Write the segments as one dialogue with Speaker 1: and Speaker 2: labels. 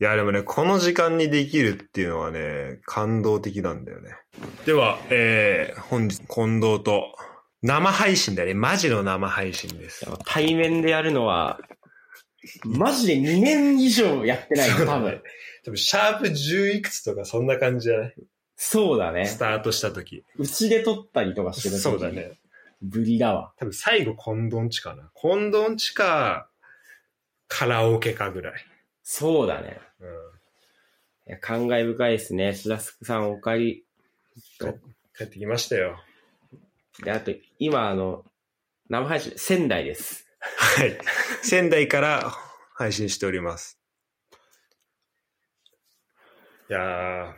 Speaker 1: いや、でもね、この時間にできるっていうのはね、感動的なんだよね。では、えー、本日、近藤と、生配信だね。マジの生配信です。
Speaker 2: 対面でやるのは、マジで2年以上やってない
Speaker 1: そう
Speaker 2: の、
Speaker 1: だ
Speaker 2: 多
Speaker 1: ね
Speaker 2: 分。
Speaker 1: 多分、シャープ10いくつとかそんな感じじゃない
Speaker 2: そうだね
Speaker 1: ス。タートした時。
Speaker 2: うちで撮ったりとかしてる時
Speaker 1: そうだね。。
Speaker 2: ぶりだわ。
Speaker 1: 多分、最後、近藤んちかな。近藤んちか、カラオケかぐらい。
Speaker 2: そうだね。
Speaker 1: うん。
Speaker 2: いや感慨深いですね。しらすくさんお借り。
Speaker 1: 帰ってきましたよ。
Speaker 2: で、あと、今、あの、生配信、仙台です。
Speaker 1: はい。仙台から配信しております。いやー、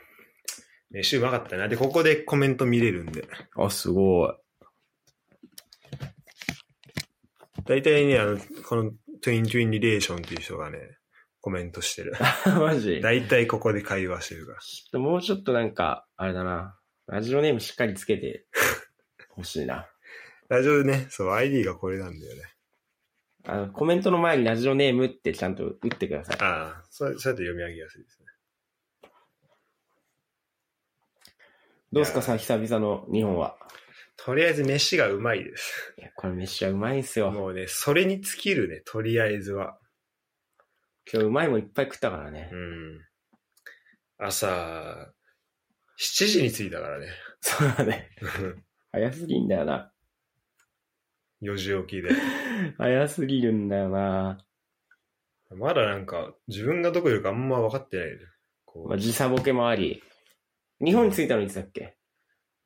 Speaker 1: 飯うまかったな。で、ここでコメント見れるんで。
Speaker 2: あ、すごい。
Speaker 1: 大体ね、あの、このトゥイントゥインリレーションっていう人がね、コメントしてる。
Speaker 2: マジ
Speaker 1: 大体ここで会話してるから。
Speaker 2: ちょっともうちょっとなんか、あれだな。ラジオネームしっかりつけてほしいな。
Speaker 1: ラジオでね、そう、ID がこれなんだよね。
Speaker 2: あの、コメントの前にラジオネームってちゃんと打ってください。
Speaker 1: ああ、そうそうやって読み上げやすいですね。
Speaker 2: どうすかさん、久々の日本は。
Speaker 1: とりあえず飯がうまいです。
Speaker 2: いや、これ飯はうまいんすよ。
Speaker 1: もうね、それに尽きるね、とりあえずは。
Speaker 2: 今日うまいもんいっぱい食ったからね
Speaker 1: う。ん。朝、7時に着いたからね。
Speaker 2: そうだね。早すぎんだよな。
Speaker 1: 4時起きで。
Speaker 2: 早すぎるんだよな。
Speaker 1: まだなんか、自分がどこいるかあんま分かってないね。こ
Speaker 2: ま
Speaker 1: う
Speaker 2: あ、時差ボケもあり。日本に着いたのいつだっけ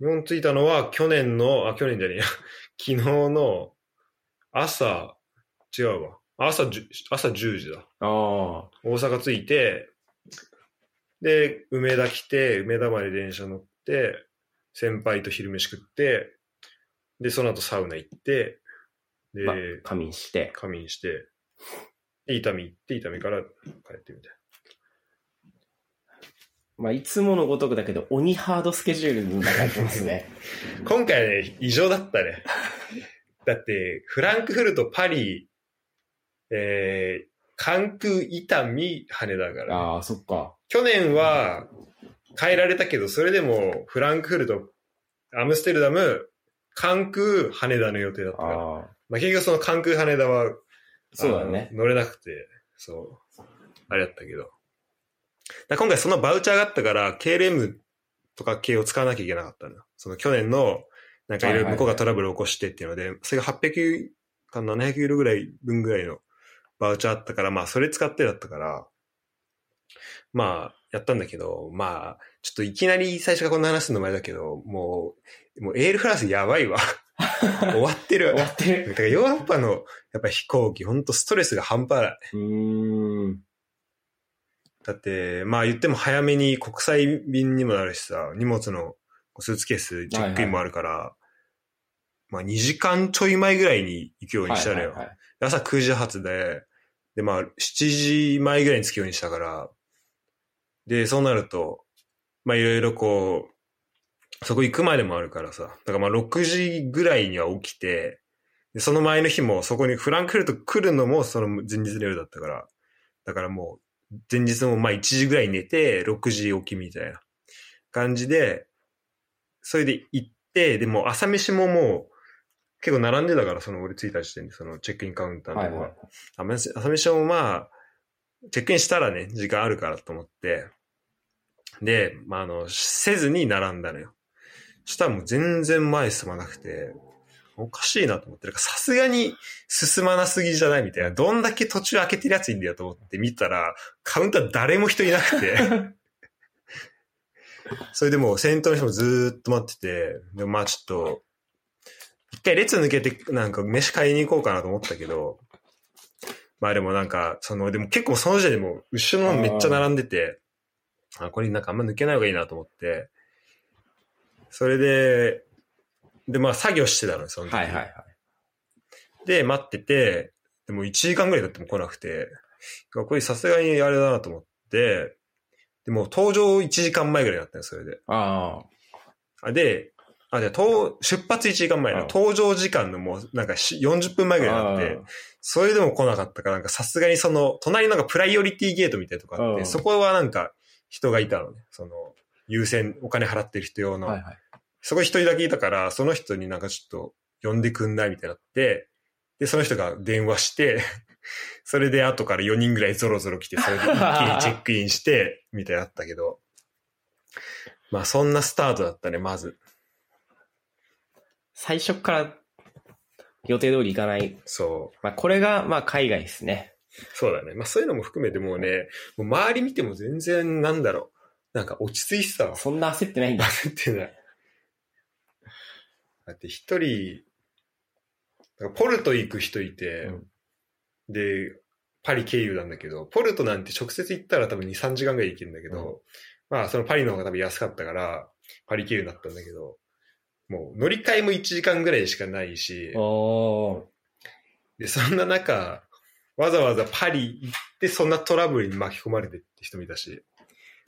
Speaker 1: 日本着いたのは去年の、あ、去年じゃねえや。 昨日の朝、違うわ。朝じゅ、朝10時だ。
Speaker 2: ああ。
Speaker 1: 大阪着いて、で、梅田来て、梅田まで電車乗って、先輩と昼飯食って、で、その後サウナ行って、で、
Speaker 2: まあ、仮眠して。
Speaker 1: 仮眠して、で伊丹行って、伊丹から帰ってみたい
Speaker 2: まあ、いつものごとくだけど、鬼ハードスケジュールになってますね。
Speaker 1: な。今回ね、異常だったね。だって、フランクフルト、パリ、えー、関空、伊丹、羽田から、
Speaker 2: ああ、そっか。
Speaker 1: 去年は変えられたけど、それでもフランクフルト、アムステルダム、関空、羽田の予定だったから。
Speaker 2: ああ。
Speaker 1: まあ、結局その関空、羽田は
Speaker 2: そうだね
Speaker 1: あ。の乗れなくて、そう。あれやったけど。だから今回そのバウチャーがあったから、KLM とか系を使わなきゃいけなかったのよ。その去年の、なんかいろいろ
Speaker 2: はいはいはい
Speaker 1: 向こうがトラブル起こしてっていうので、それが800ユーか700ユーロぐらい分ぐらいのバウチャーあったから、まあそれ使ってだったから、まあやったんだけど、まあ、ちょっといきなり最初からこんな話するのもあれだけど、もう、もうエールフランスやばい わ。終わってる
Speaker 2: 終。わってる。
Speaker 1: だからヨーロッパのやっぱ飛行機、ほんとストレスが半端ない。
Speaker 2: うーん。
Speaker 1: だって、まあ言っても早めに国際便にもなるしさ、荷物のスーツケース、チェックインもあるから、まあ2時間ちょい前ぐらいに行くようにしたのよ。
Speaker 2: はいはいはい
Speaker 1: 朝9時発で、でまあ7時前ぐらいに着くようにしたから、で、そうなると、まあいろいろこう、そこ行くまでもあるからさ、だからまあ6時ぐらいには起きて、でその前の日もそこにフランクフルト来るのもその前日の夜だったから、だからもう前日もまあ1時ぐらい寝て、6時起きみたいな感じで、それで行って、でも朝飯ももう結構並んでたから、その俺着いた時点でそのチェックインカウンターのとこ
Speaker 2: はい
Speaker 1: が
Speaker 2: はい
Speaker 1: 朝飯朝飯もまあ、チェックインしたらね、時間あるからと思って、で、まあ、あの、せずに並んだのよ。そしたらもう全然前進まなくて、おかしいなと思って、だからさすがに進まなすぎじゃないみたいな、どんだけ途中開けてるやついいんだよと思って見たら、カウンター誰も人いなくて、 それでもう先頭の人もずーっと待ってて、でもまあちょっと、一回列抜けてなんか飯買いに行こうかなと思ったけど、まあでもなんか、その、でも結構その時点でもう後ろの方めっちゃ並んでて、あ、これなんかあんま抜けない方がいいなと思って、それで、でまあ作業してたのよ、その時。
Speaker 2: はいはいはい。
Speaker 1: で、待ってて、でも1時間ぐらい経っても来なくて、いやこれさすがにあれだなと思って、でも登場1時間前ぐらいだったよ、それで。
Speaker 2: あ
Speaker 1: あで、あ、じゃあ、とう出発1時間前
Speaker 2: あ
Speaker 1: の
Speaker 2: あ
Speaker 1: 登場時間のもう、なんかし40分前ぐらいになって
Speaker 2: あ、
Speaker 1: それでも来なかったから、なんかさすがにその、隣のなんかプライオリティゲートみたいなとこあっ
Speaker 2: う
Speaker 1: て、
Speaker 2: ん
Speaker 1: そこはなんか人がいたのね。その、優先、お金払ってる人用
Speaker 2: ー
Speaker 1: の。
Speaker 2: はいはい。
Speaker 1: そこ一人だけいたから、その人になんかちょっと呼んでくんないみたいになって、で、その人が電話して、 それで後から4人ぐらいゾロゾロ来て、それで一気にチェックインして、みたいなのあったけど。まあ、そんなスタートだったね、まず。
Speaker 2: 最初から予定通り行かない。
Speaker 1: そう。
Speaker 2: まあ、これが、まあ、海外ですね。
Speaker 1: そうだね。まあそういうのも含めてもうね、もう周り見ても全然なんだろう。なんか落ち着いてたわ。
Speaker 2: そんな焦ってないんだ。
Speaker 1: 焦ってない。だって一人、なんかポルト行く人いて、で、パリ経由なんだけど、ポルトなんて直接行ったら多分2、3時間ぐらいで行けるんだけど、まあそのパリの方が多分安かったから、パリ経由になったんだけど、もう乗り換えも1時間ぐらいしかないし、
Speaker 2: お
Speaker 1: で、そんな中、わざわざパリ行って、そんなトラブルに巻き込まれてって人もいたし。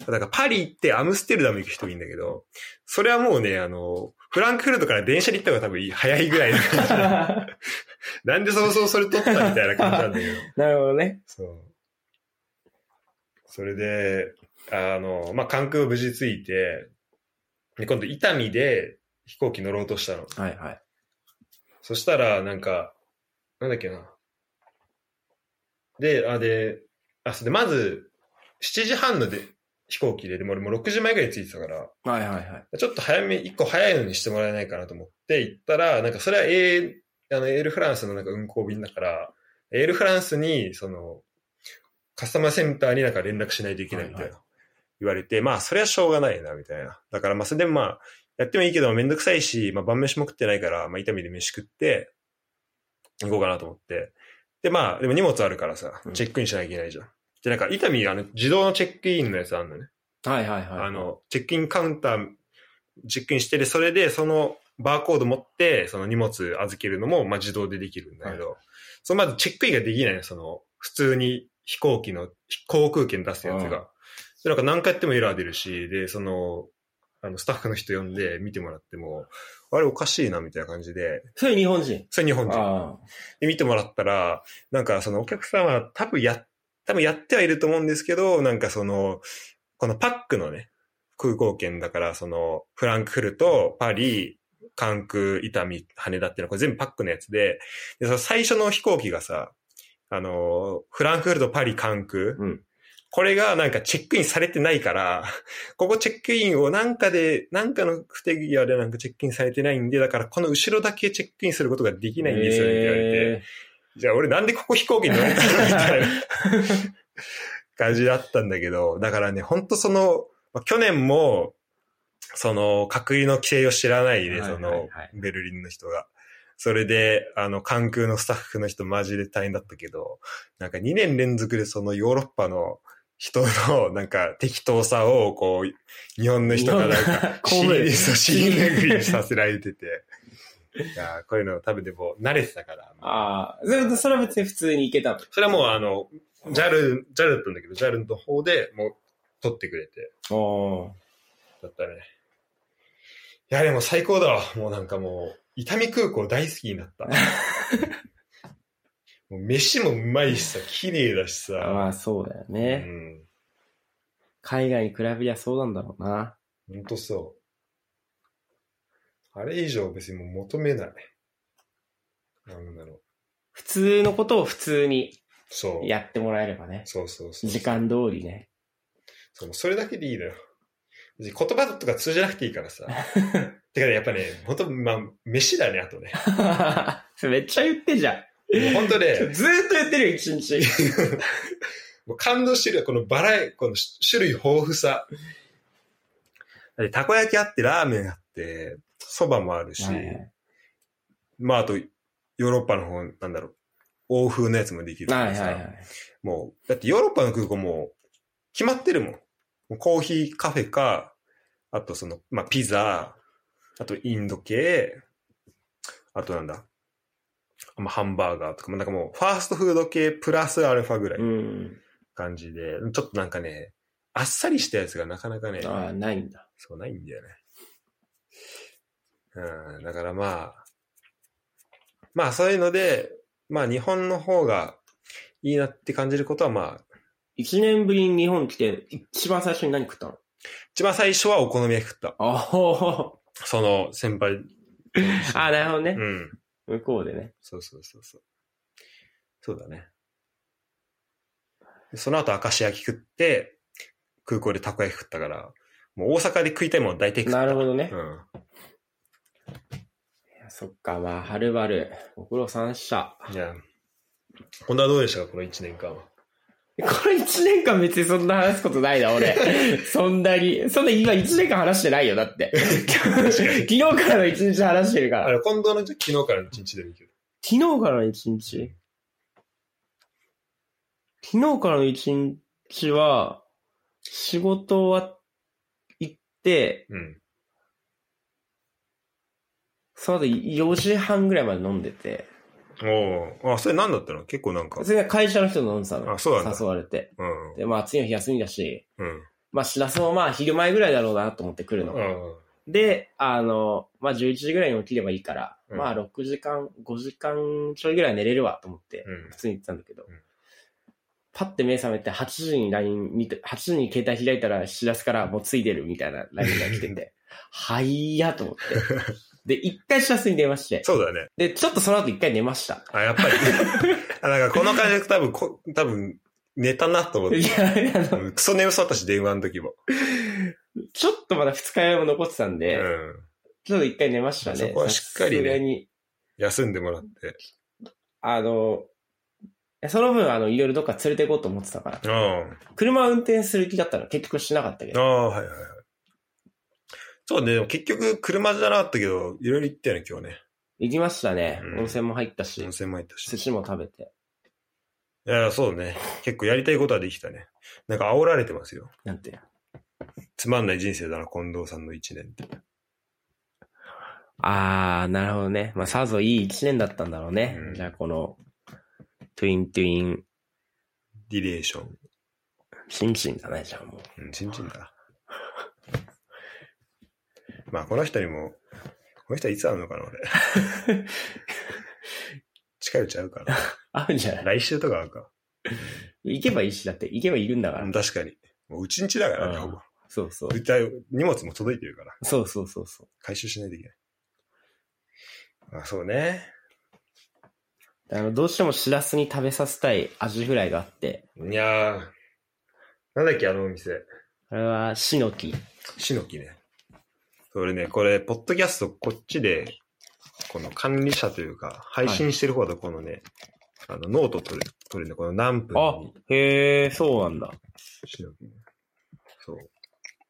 Speaker 1: だからパリ行ってアムステルダム行く人もいるんだけど、それはもうね、あの、フランクフルトから電車で行った方が多分いい早いぐらいの感じ。
Speaker 2: ー。
Speaker 1: なんでそもそもそれ撮ったみたいな感じなんだけど。
Speaker 2: なるほどね。
Speaker 1: そう。それで、あの、まあ、関空無事着いて、で、今度伊丹で飛行機乗ろうとしたの。
Speaker 2: はいはい。
Speaker 1: そしたら、なんか、なんだっけな。で、あ、で、あ、そうで、まず、7時半ので飛行機で、でも俺もう6時前ぐらいに着いてたから、
Speaker 2: はいはいはい。
Speaker 1: ちょっと早め、1個早いのにしてもらえないかなと思って行ったら、なんかそれはエーあのエールフランスのなんか運航便だから、エールフランスに、その、カスタマーセンターになんか連絡しないといけないみたいな、
Speaker 2: はい
Speaker 1: 言われて、まあそれはしょうがないな、みたいな。だからまあそれでもまあ、やってもいいけどめんどくさいし、まあ晩飯も食ってないから、まあ痛みで飯食って、行こうかなと思って。で、まあ、でも荷物あるからさ
Speaker 2: う、ん
Speaker 1: チェックインしなきゃいけないじゃん。で、なんか、痛み、あの、自動のチェックインのやつあるのね。
Speaker 2: はいはいはい。
Speaker 1: あ、の、チェックインカウンター、チェックインしてで、それで、そのバーコード持って、その荷物預けるのも、まあ、自動でできるんだけど、そのまずチェックインができないの、その、普通に飛行機の、航空券出すやつが。で、なんか何回やってもエラー出るし、で、その、あの、スタッフの人呼んで見てもらっても、あれおかしいな、みたいな感じで、
Speaker 2: それ日本人。
Speaker 1: それ日本人。
Speaker 2: あ
Speaker 1: で見てもらったら、なんかそのお客さんは多分や、多分やってはいると思うんですけど、なんかその、このパックのね、空港券だから、その、フランクフルト、パリ、関空、伊丹、羽田っていうのはこれ全部パックのやつで、で、その最初の飛行機がさ、あの、フランクフルト、パリ、関空、
Speaker 2: うん
Speaker 1: これがなんかチェックインされてないから、ここチェックインをなんかで、なんかの不手際でなんかチェックインされてないんで、だからこの後ろだけチェックインすることができないんですよねって言われて、
Speaker 2: え
Speaker 1: じゃあ俺なんでここ飛行機に乗れたのみたいな感じだったんだけど、だからね、ほんとその、まあ去年も、その、隔離の規制を知らないで、
Speaker 2: はいは
Speaker 1: そ
Speaker 2: いはい
Speaker 1: の、ベルリンの人が。それで、あの、関空のスタッフの人マジで大変だったけど、なんか2年連続でそのヨーロッパの人の、なんか適当さを、こう、日本の
Speaker 2: ー
Speaker 1: 人がなんか、 シ
Speaker 2: 神戸
Speaker 1: ーンそうシーン巡 りにさせられてて。 いやーこういうの多分でも慣れてたから。
Speaker 2: ああ、それそれは別に普通に行けたの。
Speaker 1: それはもうあの、JAL、JAL だったんだけど、JAL の方でもう取ってくれて、
Speaker 2: お
Speaker 1: だったね。いや、でも最高だわ。もうなんかもう、伊丹空港大好きにな った。もう飯もうまいしさ、綺麗だし
Speaker 2: ー
Speaker 1: さ。
Speaker 2: まあそうだよ
Speaker 1: う
Speaker 2: ね。
Speaker 1: ん。
Speaker 2: 海外に比べりゃそうなんだろうな。
Speaker 1: ほんとそう。あれ以上別にもう求めない。なんだろう。
Speaker 2: 普通のことを普通に
Speaker 1: そう。
Speaker 2: やってもらえればね。
Speaker 1: そうそうそう。
Speaker 2: 時間通りね。
Speaker 1: そう、それだけでいいのよ。別に言葉とか通じなくていいから さ。てかね、やっぱね、ほんと、まあ、飯だね、あとね。
Speaker 2: そ れめっちゃ言ってんじゃん。
Speaker 1: もうほんと ね、
Speaker 2: ずーっと言ってるよ、一日。
Speaker 1: もう感動してるよ、このバラエ、この種類豊富さ。だってたこ焼きあって、ラーメンあって、蕎麦もあるし、
Speaker 2: はい
Speaker 1: まあ、あと、ヨーロッパの方、なんだろう、欧風のやつもできるか
Speaker 2: はいは
Speaker 1: らさ。
Speaker 2: いはい。
Speaker 1: もう、だってヨーロッパの空港も決まってるもん。もうコーヒーカフェか、あとその、まあ、ピザ、あとインド系、あとなんだ、まあ、ハンバーガーとか、まあなんかもうファーストフード系プラスアルファぐらいの
Speaker 2: うん。
Speaker 1: 感じで、ちょっとなんかね、あっさりしたやつがなかなかね、
Speaker 2: ああ、ないんだ。
Speaker 1: そうないんだよね。うん、だからまあ、まあそういうので、まあ日本の方がいいなって感じることはまあ、
Speaker 2: 一年ぶりに日本来て、一番最初に何食ったの
Speaker 1: 一番最初はお好み焼き食った。
Speaker 2: ああ、
Speaker 1: その先輩。
Speaker 2: あなるほどね
Speaker 1: う。ん。
Speaker 2: 向こうでね。
Speaker 1: そうそうそうそう。そうだね。その後、明石焼き食って、空港でたこ焼き食ったから、もう大阪で食いたいもの大体食った。
Speaker 2: なるほどね。
Speaker 1: うん。
Speaker 2: いやそっか、まあ、はるばる。ご苦労さんでした。
Speaker 1: いや、本当はどうでしたか、この1年 間は。
Speaker 2: これ一年間別にそんな話すことないな、俺。そんなに。そんな今一年間話してないよ、だって。 昨日からの一日話してるか
Speaker 1: あ
Speaker 2: ら。
Speaker 1: れ、近藤の昨日からの1日でもいいけど。
Speaker 2: 昨日からの一日昨日からの一日は、仕事終わっ行って、
Speaker 1: うん。
Speaker 2: その後4時半ぐらいまで飲んでて、
Speaker 1: おお。あ、それ何だったの結構なんか。
Speaker 2: それで会社の人と飲んでたの。
Speaker 1: あそうなんだ
Speaker 2: 誘われて。
Speaker 1: うん。
Speaker 2: で、まあ次の日休みだし、
Speaker 1: うん。
Speaker 2: まあしらすもまあ昼前ぐらいだろうなと思って来るの。
Speaker 1: うん。
Speaker 2: で、あの、まあ11時ぐらいに起きればいいから、
Speaker 1: うん
Speaker 2: まあ6時間、5時間ちょいぐらい寝れるわと思って、
Speaker 1: うん
Speaker 2: 普通に言ってたんだけど、
Speaker 1: うん
Speaker 2: パッて目覚めて8時に LINE 見て、8時に携帯開いたら知らすからもうついてるみたいな LINE が来て て、はいやと思って。で、一回知らすに電話して、
Speaker 1: そうだね。
Speaker 2: で、ちょっとその後一回寝ました。
Speaker 1: あ、やっぱ り。あ、なんかこの感じで多分、こ多分、寝たなと思っ
Speaker 2: い
Speaker 1: て。
Speaker 2: や、あの、
Speaker 1: うんクソ眠そうだったし、電話の時も。
Speaker 2: ちょっとまだ二日酔いも残ってたん
Speaker 1: う
Speaker 2: で、
Speaker 1: ん。
Speaker 2: ちょっと一回寝ましたね。
Speaker 1: そこはしっかりね
Speaker 2: さすがに
Speaker 1: 休んでもらって。
Speaker 2: あの、その分、あの、いろいろどっか連れて行こうと思ってたから。
Speaker 1: うん。あ
Speaker 2: 車運転する気だったら結局しなかったけ
Speaker 1: あー、
Speaker 2: ど。
Speaker 1: はいはいはい。そうね、でも結局、車じゃなかったけど、いろいろ行ったよね、今日ね。
Speaker 2: 行きましたね。
Speaker 1: うん
Speaker 2: 温泉も入ったし
Speaker 1: 温、泉も行ったし。
Speaker 2: 寿司も食べて。
Speaker 1: いや、そうね。結構やりたいことはできたね。なんか煽られてますよ。
Speaker 2: なんて。
Speaker 1: つまんない人生だな、近藤さんの一年って。
Speaker 2: あー、なるほどね。まあ、さぞいい一年だったんだろうね。
Speaker 1: うん
Speaker 2: じゃあ、この、トゥイントゥイン、
Speaker 1: ディレーション。
Speaker 2: チンチンだね、じゃあもう。
Speaker 1: うん、ちんちんだ。 まあ、この人にも、この人はいつ会うのかな、俺。 近いうち会うかな。
Speaker 2: 合うんじゃない
Speaker 1: 来週とか会うか。
Speaker 2: 行けばいいし、だって。行けばいるんだか
Speaker 1: う
Speaker 2: ら
Speaker 1: ん。確かに。もううちんちだからね、
Speaker 2: うん
Speaker 1: ほぼ。
Speaker 2: そうそう。
Speaker 1: 絶対荷物も届いてるから、
Speaker 2: そうそうそうそう。
Speaker 1: 回収しないといけない。あ、そうね。
Speaker 2: あの、どうしてもシラスに食べさせたいアジフライがあって、
Speaker 1: いやー、なんだっけ、あのお店。
Speaker 2: あれは、シノキ。
Speaker 1: しのきね。それね、これ、ポッドキャストこっちで、この管理者というか、配信してる方とこのね、あの、ノート取る、取るね、この何分
Speaker 2: あ
Speaker 1: に、
Speaker 2: へー、そうなんだ。
Speaker 1: しのきね。そう。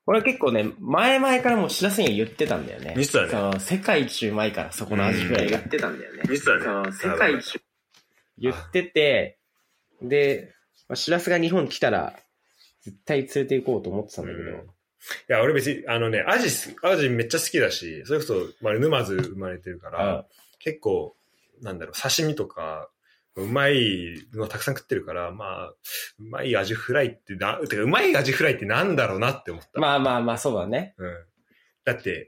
Speaker 2: 俺は結構ね、前々からもう知らせには言ってたんだよね。
Speaker 1: 実はね
Speaker 2: その、世界一うまいから、そこのアジフライやってたんだよね。
Speaker 1: 実はね
Speaker 2: その、世界一。言ってて、で、まあ、シラスが日本来たら、絶対連れて行こうと思ってたんだけど、
Speaker 1: うんいや、俺別に、あのね、アジす、アジめっちゃ好きだし、それこそ、まあ、沼津生まれてるから、
Speaker 2: あ
Speaker 1: 結構、なんだろう、刺身とか、うまいのたくさん食ってるから、まあ、うまいアジフライってな、てか、うまいアジフライってなんだろうなって思った。
Speaker 2: まあまあまあ、そうだね。
Speaker 1: うん。だって、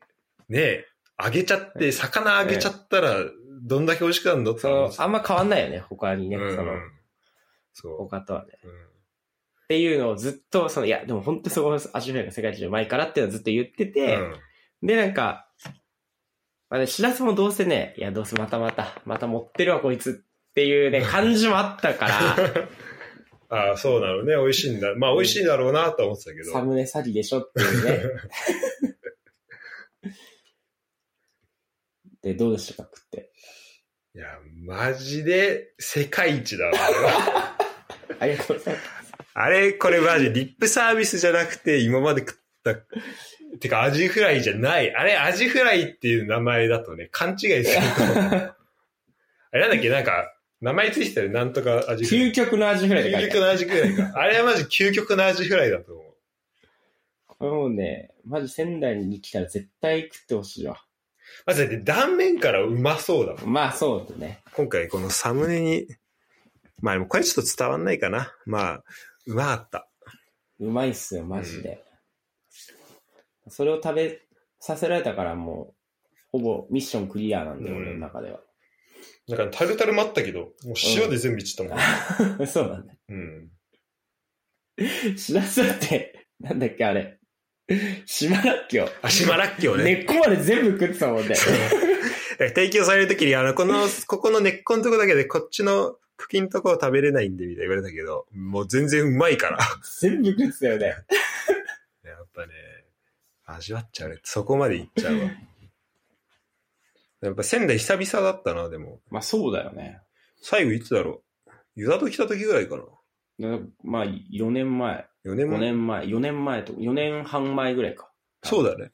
Speaker 1: ねえ、揚げちゃって、魚揚げちゃったら、どんだけ美味しくなるのって
Speaker 2: そ
Speaker 1: 思
Speaker 2: の
Speaker 1: う、
Speaker 2: あんま変わんないよね、他にね、
Speaker 1: うん
Speaker 2: その、
Speaker 1: そ
Speaker 2: 他とはね。
Speaker 1: う。うん
Speaker 2: っていうのをずっと、その、いや、でも本当そこのアジフライが世界一うまいからっていうのをずっと言ってて、
Speaker 1: うん
Speaker 2: で、なんか、まあね、しらすもどうせね、いや、どうせまたまた、また持ってるわ、こいつってい うね、感じもあったから、
Speaker 1: ああ、そうなのね。美味しいんだ。まあ、美味しいだろうなとは思ってたけど。
Speaker 2: サムネ詐欺でしょっていうね。 で、どうでしたか、食って。
Speaker 1: いや、マジで世界一だわ。あれは
Speaker 2: ありがとうございます。
Speaker 1: あれ、これマジ、リップサービスじゃなくて、今まで食った、てか、アジフライじゃない。あれ、アジフライっていう名前だとね、勘違いすると思うあれなんだっけ、なんか、名前ついてたよ。なんとかアジフライ
Speaker 2: 究。極のアジフライで書
Speaker 1: 究
Speaker 2: い
Speaker 1: 極
Speaker 2: てあ
Speaker 1: の
Speaker 2: る
Speaker 1: アジフライか。あれはマジ究極のアジフライだと思う。
Speaker 2: これもうね、まず仙台に来たら絶対食ってほしいわ。
Speaker 1: まずだって断面からうまそうだもん。
Speaker 2: まあ、そうだね。
Speaker 1: 今回このサムネに、まあでもこれちょっと伝わんないかな。まあ、うまかった。
Speaker 2: うまいっすよ、マジで。それを食べさせられたからもう、ほぼミッションクリアなんで、
Speaker 1: うん
Speaker 2: 俺の中では。
Speaker 1: なんかタルタルもあったけど、もう塩で全部いっちゃったもん。
Speaker 2: そうだね。
Speaker 1: うん。
Speaker 2: しらすだって、なんだっけ、あれ。島らっきょう。
Speaker 1: あ、島らっきょう
Speaker 2: 根
Speaker 1: ね。
Speaker 2: っこまで全部食ってたもんね。
Speaker 1: そうだから 提供されるときに、あの、この、ここの根っこのとこだけで、こっちの茎のとこを食べれないんで、みたいな言われたけど、もう全然うまいから。
Speaker 2: 全部食ってたよね。
Speaker 1: やっぱね、味わっちゃうね。そこまでいっちゃうわ。やっぱ仙台久々だったな、でも。
Speaker 2: まあそうだよね。
Speaker 1: 最後いつだろう湯田と来た時ぐらいかな。
Speaker 2: だまあ4年前、
Speaker 1: 4年
Speaker 2: 5
Speaker 1: 前。
Speaker 2: 年前、4年前と、4年半前ぐらいか。
Speaker 1: そうだね。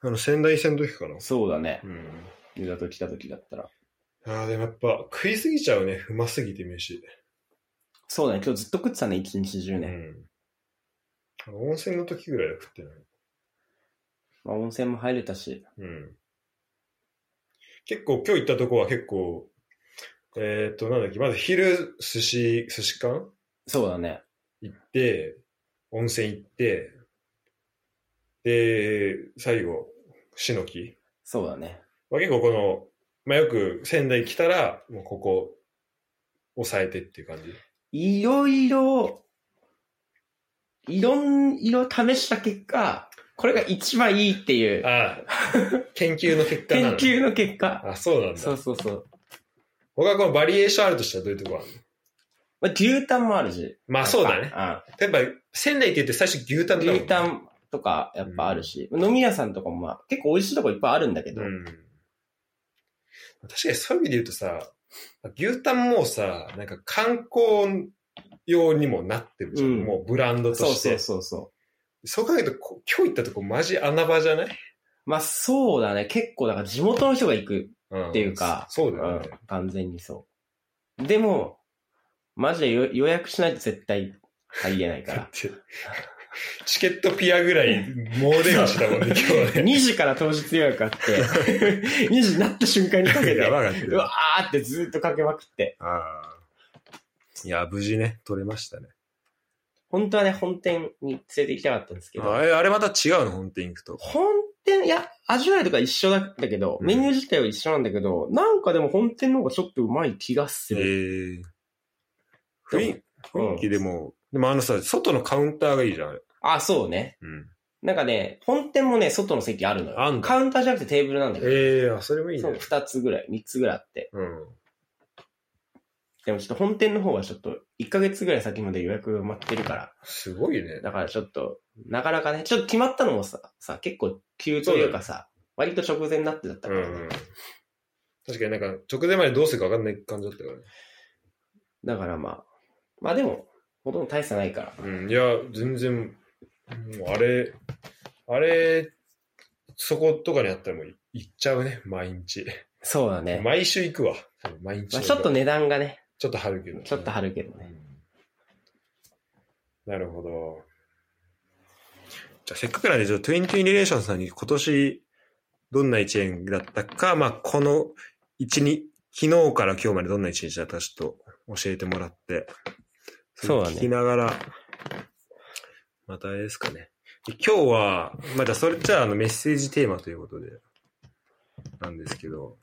Speaker 1: あの、仙台戦の時かな。
Speaker 2: そうだね
Speaker 1: う。ん。
Speaker 2: ユダと来た時だったら。
Speaker 1: ああ、でもやっぱ食いすぎちゃうね。うますぎて飯。
Speaker 2: そうだね、今日ずっと食ってたね、一日中
Speaker 1: う
Speaker 2: ね。
Speaker 1: ん。あの温泉の時ぐらいは食ってない。
Speaker 2: まあ温泉も入れたし。
Speaker 1: うん。結構今日行ったとこは結構、えっ、と、なんだっけ、まず昼寿司、寿司館
Speaker 2: そうだね。
Speaker 1: 行って、温泉行って、で、最後、しのき。
Speaker 2: そうだね。
Speaker 1: まあ、結構この、まあ、よく仙台来たら、もうここ、抑えてっていう感じ。
Speaker 2: いろいろ、いろん、いろ試した結果、これが一番いいっていう、
Speaker 1: ああ、研究の結果な
Speaker 2: 研
Speaker 1: の。
Speaker 2: 究の結果。
Speaker 1: あ、そうなん
Speaker 2: そう
Speaker 1: だ。
Speaker 2: そうそう。
Speaker 1: 他このバリエーションあるとしたらどういうとこあるの
Speaker 2: まあ、牛タンもあるし。
Speaker 1: まあそうだね。
Speaker 2: うん。
Speaker 1: やっぱ、仙台って言って最初牛タンだもん、ね。
Speaker 2: 牛タンとかやっぱあるし、飲み屋さんとかもまあ結構美味しいとこいっぱいあるんだけど、
Speaker 1: うん。確かにそういう意味で言うとさ、牛タンもさ、なんか観光用にもなってるじゃん。
Speaker 2: うん
Speaker 1: もうブランドと
Speaker 2: そう
Speaker 1: し
Speaker 2: そ
Speaker 1: て
Speaker 2: う。そうそ。
Speaker 1: そう考えると、こ今日行ったとこマジ穴場じゃないう
Speaker 2: まあそうだね、結構だから地元の人が行く
Speaker 1: っ
Speaker 2: っていうか、
Speaker 1: そうだよね。
Speaker 2: うん完全にそう。でも、マジで予予約しないと絶対入れないか
Speaker 1: だ
Speaker 2: ら
Speaker 1: っ。て、 チケットピアぐらい猛電話したもんね、今日 はね。
Speaker 2: 2時から当日予約あって、2時 になった瞬間にかけて、
Speaker 1: や
Speaker 2: う
Speaker 1: ばかったよ
Speaker 2: わーってずーっとかけまくって。
Speaker 1: あーいや、無事ね、取れましたね。
Speaker 2: 本当はね、本店に連れて行きたかったんですけど、
Speaker 1: あれ、あれまた違うの、本店行くと。
Speaker 2: 本店、いや、味わいとか一緒だったけど、
Speaker 1: うん
Speaker 2: メニュー自体は一緒なんだけど、なんかでも本店の方がちょっとうまい気がす
Speaker 1: え
Speaker 2: る。
Speaker 1: ー、雰囲雰囲気でも、でもあのさ、外のカウンターがいいじゃん、あれ。
Speaker 2: あ、そうね。
Speaker 1: うん。
Speaker 2: なんかね、本店もね、外の席あるのよ。
Speaker 1: あんだ
Speaker 2: カウンターじゃなくてテーブルなんだけど、
Speaker 1: ええあ、それもいい
Speaker 2: そう、
Speaker 1: ね。
Speaker 2: 二つぐらい、三つぐらいあって。
Speaker 1: うん。
Speaker 2: でもちょっと本店の方はちょっと、1ヶ月ぐらい先まで予約埋まってるから、
Speaker 1: すごいね。
Speaker 2: だからちょっと、なかなかね、ちょっと決まったのもさ、さ、結構急というかさ、割と直前になってだった
Speaker 1: う
Speaker 2: か
Speaker 1: ん
Speaker 2: らね、
Speaker 1: うん。確かになんか、直前までどうするか分かんない感じだったからね。
Speaker 2: だからまあ、まあでも、ほとんど大差ないから。
Speaker 1: うん、いや、全然、もうあれ、あれ、そことかにあったらもう行っちゃうね、毎日。
Speaker 2: そうだね。
Speaker 1: 毎週行くわ。毎日、
Speaker 2: まあ、ちょっと、値段がね、
Speaker 1: ちょっと張るけど。
Speaker 2: ちょっと張るけど
Speaker 1: う
Speaker 2: ね。
Speaker 1: んなるほど。じゃあせっかくなんで、ちょっと22リレーションさんに今年どんな1年だったか、まあこの1、に昨日から今日までどんな1日だったかちょっと教えてもらって、
Speaker 2: そうだ
Speaker 1: れ
Speaker 2: ね
Speaker 1: 聞きながら、またあれですかね。で今日は、まだそれじゃああのメッセージテーマということで、なんですけど、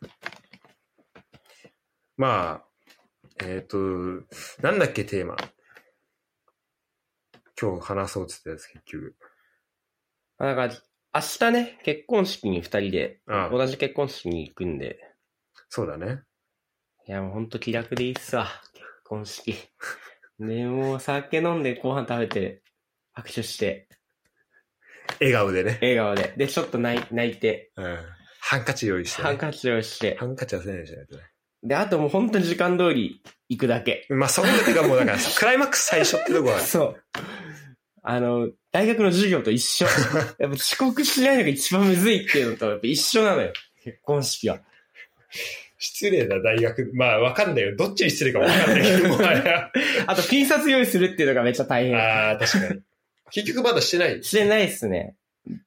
Speaker 1: まあ、えっ、と、なんだっけテーマ。今日話そうっつったやつ結局。
Speaker 2: まあだから、明日ね、結婚式に二人で、
Speaker 1: ああ
Speaker 2: 同じ結婚式に行くんで、
Speaker 1: そうだね。
Speaker 2: いやもうほんと気楽でいいっすわ、結婚式。ね、もう酒飲んでご飯食べて、握手して、
Speaker 1: 笑顔でね。
Speaker 2: 笑顔で。で、ちょっと泣い泣いて、
Speaker 1: うん。ハンカチ用意して、
Speaker 2: ハン
Speaker 1: ね。
Speaker 2: カチをして
Speaker 1: ハ、ンカチはせないようにしないとね。
Speaker 2: で、あともうほんと時間通り行くだけ。
Speaker 1: まあ、そこだけがもうだから、 クライマックス最初ってとこは、
Speaker 2: そう。あの、大学の授業と一 緒。やっぱ遅刻しないのが一番むずいっていうのと、やっぱ一緒なのよ。結婚式は。
Speaker 1: 失礼な大学。まあ、わかんないよ。どっちに失礼かわかんないけど、 もうあれは
Speaker 2: あと、ピン札用意するっていうのがめっちゃ大変。
Speaker 1: ああ、確かに。結局まだしてない。
Speaker 2: してないっすね。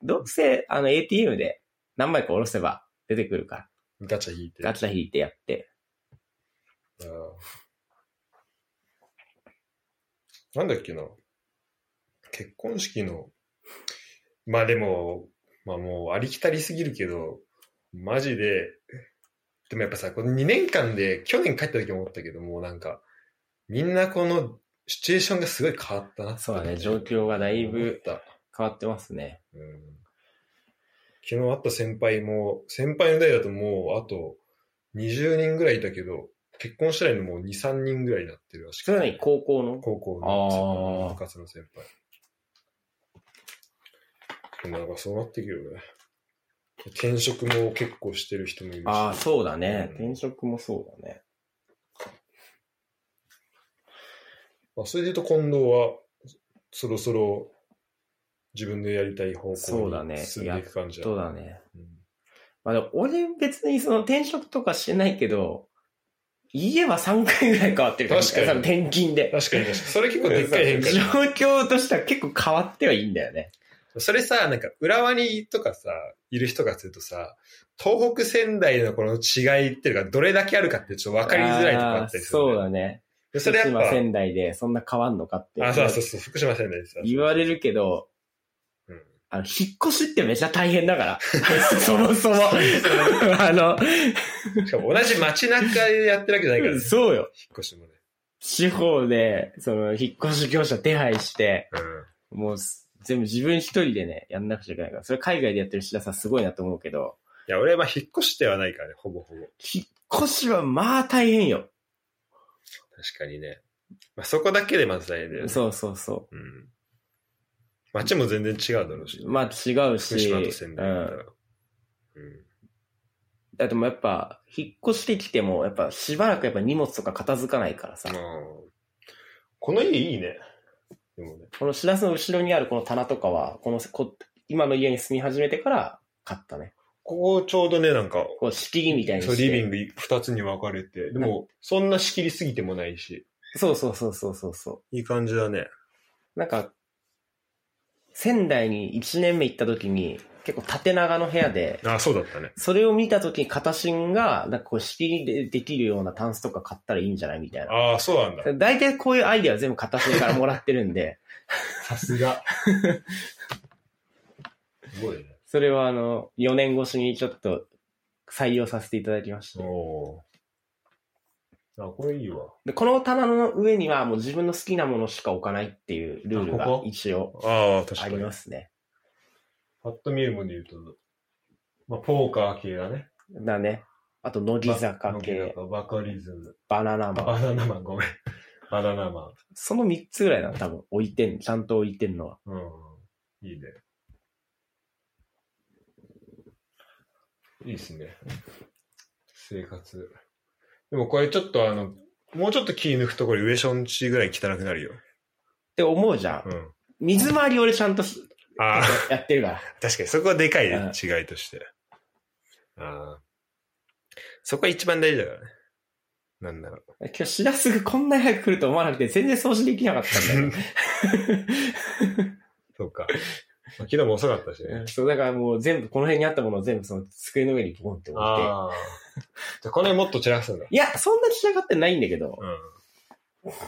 Speaker 2: どうせ、あの、ATM で何枚か下ろせば出てくるから。
Speaker 1: ガチャ引いて。
Speaker 2: ガチャ引いてやって。
Speaker 1: うんなんだっけな。結婚式の、まあでも、まあもうありきたりすぎるけど、マジで、でもやっぱさ、この2年間で、去年帰った時も思ったけど、もうなんか、みんなこのシチュエーションがすごい変わったなって
Speaker 2: そうだね、状況がだい
Speaker 1: 思っ
Speaker 2: ぶ
Speaker 1: た。
Speaker 2: 変わってますね。
Speaker 1: うん昨日会った先輩も、先輩の代だともうあと20人ぐらいいたけど、結婚したらのもう2、3人ぐらいになってるらしく
Speaker 2: それは何高校の
Speaker 1: 高校
Speaker 2: あ
Speaker 1: の
Speaker 2: ー
Speaker 1: 部活の先輩。でもなんかそうなってくるよね。転職も結構してる人もいるし。
Speaker 2: ああ、そうだね。
Speaker 1: うん
Speaker 2: 転職もそうだね。
Speaker 1: まあ、それで言うと近藤は、そろそろ自分でやりたい方
Speaker 2: そうだ
Speaker 1: 向
Speaker 2: ね
Speaker 1: に進んでいく感じだ
Speaker 2: そうだね。
Speaker 1: うん
Speaker 2: まあでも俺別にその転職とかしてないけど、家は3回ぐらい変わってる
Speaker 1: 確かに
Speaker 2: 多分転勤で。
Speaker 1: 確かに確かに。それ結構でっかい変化
Speaker 2: 状
Speaker 1: だね
Speaker 2: 況としては結構変わってはいいんだよね。
Speaker 1: それさ、なんか、浦和にとかさ、いる人がするとさ、東北仙台のこの違いっていうか、どれだけあるかってちょっと分かりづらいとこあったりする、
Speaker 2: あーそうだね。
Speaker 1: でそ
Speaker 2: 福
Speaker 1: れやっ
Speaker 2: 島
Speaker 1: ぱ、
Speaker 2: 仙台でそんな変わんのかって。
Speaker 1: あ、そうそうそう、福島仙台です。
Speaker 2: 言われるけど、
Speaker 1: うん
Speaker 2: あの、引っ越しってめちゃ大変 だから。そもそも。 あの、
Speaker 1: しかも同じ街中でやってるわけじゃないから、ね、引っ
Speaker 2: そうよ。
Speaker 1: 越しもね。
Speaker 2: 地方で、その、引っ越し業者手配して、
Speaker 1: うん。
Speaker 2: もうす、全部自分一人でね、やんなくちゃいけないから。それ海外でやってる白さんすごいなと思うけど、
Speaker 1: いや、俺はまあ引っ越してはないからね、ほぼほぼ。
Speaker 2: 引っ越しはまあ大変よ。
Speaker 1: 確かにね。まあそこだけでまず大変だよね。
Speaker 2: そうそうそ
Speaker 1: うん。街も全然違うだろうし、
Speaker 2: う。まあ違うし、
Speaker 1: 福島と仙台だった
Speaker 2: うん
Speaker 1: ら。うん。
Speaker 2: だってもうやっぱ、引っ越してきても、やっぱしばらくやっぱ荷物とか片付かないからさ
Speaker 1: あ。ーこの家いいね。でもね。
Speaker 2: このしらすの後ろにあるこの棚とかは、このこ今の家に住み始めてから買ったね。
Speaker 1: ここちょうどね、なんか、
Speaker 2: こう仕切りみたいに
Speaker 1: そ
Speaker 2: し
Speaker 1: う
Speaker 2: て。
Speaker 1: リビング二つに分かれて、でも、そんな仕切りすぎてもないし、
Speaker 2: そうそうそうそうそうそ
Speaker 1: いい感じだね。
Speaker 2: う。なんか、仙台に1年目行った時に、結構縦長の部屋で、
Speaker 1: あ、そうだったね。
Speaker 2: それを見た時に片芯が、なんかこう仕切りでできるようなタンスとか買ったらいいんじゃないみたいな。
Speaker 1: ああ、そうなんだ。
Speaker 2: 大体こういうアイデアは全部片芯からもらってる んで、
Speaker 1: さすが。すごいね。
Speaker 2: それはあの、4年越しにちょっと採用させていただきました。
Speaker 1: おーあ、これいいわ。
Speaker 2: で、この棚の上にはもう自分の好きなものしか置かないっていうルール
Speaker 1: あ
Speaker 2: が
Speaker 1: ここ
Speaker 2: 一応
Speaker 1: ああ、確
Speaker 2: あ
Speaker 1: か
Speaker 2: り
Speaker 1: に。
Speaker 2: ますね。
Speaker 1: パッと見るもので言うと、まあ、ポーカー系だね。
Speaker 2: だね。あと、乃木坂
Speaker 1: 乃木
Speaker 2: 系、
Speaker 1: 坂バカリズム。
Speaker 2: バナナ
Speaker 1: あ
Speaker 2: マン。
Speaker 1: バナナマン、ごめん。バナナマン。
Speaker 2: その3つぐらいなの、多分置いてん、ちゃんと置いてんのは。
Speaker 1: うん。いいね。いいっすね。生活。でもこれちょっとあの、もうちょっと気抜くとこれ上ションチぐらい汚くなるよ。
Speaker 2: って思うじゃん
Speaker 1: う。ん。
Speaker 2: 水回り俺ちゃんとし
Speaker 1: ああ、
Speaker 2: やってるから。
Speaker 1: 確かにそこはでかいね、
Speaker 2: う
Speaker 1: 違いとして。ああ。そこは一番大事だからね。なんだろう。
Speaker 2: 今日しらすがこんなに早く来ると思わなくて、全然掃除できなかったんだよ。
Speaker 1: そうか。まあ昨日も遅かったし
Speaker 2: う
Speaker 1: ね
Speaker 2: ん。そう、だからもう全部、この辺にあったものを全部その机の上にボンって置いて。
Speaker 1: ああ。じゃあこの辺もっと散らすんだ。
Speaker 2: いや、そんな散らかってないんだけど、
Speaker 1: うん。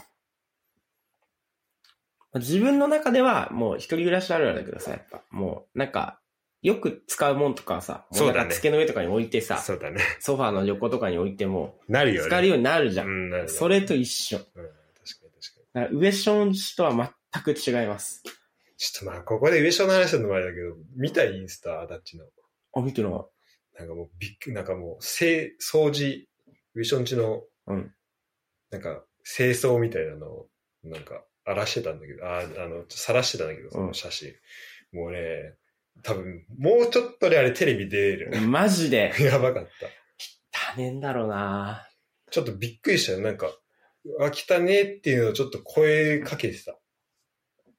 Speaker 2: 自分の中ではもう一人暮らしあるあるだけどさ、やっぱもうなんか、よく使うもんとかはさ、
Speaker 1: そうだね
Speaker 2: もなんか机の上とかに置いてさ、
Speaker 1: そうだね。
Speaker 2: ソファーの横とかに置いても、
Speaker 1: なるよね。
Speaker 2: 使えるようになるじゃ。
Speaker 1: うんん、なる
Speaker 2: それと一緒。
Speaker 1: うん、確かに確かに。
Speaker 2: だから上昇の人は全く違います。
Speaker 1: ちょっとまあ、ここで上昇の話するのもあれだけど、見たインスタ、あだっちの。
Speaker 2: あ、見てるわ。
Speaker 1: なんかもう、びっくなんかもう、清掃除、上昇んちの、
Speaker 2: うん
Speaker 1: なんか、清掃みたいなのを、なんか、荒らしてたんだけど、あ、あの、さらしてたんだけど、その写真。もうね、多分、もうちょっとであれテレビ出る。
Speaker 2: マジで、
Speaker 1: やばかった。
Speaker 2: 多年だろうな
Speaker 1: ちょっとびっくりしたよ。なんか、飽きたねっていうのをちょっと声かけてた。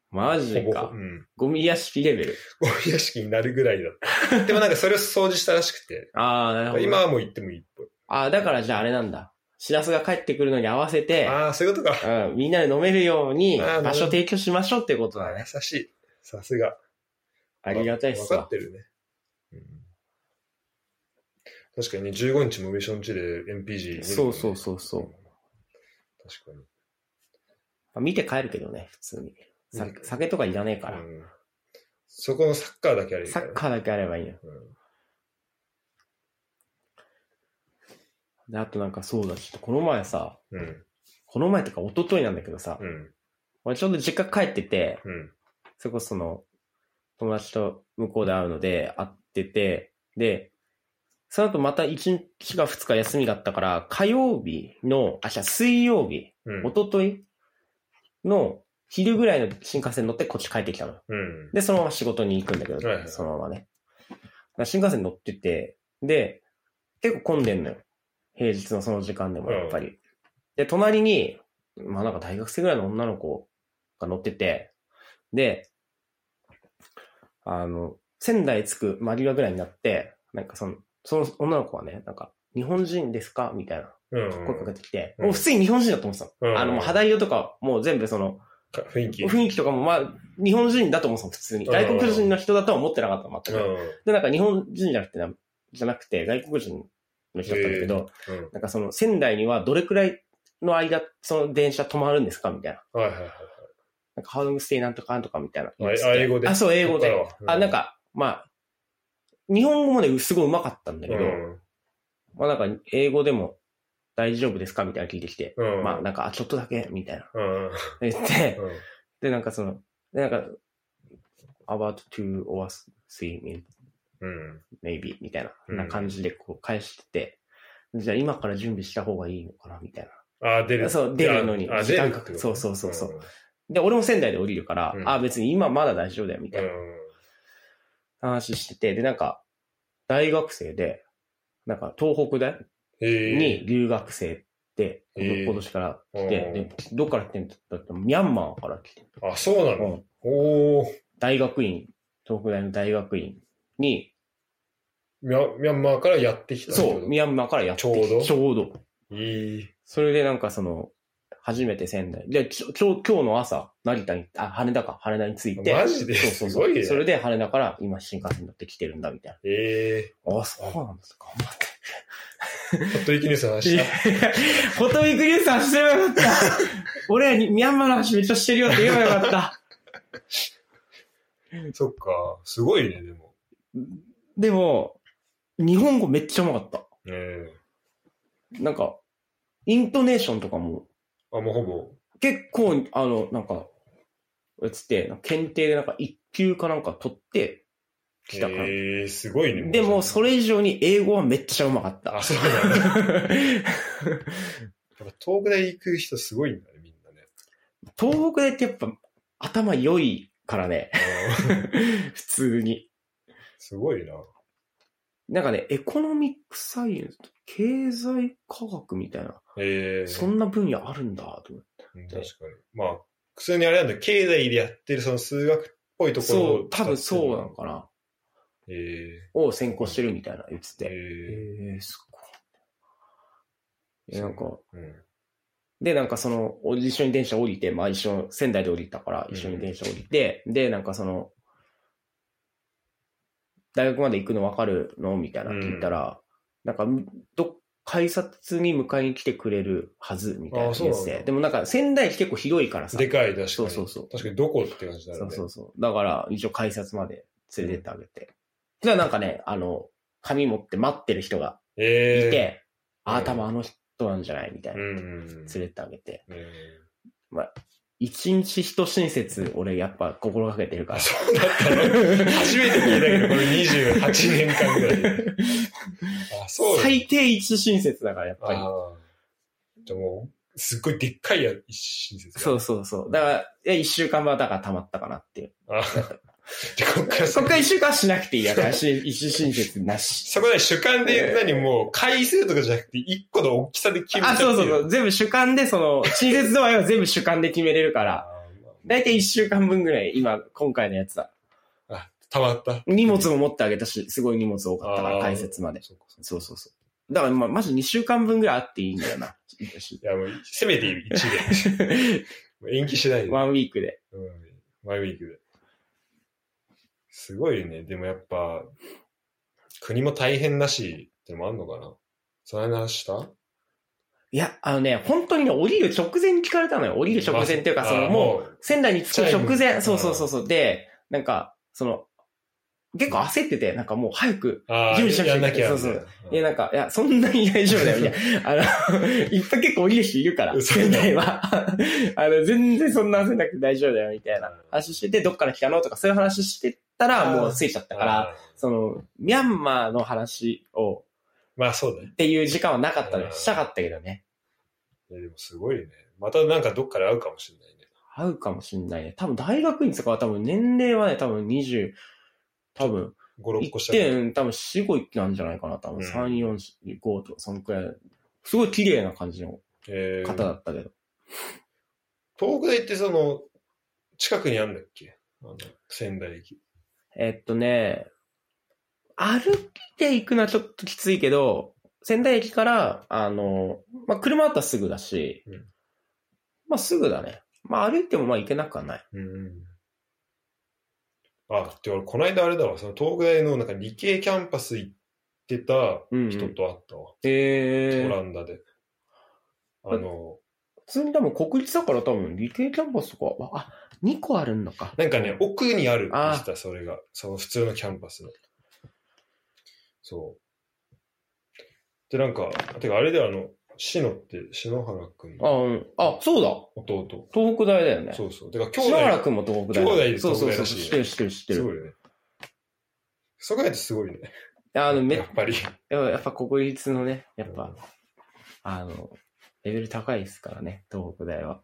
Speaker 2: マジ
Speaker 1: ほぼ
Speaker 2: か
Speaker 1: う。ん。
Speaker 2: ゴミ屋敷レベル。
Speaker 1: ゴミ屋敷になるぐらいだった。でもなんかそれを掃除したらしくて、
Speaker 2: ああ、なるほど。
Speaker 1: 今はもう行ってもいいっぽい。
Speaker 2: ああ、だからじゃああれなんだ。シラスが帰ってくるのに合わせて、
Speaker 1: ああ、そういうことか。
Speaker 2: うん、みんなで飲めるように
Speaker 1: あー
Speaker 2: 場所提供しましょうってことだね。
Speaker 1: 優しい。さすが。
Speaker 2: ありがたいっす
Speaker 1: わか
Speaker 2: わ
Speaker 1: っ。てるね。うん確かにね、15日もミッション地で MPG、
Speaker 2: そうそうそうそう。
Speaker 1: 確かに。
Speaker 2: まあ見て帰るけどね、普通に。さ
Speaker 1: うん
Speaker 2: 酒とかいらねえから。
Speaker 1: うんそこのサッカーだけあればいい
Speaker 2: サ
Speaker 1: から
Speaker 2: ッ
Speaker 1: ね
Speaker 2: カーだけあればいいの。で、あとなんかそうだ、ちょっとこの前さ、
Speaker 1: うん。
Speaker 2: この前とか一昨日なんだけどさ、
Speaker 1: うん。
Speaker 2: 俺ちょうど実家帰ってて、
Speaker 1: うん。
Speaker 2: それこそその、友達と向こうで会うので、会ってて、で、その後また1日か2日休みだったから、火曜日の、あ、じゃあ水曜日、
Speaker 1: うん。
Speaker 2: 一昨日の昼ぐらいの新幹線乗ってこっち帰ってきたの。
Speaker 1: うん。
Speaker 2: で、そのまま仕事に行くんだけど、
Speaker 1: はいはい
Speaker 2: そのままね。だから新幹線乗ってて、で、結構混んでんのよ。平日のその時間でも、やっぱり。で、隣に、まあなんか大学生ぐらいの女の子が乗ってて、で、あの、仙台着く間際ぐらいになって、なんかその、その女の子はね、なんか、日本人ですかみたいな
Speaker 1: うん。
Speaker 2: 声かけてきて、
Speaker 1: うん
Speaker 2: もう普通に日本人だと思ってたの。
Speaker 1: うん
Speaker 2: あの、もう肌色とか、もう全部その、
Speaker 1: か雰囲気。
Speaker 2: 雰囲気とかも、まあ、日本人だと思うんですよ、普通に。
Speaker 1: うん
Speaker 2: 外国人の人だとは思ってなかったの、
Speaker 1: う
Speaker 2: 全
Speaker 1: ん。
Speaker 2: く。で、なんか日本人じゃなくてな、じゃなくて、外国人の人だったんだけど、
Speaker 1: うん。
Speaker 2: なんかその仙台にはどれくらいの間、その電車止まるんですかみたいな。
Speaker 1: はいはいはい。
Speaker 2: なんか、ハウステイなんとかなんとかみたいな。
Speaker 1: ああ英語で
Speaker 2: あ、そう、英語で。
Speaker 1: ここからは
Speaker 2: あ、なん、か、まあ、日本語もね、すごい上手かったんだ
Speaker 1: う
Speaker 2: けど、
Speaker 1: ん。
Speaker 2: まあなんか、英語でも大丈夫ですかみたいなの聞いてきて、
Speaker 1: うん。
Speaker 2: まあなんか、あちょっとだけ、みたいな。
Speaker 1: うん。
Speaker 2: 言って、
Speaker 1: うん。
Speaker 2: で、なんかその、で、なんか、about two or three min-
Speaker 1: うん。
Speaker 2: maybe みたいな、
Speaker 1: うん
Speaker 2: な感じでこう返してて、じゃあ今から準備した方がいいのかなみたい
Speaker 1: あ、出る。
Speaker 2: な。そう、出るのに
Speaker 1: ああ、出
Speaker 2: 時
Speaker 1: る
Speaker 2: 間
Speaker 1: って
Speaker 2: か
Speaker 1: こ
Speaker 2: か
Speaker 1: と
Speaker 2: る。そうそうそうそう。
Speaker 1: ん。
Speaker 2: で、俺も仙台で降りるから、
Speaker 1: うん
Speaker 2: あ、別に今まだ大丈夫だよみた
Speaker 1: う。
Speaker 2: いなん話してて、で、なんか、大学生で、なんか東北大
Speaker 1: ええ。
Speaker 2: に留学生って、
Speaker 1: えー
Speaker 2: 今年から来て、
Speaker 1: うん
Speaker 2: で、どっから来てんだったら、ミャンマーから来て、
Speaker 1: あ、そうな
Speaker 2: う
Speaker 1: の
Speaker 2: ん、
Speaker 1: おー。
Speaker 2: 大学院、東北大の大学院に
Speaker 1: ミャミャンマーからやってきたってこと。
Speaker 2: そう、ミャンマーからやってき
Speaker 1: ちょうど
Speaker 2: ちょうど。
Speaker 1: いい。
Speaker 2: それでなんかその、初めて仙台。で、ちょ、ちょ今日の朝、成田に、あ、羽田か、羽田に着いて。
Speaker 1: マジで
Speaker 2: そうそう
Speaker 1: す
Speaker 2: そ
Speaker 1: ご
Speaker 2: う。
Speaker 1: いね
Speaker 2: それで羽田から今新幹線乗って来てるんだ、みたい
Speaker 1: え
Speaker 2: な。あ、そうなんですか。頑張って。
Speaker 1: え。ホットイキニュースの話
Speaker 2: いや
Speaker 1: した。
Speaker 2: フォトビックニュースはしてればよかった。 俺、ミャンマーの話めっちゃしてるよって言えばよかった。
Speaker 1: そっか。すごいね、でも。
Speaker 2: でも、日本語めっちゃうまかった。
Speaker 1: え
Speaker 2: なんか、イントネーションとかも、
Speaker 1: え。あ、もうほぼ。
Speaker 2: 結構、あの、なんか、つって、なんか検定でなんか一級かなんか取ってきたから。
Speaker 1: ええ、すごいね。
Speaker 2: でも、そ
Speaker 1: れ。
Speaker 2: れ以上に英語はめっちゃうまかった
Speaker 1: あ、。そうなんだ。やっ ぱ東北大行く人すごいんだね、みんなね。
Speaker 2: 東北でってやっぱ頭良いか らね。
Speaker 1: あー
Speaker 2: 普通に。
Speaker 1: すごいな。
Speaker 2: なんかね、エコノミックサイエンス、経済科学みたいな、
Speaker 1: ええ。
Speaker 2: そんな分野あるんだと思って。
Speaker 1: うん確かに。まあ、普通にあれなんだよ経済でやってるその数学っぽいところ
Speaker 2: そう、多分そうなのかな。
Speaker 1: ええ
Speaker 2: を専攻してるみたいな言ってて。え
Speaker 1: え
Speaker 2: ー、すごい。えなんか、
Speaker 1: えうん。
Speaker 2: で、なんかその、お一緒に電車降りて、まあ一緒、仙台で降りたから
Speaker 1: うん
Speaker 2: 一緒に電車降りて、で、なんかその、大学まで行くの分かるのみたいな聞いたら、なんか、ど、改札に迎えに来てくれるはず、みたいな
Speaker 1: あそう
Speaker 2: で
Speaker 1: なんだ
Speaker 2: すね。でもなんか仙台結構広いからさ。
Speaker 1: でかい、確かに。
Speaker 2: そうそうそう
Speaker 1: 確かにどこって感じだ
Speaker 2: そ
Speaker 1: よ
Speaker 2: う
Speaker 1: ね。
Speaker 2: そうそう。だから、一応改札まで連れてってあげて。じゃあなんかね、あの、紙持って待ってる人がい
Speaker 1: ええ
Speaker 2: て、
Speaker 1: う
Speaker 2: ああ、
Speaker 1: ん
Speaker 2: 多分あの人なんじゃないみたいな。
Speaker 1: うん
Speaker 2: 連
Speaker 1: うん。
Speaker 2: れてってあげて。
Speaker 1: え
Speaker 2: 一日一親切、俺やっぱ心がけてる
Speaker 1: え
Speaker 2: か
Speaker 1: あ、
Speaker 2: ら。
Speaker 1: そうだ ったの初めて聞いたけど、これ28年間ぐらい で。あ、そうだ。
Speaker 2: 最低一親切だから、やっぱり。
Speaker 1: あーじゃあもう、すっごいでっかいや、一親切が。
Speaker 2: そうそうそう。だから、いや一週間はだから溜まったかなっていう。
Speaker 1: あーじゃあこっから
Speaker 2: そっから一週間はしなくていいだから、し一 親切なし。
Speaker 1: そこで主観で、何もう、回数とかじゃなくて、一個の大きさで決めちゃ
Speaker 2: あ、
Speaker 1: ってる
Speaker 2: そうそうそう。全部主観で、その、親切度合いは全部主観で決めれるから。だいたい一週間分ぐらい、今、今回のやつだ。
Speaker 1: あ、たまった。
Speaker 2: 荷物も持ってあげたし、すごい荷物多かったから、
Speaker 1: あー
Speaker 2: 解説まで。
Speaker 1: そうかそうか
Speaker 2: そうそうそう。だから、まあ、まず2週間分ぐらいあっていいんだ よな。
Speaker 1: いや、もう、せめて1で。もう延期しないで。
Speaker 2: ワンウィークで。
Speaker 1: うん、マイウィークで。すごいね。でもやっぱ、国も大変だし、でもあんのかなその話した
Speaker 2: いや、あのね、本当にね、降りる直前に聞かれたのよ。降りる直前っていうか、
Speaker 1: まあ
Speaker 2: その
Speaker 1: あ
Speaker 2: もう、
Speaker 1: う、
Speaker 2: 仙台に着く直
Speaker 1: チャイ
Speaker 2: 前、
Speaker 1: ム
Speaker 2: そうそうそうそう、で、なんか、その、結構焦ってて、なんかもう早く、
Speaker 1: ああ、
Speaker 2: 準備しなくちゃ
Speaker 1: やんなきゃ。
Speaker 2: そうそう
Speaker 1: うん
Speaker 2: いや、なんか、いや、そんなに大丈夫だよ、みた いな。あの、いっぱい結構降りる人いるから、み
Speaker 1: 嘘
Speaker 2: たいな。 あの、全然そんな焦んなくて大丈夫だよ、みたいな話してて、どっから来たのとかそういう話してたら、もう着いちゃったから、
Speaker 1: あー
Speaker 2: その、ミャンマーの話を、
Speaker 1: まあそうだね
Speaker 2: っ。ていう時間はなかったの
Speaker 1: うん
Speaker 2: よ。したかったけどね。
Speaker 1: いやでもすごいね。またなんかどっかで会うかもしれないね。
Speaker 2: 合うかもしんないね。多分大学院とかは多分年齢はね、多分20、多分、
Speaker 1: 5、6個
Speaker 2: 1
Speaker 1: したら。
Speaker 2: 点、多分4、5行なんじゃないかな。多分
Speaker 1: うん
Speaker 2: 3、4、5とか、そのくらい。すごい綺麗な感じの
Speaker 1: えー
Speaker 2: 方だったけど。
Speaker 1: 東北大ってその、近くにあるんだっけあの、仙台駅。
Speaker 2: えっとね、歩いて行くのはちょっときついけど、仙台駅から、あの、まあ、車だったらすぐだし、
Speaker 1: うん
Speaker 2: まあ、すぐだね。まあ、歩いてもまあ行けなくはない。
Speaker 1: うん。あ、で俺、この間あれだわ、その東北大のなんか理系キャンパス行ってた
Speaker 2: うん、
Speaker 1: 人と会ったわ。
Speaker 2: え
Speaker 1: オランダで。あの、
Speaker 2: 普通に多分国立だから多分理系キャンパスとかは、あ、2個あるんのか。
Speaker 1: なんかね、奥にあるって言ってた、それが。その普通のキャンパスの。そう。で、なんか、てかあれであの、篠って、篠原くん
Speaker 2: あ、
Speaker 1: の
Speaker 2: うん。あ、そうだ。
Speaker 1: 弟。
Speaker 2: 東北大だよね。
Speaker 1: そうそう。てか、兄
Speaker 2: 篠原
Speaker 1: 弟、
Speaker 2: くんも東北大だ。
Speaker 1: 兄弟で
Speaker 2: そう
Speaker 1: 東
Speaker 2: そ
Speaker 1: 北
Speaker 2: う
Speaker 1: 大
Speaker 2: そ
Speaker 1: ら
Speaker 2: う。
Speaker 1: しい
Speaker 2: 知ってる知ってる知って
Speaker 1: す
Speaker 2: る。
Speaker 1: ごいよね。そこやってすごいね。
Speaker 2: あの、め
Speaker 1: やっぱり。
Speaker 2: やっぱ国立のね、やっぱ、あの、レベル高いですからね、東北大は。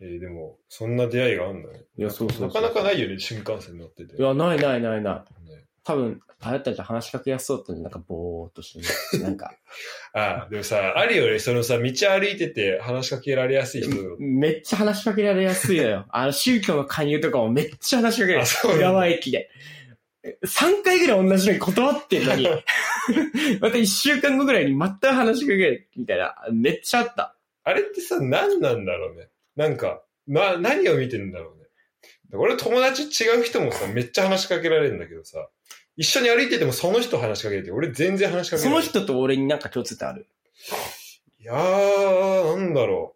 Speaker 1: えーでも、そんな出会いがあるんだね。
Speaker 2: いやそうそうそう
Speaker 1: なかなかないよね、新幹線乗ってて。
Speaker 2: いや、ないないないない。
Speaker 1: ね
Speaker 2: 多分、あれだったら話しかけやすそうって、なんかぼーっとしてね、なん か、
Speaker 1: ああ、でもさ、あるよね、そのさ、道歩いてて話しかけられやすい人。
Speaker 2: めっちゃ話しかけられやすいのよ。あの、宗教の勧誘とかもめっちゃ話しかけられ
Speaker 1: あ
Speaker 2: る
Speaker 1: そうなん。だ
Speaker 2: 浦和駅で。3回ぐらい同じのに断ってるの に、また1週間後ぐらいにまた話しかけるみたいな、めっちゃあった。
Speaker 1: あれってさ、何なんだろうね。なんか、な、何を見てんだろうね。俺友達違う人もさ、めっちゃ話しかけられるんだけどさ、一緒に歩いててもその人話しかけて、俺全然話しかけ
Speaker 2: そ
Speaker 1: られな
Speaker 2: の
Speaker 1: い。
Speaker 2: 人と俺になんか共通点ある。
Speaker 1: いやー、なんだろ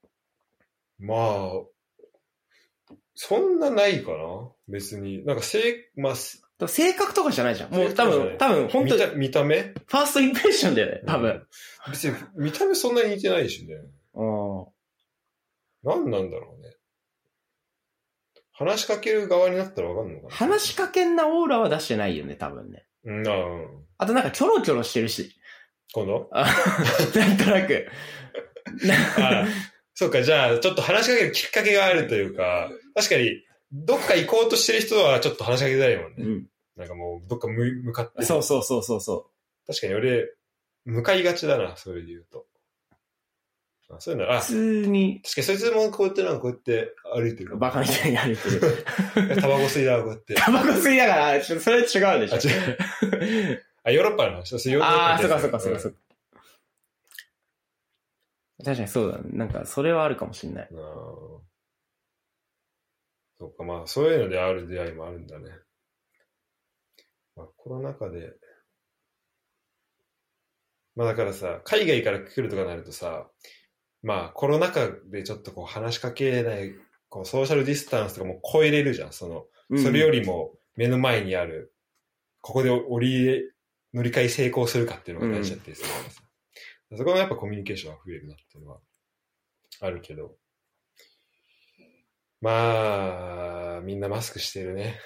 Speaker 1: う。まあ、そんなないかな別に。なんかせい、まあ、す
Speaker 2: 多分性格とかじゃないじゃん。もう多分、多分、本
Speaker 1: 見
Speaker 2: 当に
Speaker 1: た、見た目
Speaker 2: ファーストインプレッションだよね、多分。。
Speaker 1: 別に、見た目そんなに似てないしね。
Speaker 2: うん
Speaker 1: 何なんだろうね。話しかける側になったらわかんのかな
Speaker 2: 話しかけんなオーラは出してないよね、多分ね。
Speaker 1: うん、あうん。
Speaker 2: あとなんかキョロキョロしてるし。
Speaker 1: 今度
Speaker 2: あなんとなく。
Speaker 1: あ そうか、じゃあ、ちょっと話しかけるきっかけがあるというか、確かに、どっか行こうとしてる人はちょっと話しかけづらいもん
Speaker 2: う
Speaker 1: ね。
Speaker 2: ん。
Speaker 1: なんかもう、どっか向向かって。
Speaker 2: そうそうそうそうそ
Speaker 1: 確かに俺、向かいがちだな、それで言うと。あそういうの、あ、
Speaker 2: う。
Speaker 1: 確か
Speaker 2: 普通に、
Speaker 1: にそいつもこうやってなんかこうやって歩いて る。
Speaker 2: バカみたいに歩いてる。
Speaker 1: タバコ吸いだ、こうやって。
Speaker 2: タバコ吸いながら、ちょそれ違うでし
Speaker 1: あ、
Speaker 2: ょ。
Speaker 1: 違う。あ、ヨーロッパの話。そうヨーロッパ
Speaker 2: ああ、そ
Speaker 1: の
Speaker 2: う
Speaker 1: 話
Speaker 2: かそうかそうかそうか。確かにそうだね。なんか、それはあるかもしんない。
Speaker 1: うんあーそうか、まあ、そういうのである出会いもあるんだね。まあ、コロナ禍で、まあだからさ、海外から来るとかなるとさ、まあコロナ禍でちょっとこう話しかけない、こうソーシャルディスタンスとかも超えれるじゃん。その、それよ
Speaker 2: り、
Speaker 1: りも目の前にある、ここで降り、乗り換え成功するかっていうのが大事だったりするからさ。そこのやっぱコミュニケーションが増えるなっていうのはあるけど。まあ、みんなマスクしてるね。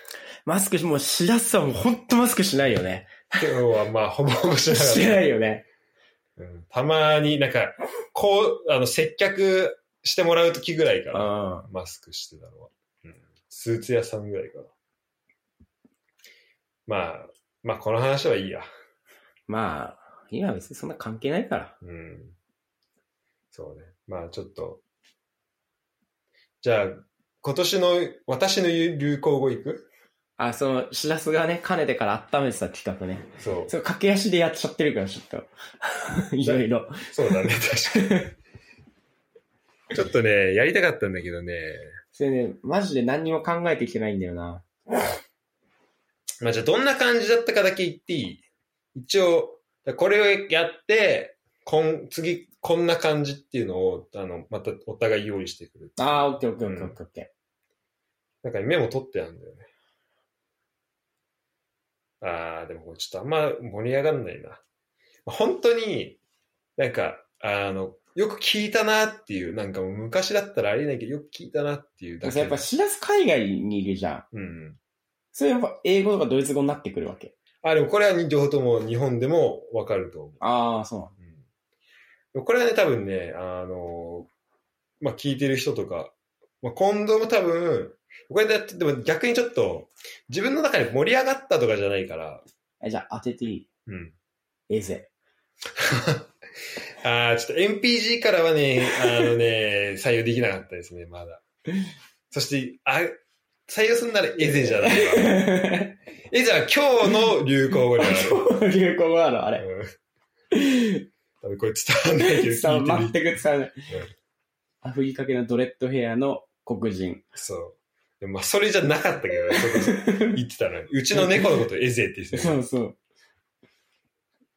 Speaker 2: マスクし、もう、しらすさんもほんとマスクしないよね。
Speaker 1: 今日はまあ、ほぼほぼしなかっ
Speaker 2: してないよね。
Speaker 1: た。うん、たまになんか、こう、あの、接客してもらうときぐらいか
Speaker 2: う
Speaker 1: ら。
Speaker 2: ん。
Speaker 1: マスクしてたのは。うん、スーツ屋さんぐらいかな。まあ、まあこの話はいいや。
Speaker 2: まあ、今は別にそんな関係ないから。
Speaker 1: うん。そうね。まあちょっと。じゃあ、今年の私の流行語いく
Speaker 2: あ、その、しらすがね、かねてから温めてた企画ね。
Speaker 1: そう。
Speaker 2: そう、駆け足でやっちゃってるから、ちょっと。 いろいろ。
Speaker 1: そうだね、確かに。ちょっとね、やりたかったんだけどね。
Speaker 2: それね、マジで何にも考えてきてないんだよな。
Speaker 1: まあじゃあどんな感じだったかだけ言っていい一応、これをやって、こん次、こんな感じっていうのを、あの、またお互い用意してくる。
Speaker 2: あー、オッケーオッケーオッケーオッケーオッケ
Speaker 1: なんかメモ取ってあるんだよね。あー、でもこれちょっとあんま盛り上がんないな。本当に、なんか、あの、よく聞いたなっていう、なんかもう昔だったらありえないけど、よく聞いたなっていうだ
Speaker 2: で
Speaker 1: け。
Speaker 2: さやっぱしらす海外にいるじゃん。
Speaker 1: うん。
Speaker 2: それやっぱ英語とかドイツ語になってくるわけ。
Speaker 1: あ、でもこれは両方とも日本でもわかると思う。
Speaker 2: ああ、そうなんだ。
Speaker 1: うん、これはね、多分ね、あの、まあ、聞いてる人とか、まあ、今度も多分、これだって、でも逆にちょっと、自分の中で盛り上がったとかじゃないから、
Speaker 2: え、じゃあ当てていい
Speaker 1: うん。
Speaker 2: エゼ。
Speaker 1: ああ、ちょっと MPG からはね、あの ね、採用できなかったですね、まだ。そして、あ、採用するならエゼじゃないわ。 エゼは今日の流行語になる。
Speaker 2: 流行語な のあれ。
Speaker 1: うん多分これ伝わんないけど、
Speaker 2: さ
Speaker 1: 聞いて
Speaker 2: 全
Speaker 1: み
Speaker 2: く伝わない。アフリカ系のドレッドヘアの黒人。
Speaker 1: そう。でもまあ、それじゃなかったけどね、そこそこ言ってた ら、うちの猫のことエゼって言ってた
Speaker 2: そ
Speaker 1: よ
Speaker 2: うそう。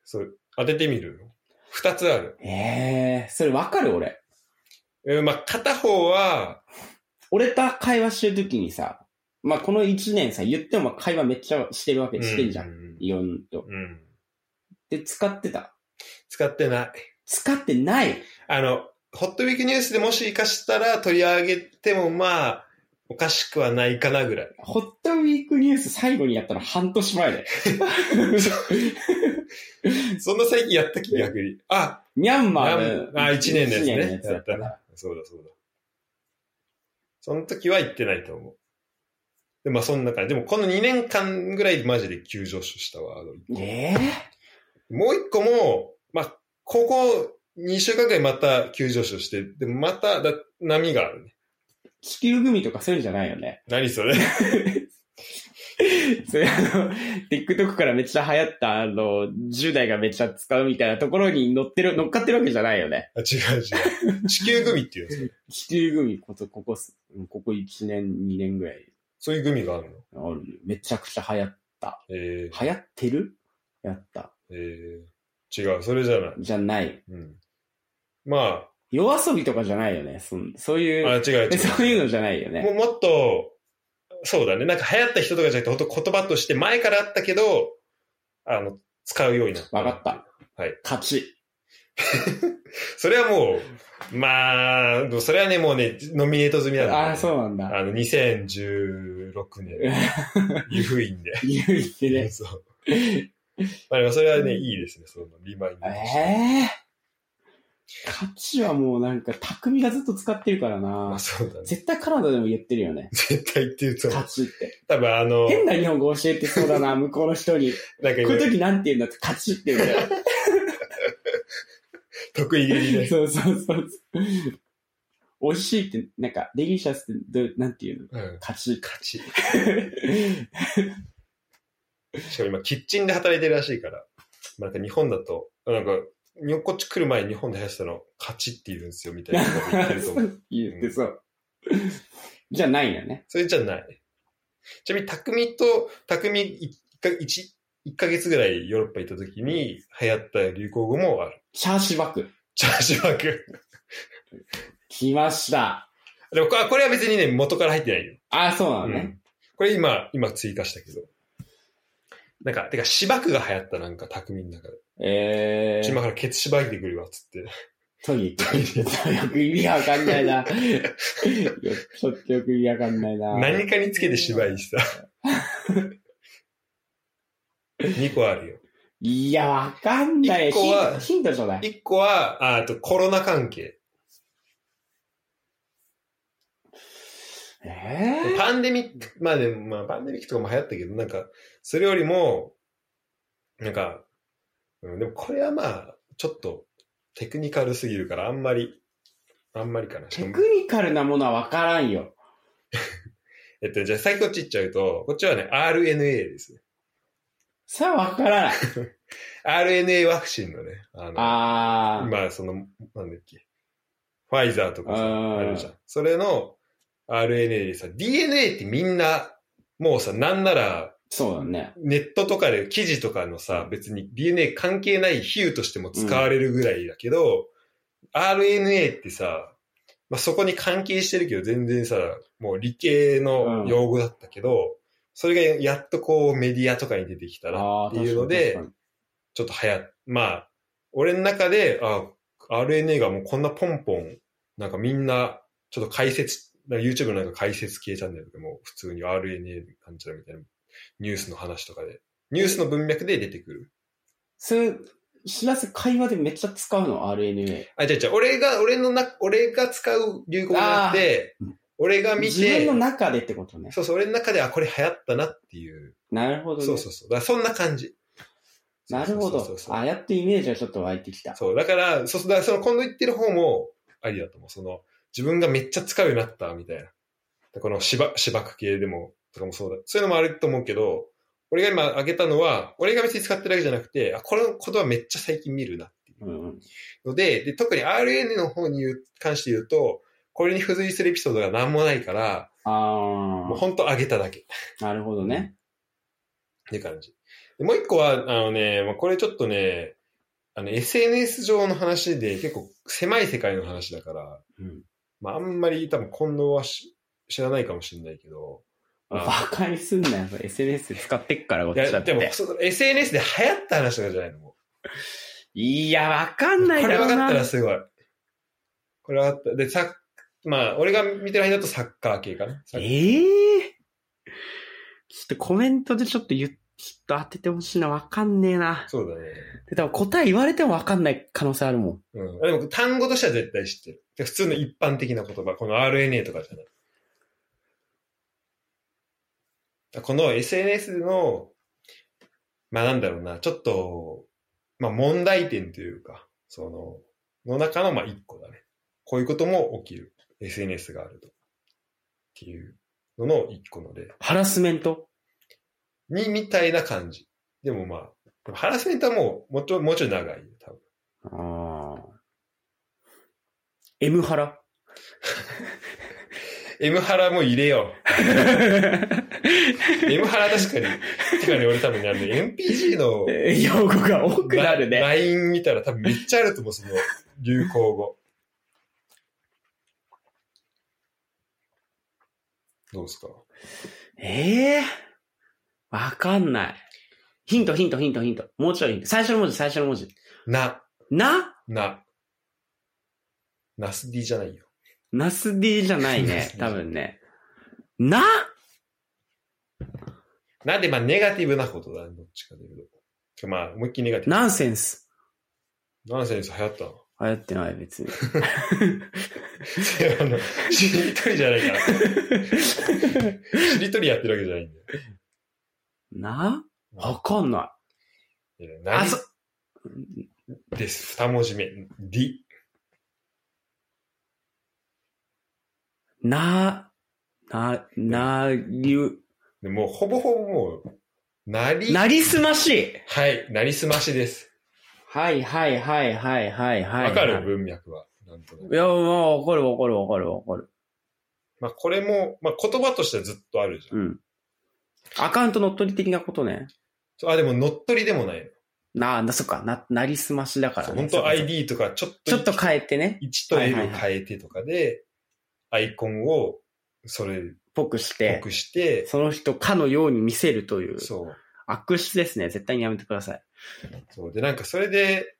Speaker 1: そう、当ててみる二つある。
Speaker 2: ええー、それわかる俺。
Speaker 1: えーまあ、片方は、
Speaker 2: 俺と会話してるときにさ、まあこの1年さ、言っても会話めっちゃしてるわけ、してるじゃん。
Speaker 1: ううん
Speaker 2: いろんと。
Speaker 1: うん。
Speaker 2: で、使ってた。
Speaker 1: 使ってない。
Speaker 2: 使ってない。
Speaker 1: あの、ホットウィークニュースでもし活かしたら取り上げても、まあ、おかしくはないかなぐらい。
Speaker 2: ホットウィークニュース最後にやったの半年前 で。
Speaker 1: そんな最近やった気逆に。あ、
Speaker 2: ミャンマ
Speaker 1: なん
Speaker 2: ーの。
Speaker 1: あ、一年のやつ
Speaker 2: 一
Speaker 1: ね。
Speaker 2: だ
Speaker 1: や
Speaker 2: っ
Speaker 1: った
Speaker 2: た
Speaker 1: な
Speaker 2: な。。
Speaker 1: そうだそうだ。その時は行ってないと思う。で、まあそんな感じ。でもこの2年間ぐらいマジで急上昇したワード。
Speaker 2: ええ
Speaker 1: もう一個も、まあ、ここ2週間ぐらいまた急上昇して、でもまただ波があるね。
Speaker 2: 地球グミとかそういうんじゃないよね。
Speaker 1: 何それ
Speaker 2: それあの、TikTok からめっちゃ流行った、あの、10代がめっちゃ使うみたいなところに乗ってる、乗っかってるわけじゃないよね。
Speaker 1: あ、違う違う。地球グミっていうの
Speaker 2: 地球グミこと、ここす、ここ1年、2年ぐらい
Speaker 1: そういうグミがあるの
Speaker 2: あるねめちゃくちゃ流行っ、
Speaker 1: え
Speaker 2: 流行ってるやった。
Speaker 1: ー、えー、違う、それじゃない。
Speaker 2: じゃない。
Speaker 1: うん。ま
Speaker 2: 夜遊びとかじゃないよね。そんそう
Speaker 1: あ、
Speaker 2: い
Speaker 1: あ
Speaker 2: う、
Speaker 1: 違う違う。
Speaker 2: そういうのじゃないよね。
Speaker 1: もうもっと、そうだね。なんか流行った人とかじゃなくて、本当言葉として前からあったけど、あの、使うようになった。
Speaker 2: わかった。
Speaker 1: はい。
Speaker 2: 勝ち。
Speaker 1: それはもう、まあ、でもそれはね、もうね、ノミネート済みなんだ、。
Speaker 2: ああ、そううなん だ。
Speaker 1: あの、2016年、湯布院で。
Speaker 2: 言うて ね。
Speaker 1: そう。まあでもそれはね、いいですね、そのリマインド
Speaker 2: え
Speaker 1: として。
Speaker 2: えー。勝ちはもうなんか、匠がずっと使ってるから
Speaker 1: ま
Speaker 2: な
Speaker 1: あ。そうだね。
Speaker 2: 絶対カナダでも言ってるよね。
Speaker 1: 絶対って言うと、
Speaker 2: 勝ちって。
Speaker 1: 多分あの、
Speaker 2: 変な日本語教えてそうだな、向こうの 人に。こ
Speaker 1: なんか
Speaker 2: うい
Speaker 1: 今
Speaker 2: う時なんて言うんだって、勝ちって言うんだ よ。
Speaker 1: 得意げにね。
Speaker 2: そうそうそうそう。美味しいって、なんか、デリシャスってどう、なんて言うの
Speaker 1: うん。
Speaker 2: 勝ち。
Speaker 1: 勝ち。しかも今、キッチンで働いてるらしいから、まあなんか日本だと、なんか、にこっち来る前に日本で流行ってたの、勝ちって言うんですよ、みたい なこと言ってると思う。
Speaker 2: 言ってそう。じゃないよね。
Speaker 1: それじゃない。ちなみに、匠と、匠一か、一、一ヶ月ぐらいヨーロッパ行った時に流行った流行語もある。
Speaker 2: チャーシュバク。
Speaker 1: チャーシュバク。
Speaker 2: 来ました。
Speaker 1: でも、ここれは別にね、元から入ってないよ。
Speaker 2: ああ、そうなの
Speaker 1: う
Speaker 2: ね。
Speaker 1: んこれ今、今追加したけど。なんか、てか、芝生が流行った、なんか、匠の中で。
Speaker 2: えー
Speaker 1: 今。からケツ芝いてくるわ、つって。
Speaker 2: トイレ行って。よく意味わかんな いな。ちょっとよく意味わかんないな。
Speaker 1: 何かにつけて芝居した。2個あるよ。
Speaker 2: いや、わかんない。
Speaker 1: 一個は
Speaker 2: ヒントヒントちょうだい。
Speaker 1: 1個は、ああとコロナ関係。
Speaker 2: え
Speaker 1: パンデミック、まあでも、まあパンデミックとかも流行ったけど、なんか、それよりも、なんか、うん、でもこれはまあ、ちょっとテクニカルすぎるから、あんまり、あんまりかな。
Speaker 2: ー、テクニカルなものはわからんよ。
Speaker 1: えっと、じゃあ先こっち行っちゃうと、こっちはね、RNA ですね。
Speaker 2: さあ、わからない。
Speaker 1: RNA ワクチンのね、あの、
Speaker 2: あー。
Speaker 1: まあ、その、なんだっけ。ファイザーとか
Speaker 2: あ
Speaker 1: さ、
Speaker 2: ー
Speaker 1: あるじゃん。それの RNA でさ、DNA ってみんな、もうさ、なんなら、
Speaker 2: そうだね。
Speaker 1: ネットとかで記事とかのさ、別に DNA 関係ない比喩としても使われるぐらいだけど、RNA ってさ、まあ、そこに関係してるけど、全然さ、もう理系の用語だったけど、それがやっとこうメディアとかに出てきたらっていうので、ちょっと流行っ、まあ、俺の中で、あ、RNA がもうこんなポンポン、なんかみんな、ちょっと解説、なんか YouTube のなんか解説系チャンネルでも普通に RNA なんちゃらみたいなニュースの話とかで、ニュースの文脈で出てくる。
Speaker 2: す、知らず会話でめっちゃ使うの、RNA。
Speaker 1: あ、違う違う、俺が、俺のな、俺が使う流行じゃなくて
Speaker 2: あーうん、
Speaker 1: 俺が見
Speaker 2: 自分の
Speaker 1: て、
Speaker 2: 中でってことね。
Speaker 1: そうそう、俺の中で、あ、これ流行ったなっていう。
Speaker 2: なるほどね。
Speaker 1: そうそうそう。だからそんな感じ。
Speaker 2: なる
Speaker 1: そうそ
Speaker 2: ほ
Speaker 1: う
Speaker 2: ど。
Speaker 1: そうそう
Speaker 2: ああやってイメージがちょっと湧いてきた。
Speaker 1: そう、だから、そうそうだからその今度言ってる方もありだと思う。その、自分がめっちゃ使うようになった、みたいな。でこの芝、芝生系でも、とかもそうだ。そういうのもあると思うけど、俺が今挙げたのは、俺が別に使ってるわけじゃなくて、あ、このことはめっちゃ最近見るなっていう
Speaker 2: うんうん。
Speaker 1: ので、で、特に RN の方に言う関して言うと、これに付随するエピソードが何もないから、
Speaker 2: あ
Speaker 1: もうほんと上げただけ。
Speaker 2: あ、なるほどね。
Speaker 1: って感じ。でもう一個は、あのね、まあ、これちょっとね、あの、SNS 上の話で結構狭い世界の話だから、
Speaker 2: うん
Speaker 1: まあ、あんまり多分近藤はし知らないかもしれないけど、
Speaker 2: バカにすんなよ。それ SNS 使ってっから、こっ
Speaker 1: い
Speaker 2: ちだ
Speaker 1: や、
Speaker 2: って。
Speaker 1: でも、その SNS で流行った話とかじゃないのも
Speaker 2: いや、わか
Speaker 1: うん
Speaker 2: ない
Speaker 1: こ
Speaker 2: だ
Speaker 1: れ
Speaker 2: ろ
Speaker 1: 分
Speaker 2: う
Speaker 1: かったら
Speaker 2: な。
Speaker 1: すごい。これ分かった。で、さまあ、俺が見てる間だとサッカー系かな。サッ
Speaker 2: ええちょっとコメントでちょっと言っちょっと当ててほしいな。わかんねえな。
Speaker 1: そうだね。
Speaker 2: で、多分答え言われてもわかんない可能性あるもん。
Speaker 1: うん。でも、単語としては絶対知ってる。で普通の一般的な言葉、この RNA とかじゃない。この SNS の、まあなんだろうな、ちょっと、まあ問題点というか、その、の中のまあ一個だね。こういうことも起きる。SNS があると。っていうのの一個の例。
Speaker 2: ハラスメント
Speaker 1: に、みたいな感じ。でもまあ、でもハラスメントはもう、もうちょい、もうちょい長いよ。多分。
Speaker 2: ああ。M ハ ラ
Speaker 1: M ハラも入れよう。M ハラ確かに。てかね、俺多分ね、あの、MPG の、
Speaker 2: 用語が多くなる
Speaker 1: ラ
Speaker 2: ね。
Speaker 1: LINE 見たら多分めっちゃあると思う、その、流行語。どうですか
Speaker 2: ええわかんない。ヒント、ヒント、ヒント、ヒント。もうちょいヒント。最初の文字、最初の文字。
Speaker 1: な、
Speaker 2: な、
Speaker 1: な。ナス D じゃないよ。。
Speaker 2: ナス D じゃないね 多分ね。な、
Speaker 1: なんで、まあ、ネガティブなことだね、どっちかというと。まあ、思いっきりネガティブ。
Speaker 2: ナンセンス。
Speaker 1: ナンセンス流行ったの
Speaker 2: 流行ってない、別に。
Speaker 1: あのしりとりじゃないから。しりとりやってるわけじゃないんだよ。
Speaker 2: なわかんない
Speaker 1: や
Speaker 2: い。
Speaker 1: 何
Speaker 2: あ、そ、
Speaker 1: です。二文字目。り。
Speaker 2: な、な、な、りゅ、
Speaker 1: でもうほぼほぼもう、なり、
Speaker 2: なりすまし。
Speaker 1: はい、なりすましです。
Speaker 2: はいはいはいはいはいはい。
Speaker 1: わかる文脈は。なんとなく
Speaker 2: いや、まあ、わかるわかるわかるわかる。
Speaker 1: まあこれも、まあ言葉としてはずっとあるじゃん。
Speaker 2: うん。アカウント乗っ取り的なことね。
Speaker 1: そうあ、でも乗っ取りでもない
Speaker 2: なあ、な、そっか、な、なりすましだから、
Speaker 1: の。
Speaker 2: ね。
Speaker 1: 本
Speaker 2: そっ
Speaker 1: 当
Speaker 2: か
Speaker 1: ID とかちょっと、
Speaker 2: ちょっと変えてね、
Speaker 1: 1と
Speaker 2: はい
Speaker 1: L
Speaker 2: はいはい
Speaker 1: 変えてとかで、アイコンをそれっ
Speaker 2: ぽくして
Speaker 1: ぽ、くして、
Speaker 2: その人かのように見せるという、
Speaker 1: そう。
Speaker 2: 悪質ですね。絶対にやめてください。
Speaker 1: そう。で、なんかそれで、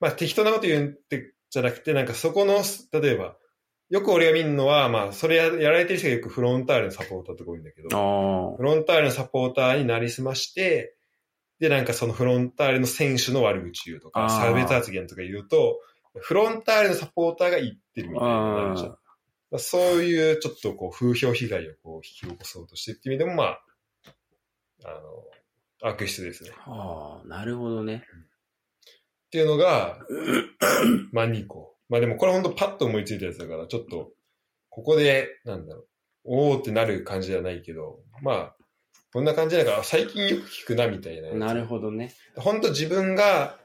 Speaker 1: まあ適当なこと言うんって、じゃなくて、なんかそこの、例えば、よく俺が見るのは、まあそれややられてる人がよくフロンターレのサポーターとか多いんだけど、
Speaker 2: ああ。
Speaker 1: フロンターレのサポーターになりすまして、で、なんかそのフロンターレの選手の悪口言うとか、
Speaker 2: あー
Speaker 1: 差別発言とか言うと、フロンターレのサポーターが言ってるみたいになるじゃん。だ
Speaker 2: あ
Speaker 1: からそういうちょっとこう風評被害をこう引き起こそうとしてるっていう意味でも、まあ、あの、悪質ですね。っ
Speaker 2: あー、なるほどね。
Speaker 1: ていうのが、まあ2個。まあでもこれほんとパッと思いついたやつだから、ちょっと、ここで、なんだろう、おーってなる感じじゃないけど、まあ、こんな感じだから、最近よく聞くなみたいなやつ。
Speaker 2: なるほどね。
Speaker 1: 本当自分が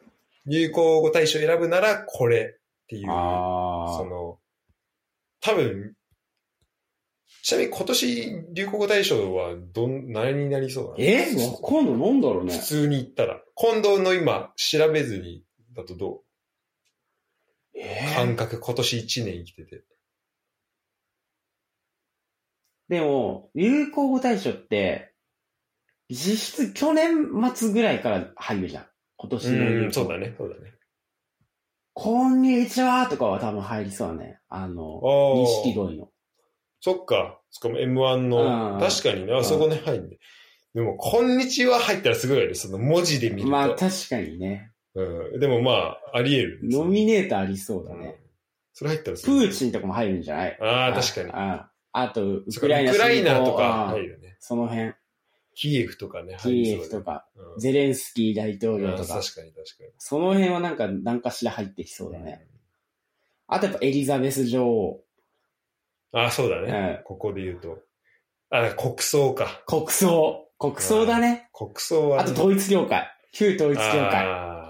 Speaker 1: 流行語大賞選ぶならこれっていう、そ
Speaker 2: ああ。
Speaker 1: の、多分、ちなみに今年流行語大賞はどん、何になりそうなの
Speaker 2: えわかんない。なんだろうね
Speaker 1: 普。通に言ったら。近藤の今調べずにだとどう
Speaker 2: えー
Speaker 1: 感覚今年1年生きてて。
Speaker 2: でも、流行語大賞って、実質去年末ぐらいから入るじゃん。今年の流行語。
Speaker 1: うん、そうだね、そうだね。
Speaker 2: こんにちはとかは多分入りそうだね。あの、
Speaker 1: ー
Speaker 2: 錦鯉の。
Speaker 1: そっか。しかも M1
Speaker 2: う
Speaker 1: の、
Speaker 2: ん
Speaker 1: 確かにね、
Speaker 2: う
Speaker 1: あ
Speaker 2: ん
Speaker 1: そこね、入んで。でも、こんにちは入ったらすごいよね、その文字で見ると。
Speaker 2: まあ確かにね。
Speaker 1: うん。でもまあ、あり得るね、
Speaker 2: ノミネートありそうだ
Speaker 1: うん
Speaker 2: ね。
Speaker 1: それ入ったら
Speaker 2: プーチンとかも入るんじゃない
Speaker 1: ああ、確かに。
Speaker 2: あああと、ウ
Speaker 1: そっか
Speaker 2: クライナ
Speaker 1: ウクライナ
Speaker 2: 侵攻
Speaker 1: とか
Speaker 2: あ
Speaker 1: 入るよね。
Speaker 2: その辺、
Speaker 1: キエフとかね、
Speaker 2: キ
Speaker 1: 入り
Speaker 2: ーエ
Speaker 1: そうだ
Speaker 2: フと
Speaker 1: ね
Speaker 2: か、
Speaker 1: うん
Speaker 2: ゼレンスキー大統領
Speaker 1: うん
Speaker 2: と
Speaker 1: 確か
Speaker 2: か
Speaker 1: に、確か
Speaker 2: その辺はなんか何かしら入ってきそうだ
Speaker 1: に。
Speaker 2: ね。あとやっぱエリザベス女王、
Speaker 1: ああ、そうだ
Speaker 2: う
Speaker 1: ね。
Speaker 2: ん、
Speaker 1: ここで言うと。あ、国葬か。
Speaker 2: 国葬、国葬だね。
Speaker 1: 国葬は
Speaker 2: あ
Speaker 1: ね、
Speaker 2: と統一業界、旧統一業界。
Speaker 1: あーや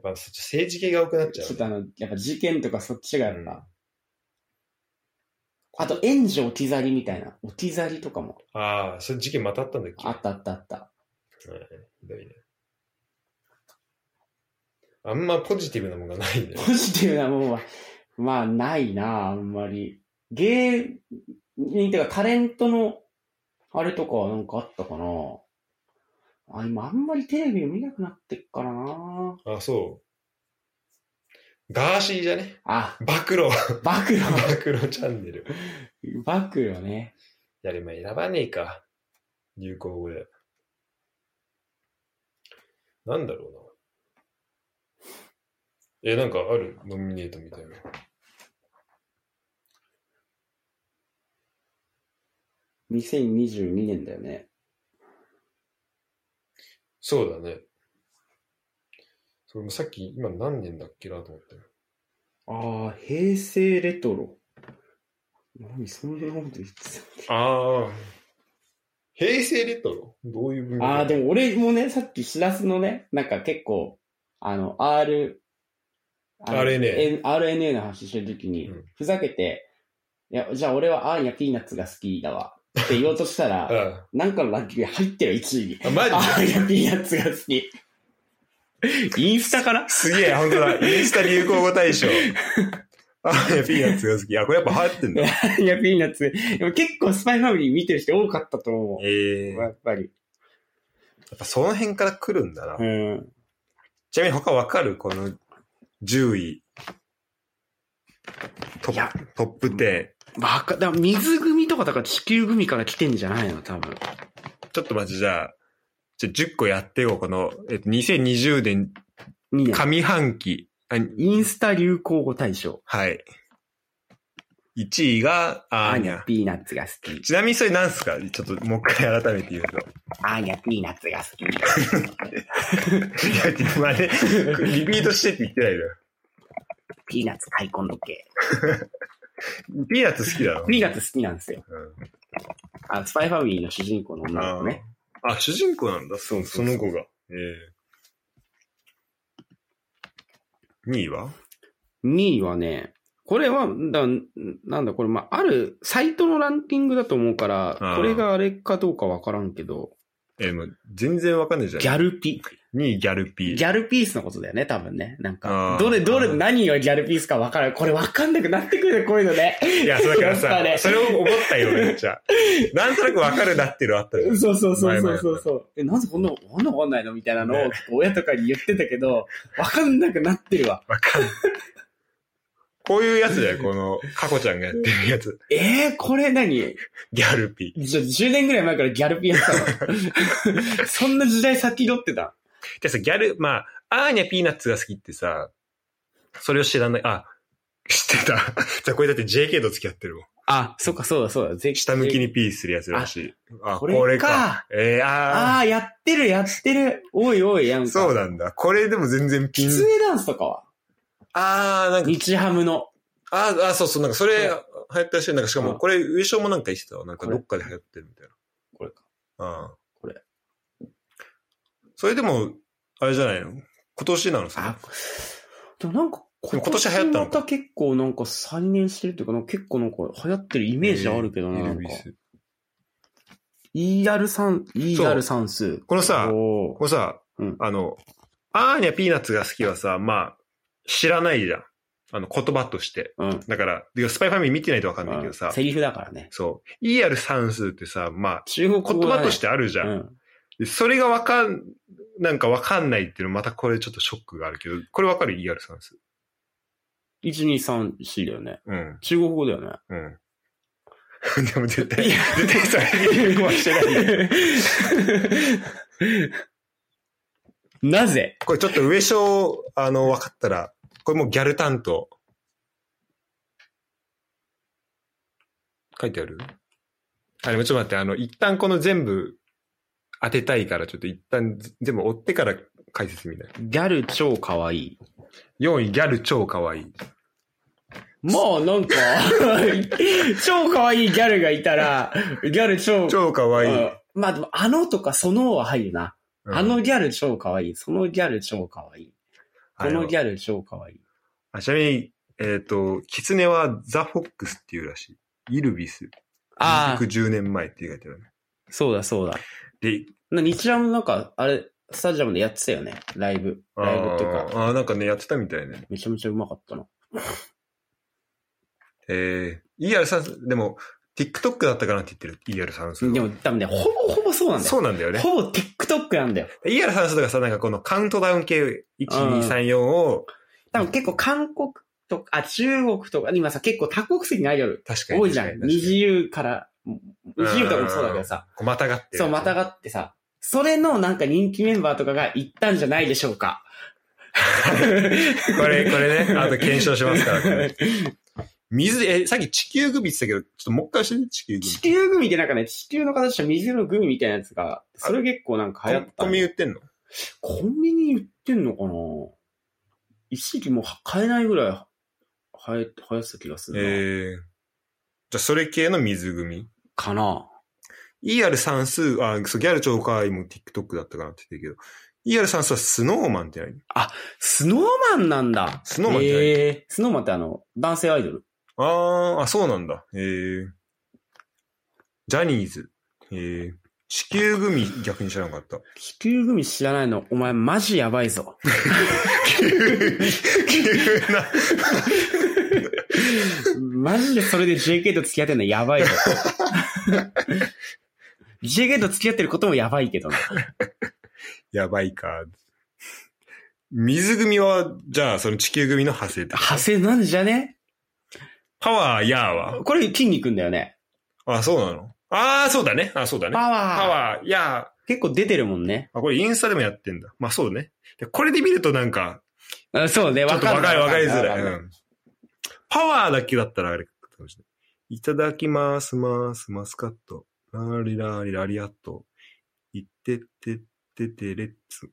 Speaker 1: っぱそっち政治系が多くなっちゃう
Speaker 2: ち
Speaker 1: ね、
Speaker 2: ょっとあの、やっぱ事件とかそっちがやっ
Speaker 1: うん
Speaker 2: ぱ、あと援助置き去りみたいな、置き去りとかも
Speaker 1: ああ、それ事件またあったんだっけ
Speaker 2: あったあったあった。
Speaker 1: はいひどいね。あんまポジティブなものが ないね。
Speaker 2: ポジティブなもんは、まあないなあ、あんまり。芸人ってかタレントの、あれとかはなんかあったかなあ、今あんまりテレビを見なくなってっからな
Speaker 1: あ、そう。ガーシーじゃね
Speaker 2: あ、
Speaker 1: 暴 露
Speaker 2: 暴露。
Speaker 1: 暴露チャンネル。
Speaker 2: 暴露ね。
Speaker 1: いや、でも選ばねえか。流行語で。なんだろうな。え、なんかあるノミネートみたいな。
Speaker 2: 2022年だよね。
Speaker 1: そうだね。それもさっき、今何年だっけなと思って。
Speaker 2: ああ、平成レトロ。何そんなこと言ってた
Speaker 1: ああ。平成レトロどういう文
Speaker 2: ああ、でも俺もね、さっきしらすのね、なんか結構、あの、R、あの
Speaker 1: RNA
Speaker 2: N- RNA の話してるときに、
Speaker 1: うん
Speaker 2: ふざけて、いや、じゃあ俺はアーニャピーナッツが好きだわ。って 言おうとしたら、
Speaker 1: あ
Speaker 2: なんかのランキングに入ってる1位に。
Speaker 1: あ、マ ジ
Speaker 2: アーニャピーナッツが好き。インスタ から
Speaker 1: すげえ、本当だ。インスタ流行語大賞。 あ、いや、ピーナッツが好き。あ、これやっぱ流行ってんだ。
Speaker 2: アーニャピーナッツ。でも結構スパイファミリー見てる人多かったと思
Speaker 1: ええ
Speaker 2: う。やっぱり。
Speaker 1: やっぱその辺から来るんだな。
Speaker 2: うん。
Speaker 1: ちなみに他わかるこの10位。トッ
Speaker 2: いや
Speaker 1: プ、トップ10。
Speaker 2: バカ、だから水組とかだから地球組から来てんじゃないの多分。
Speaker 1: ちょっと待って、じゃあ、じゃあ10個やってよ。この、えっと、2020年
Speaker 2: 2年。
Speaker 1: 上半期。あ
Speaker 2: インスタ流行語大賞。
Speaker 1: はい。1位が、あーにゃ。
Speaker 2: ピーナッツが好き。
Speaker 1: ちなみにそれなんすかちょっともう一回改めて言うと。
Speaker 2: アーニャピーナッツが 好き。
Speaker 1: いや、まあね、リピートしてって言ってないだよ。
Speaker 2: ピーナッツ開墾時計。
Speaker 1: ピーナッツ好きだろ。
Speaker 2: ピーナッツ好きなんですよ。
Speaker 1: うん
Speaker 2: あスパイファミリーの主人公の女の子ね。
Speaker 1: あ、主人公なんだ、そう、そ
Speaker 2: そ
Speaker 1: う
Speaker 2: そう
Speaker 1: の子が。ええ2位は
Speaker 2: 2位はね、これは、だなんだ、これ、まあ、あるサイトのランキングだと思うから
Speaker 1: あ、ー
Speaker 2: これがあれかどうかわからんけど、
Speaker 1: えーもう全然わかんないじゃん。
Speaker 2: ギャルピ。
Speaker 1: 2位ギャルピ
Speaker 2: ギ
Speaker 1: ー。
Speaker 2: ャルピースのことだよね、多分ね。なん
Speaker 1: あ
Speaker 2: か、
Speaker 1: ー
Speaker 2: どれ、ど
Speaker 1: あ
Speaker 2: れ、
Speaker 1: ー
Speaker 2: 何がギャルピースかわからん。これわかんなくなってくるね、こういうのね。
Speaker 1: いや、だから
Speaker 2: やっぱ
Speaker 1: さ、
Speaker 2: ね
Speaker 1: それを思ったよ、めっちゃ。なんとなくわかるなっていうのあったじゃん
Speaker 2: そうそうそう
Speaker 1: 前
Speaker 2: そ
Speaker 1: 々
Speaker 2: うそうそう。え、なんでこんな、こんなわかんないのみたいなのを
Speaker 1: ね、
Speaker 2: 親とかに言ってたけど、わかんなくなって るわ。
Speaker 1: わかんない。こういうやつだよ、この、カコちゃんがやってるやつ。
Speaker 2: えー、これ何
Speaker 1: ギャルピー。
Speaker 2: じゃ、10年ぐらい前からギャルピやってたの そんな時代先取ってた。
Speaker 1: でさ、ギャル、まあ、アーニャピーナッツが好きってさ、それを知らない、あ、知ってた。 じゃあこれだって JK と付き合ってるもん。
Speaker 2: あ、そっかそうだそうだ。ぜ
Speaker 1: 下向き。にピースするやつらしい。あ、
Speaker 2: これか。
Speaker 1: えー、
Speaker 2: あ
Speaker 1: あ
Speaker 2: あ、やってるやってる。おいおい、やん
Speaker 1: ー
Speaker 2: か。
Speaker 1: そう
Speaker 2: だ。
Speaker 1: なんだ。これでも全然ピ
Speaker 2: キ
Speaker 1: ン。
Speaker 2: ツネダンスとかは
Speaker 1: あー、なんか、
Speaker 2: 日ハムの。
Speaker 1: あーあー、そうそう、なんかそれ
Speaker 2: そ
Speaker 1: 流行ったらしい。なんかしか
Speaker 2: う
Speaker 1: も
Speaker 2: ん
Speaker 1: これ優勝もなんか言ってたわ。なんか
Speaker 2: これ
Speaker 1: どっかで流行ってるみたい
Speaker 2: これか。
Speaker 1: な。うん。
Speaker 2: これ。
Speaker 1: それでも、あれじゃないの今年なのさ。
Speaker 2: あ、でもなんか、
Speaker 1: でも今年流行ったのか
Speaker 2: また結構なんか再燃してるっていうか、なんか結構なんか流行ってるイメージあるけどな、
Speaker 1: エ
Speaker 2: な
Speaker 1: ル
Speaker 2: ん
Speaker 1: ビ
Speaker 2: か。
Speaker 1: ス
Speaker 2: ER 算、ER 算数。
Speaker 1: このさ、
Speaker 2: おー
Speaker 1: これさ、
Speaker 2: うん
Speaker 1: あの、アーニャピーナッツが好きはさ、まあ、知らないじゃん。あの、言葉として。
Speaker 2: うん。
Speaker 1: だから、でスパイファミリー見てないとわかんないけど
Speaker 2: うん
Speaker 1: さ、
Speaker 2: セリフだからね。
Speaker 1: そう。イアル算数ってさ、まあ、
Speaker 2: 中国
Speaker 1: 言
Speaker 2: 語は
Speaker 1: 葉
Speaker 2: ね
Speaker 1: としてあるじゃん。
Speaker 2: うん。
Speaker 1: でそれがわかん、なんかわかんないっていうのまたこれちょっとショックがあるけど、これわかるイアル算数。
Speaker 2: 1、2、3、4だよね。
Speaker 1: うん。
Speaker 2: 中国語だ よね。
Speaker 1: うん。でも絶対、
Speaker 2: いや
Speaker 1: 絶対それ見て壊してない。
Speaker 2: なぜ
Speaker 1: これちょっと上昇、あの、分かったら、これもうギャル担当。書いてあるあ、でもちょっと待って、あの、一旦この全部当てたいから、ちょっと一旦ぜ全部追ってから解説みたいな。
Speaker 2: ギャル超可愛い。
Speaker 1: 4位、ギャル超可愛い。
Speaker 2: まあなんか、 超可愛いギャルがいたら、ギャル超、
Speaker 1: 超可愛い。
Speaker 2: うんまあでも、あのとかそのは入るな。
Speaker 1: うん
Speaker 2: あのギャル超可愛い。そのギャル超可愛い。このギ
Speaker 1: ャル。
Speaker 2: ャル超可愛い。
Speaker 1: あちなみに、えっ、と、キツネはザ・フォックスっていうらしい。イルビス。
Speaker 2: ああ、
Speaker 1: 110年前って書いてあるね。
Speaker 2: そうだそうだ。
Speaker 1: で、
Speaker 2: な日ハムなんか、あれ、スタジアムでやってたよね。ライブ。ライブっていう
Speaker 1: あ
Speaker 2: か、
Speaker 1: ーあー、なんかね、やってたみたいね。
Speaker 2: めちゃめちゃうまかったな。
Speaker 1: えー、ER 算数、でも、TikTok だったかなって言ってる、ER 算数。
Speaker 2: でも多分ね、ほぼほぼそうなんだよ。
Speaker 1: そうなんだよね。
Speaker 2: ほぼ TikTok なんだよ。
Speaker 1: ER 算数とかさ、なんかこのカウントダウン系、1、
Speaker 2: うん
Speaker 1: 2、3、4を、
Speaker 2: 多分結構韓国とか、あ、中国とか、今さ、結構多国籍のアイドル
Speaker 1: 確かに。
Speaker 2: 多いじゃ
Speaker 1: 確
Speaker 2: ん。
Speaker 1: かに
Speaker 2: 二自由から、二自由とかもそうだけどさ、
Speaker 1: こうまたがってる。
Speaker 2: そう、また
Speaker 1: が
Speaker 2: がってさ、それのなんか人気メンバーとかが行ったんじゃないでしょうか。。
Speaker 1: これ、これね、あと検証しますから、これ 水、え、さっき地球組って言ってたけど、ちょっともう一回してみ地球組
Speaker 2: 地。球グミってなんかね、地球の形した水のグミみたいなやつが、それ結構なんか流行ったの。
Speaker 1: コンビニ売ってんの
Speaker 2: コンビニ売ってんのかな一時期もう買えないぐらい、はや、はやってた気がするな。
Speaker 1: えー、じゃあそれ系の水組。
Speaker 2: かな
Speaker 1: ER 算数、あ、そう、ギャル超可愛いも TikTok だったかなって言ってるけど、ER 算数はスノーマンって何
Speaker 2: スノーマンなんだ。
Speaker 1: スノーマンって何
Speaker 2: えースノーマンってあの、男性アイドル。
Speaker 1: あー、あ、そうなんだ。えー、ジャニーズ。えー、地球グミ逆に知らなか った。
Speaker 2: 地球グミ知らないの、お前マジやば いぞ。
Speaker 1: 急に、急な。
Speaker 2: マジでそれで JK と付き合ってんのや ばいぞ。JK と付き合ってることもやばいけどな。
Speaker 1: やばいか。水組は、じゃあ、その地球組の派生だ。
Speaker 2: 派生なんじゃね
Speaker 1: パワー、ヤーは
Speaker 2: これ筋肉んだよね。
Speaker 1: あ、そうなのあー、そうだね。あ、そうだね。
Speaker 2: パワー。
Speaker 1: パワー、ヤ
Speaker 2: 結構出てるもんね。
Speaker 1: ー。あ、これインスタでもやってんだ。まあそうね。でこれで見るとなんか、
Speaker 2: あそうね、
Speaker 1: ちょ
Speaker 2: わ
Speaker 1: っと
Speaker 2: か
Speaker 1: わ
Speaker 2: る
Speaker 1: かり、わかりづ
Speaker 2: わ
Speaker 1: らい。
Speaker 2: か
Speaker 1: う
Speaker 2: る
Speaker 1: んパワーだけだったらあれかもしれない。いただきます、ます、マスカット。ラリラリラリアット。いってってっててレッツ。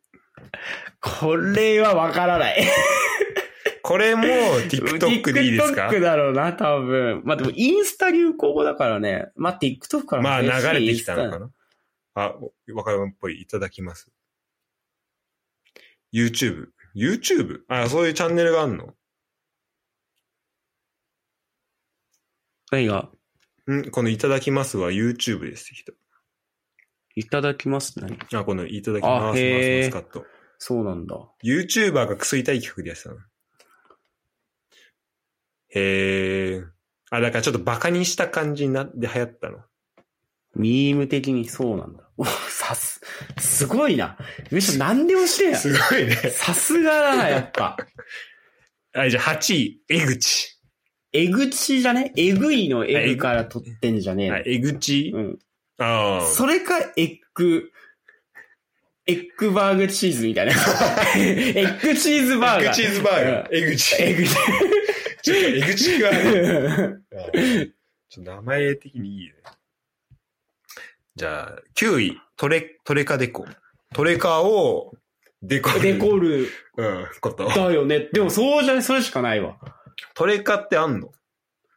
Speaker 2: これはわからない。
Speaker 1: これも TikTok でいいですか
Speaker 2: TikTok だろうな、多分。 まあでも、インスタ流行語だからね。まあ、TikTok から
Speaker 1: まあ流れてきたの
Speaker 2: インス
Speaker 1: かなあ、わかるっぽい。いただきます。YouTube。YouTube? あ、そういうチャンネルがあんの
Speaker 2: タ何が、
Speaker 1: んこのいただきますは YouTube ですって
Speaker 2: いただきます何
Speaker 1: きた。あ、このいただきま
Speaker 2: あ
Speaker 1: す、
Speaker 2: へー
Speaker 1: マスマスカット。
Speaker 2: そうなんだ。
Speaker 1: YouTuber が食いたい企画でやってたの。へえ。あ、だからちょっとバカにした感じになって流行ったの。
Speaker 2: ミーム的にそうなんだ。おさす、すごいな。むしろ何でもしてんや。
Speaker 1: ごいね。
Speaker 2: さすがだな、や っぱ。
Speaker 1: はい、じゃあ8位、江口。
Speaker 2: えぐちじゃねえぐいのえぐから取ってんじゃねえの
Speaker 1: はい、江口。
Speaker 2: うん。
Speaker 1: ああ。
Speaker 2: それか、エッグ、エッグバーグチーズみ たいな。エッグチーズバーガー。
Speaker 1: ズバ
Speaker 2: うん
Speaker 1: ー。江口。
Speaker 2: エッグチ
Speaker 1: ちょっと江口がね
Speaker 2: ーズ。
Speaker 1: あーちょっと名前的にいいね。じゃあ、9位、トレ、トレカデコ。トレカを、デコる。
Speaker 2: デコる
Speaker 1: うん、こと。
Speaker 2: だよね。でもそうじゃね、それしかないわ。
Speaker 1: トレカってあんの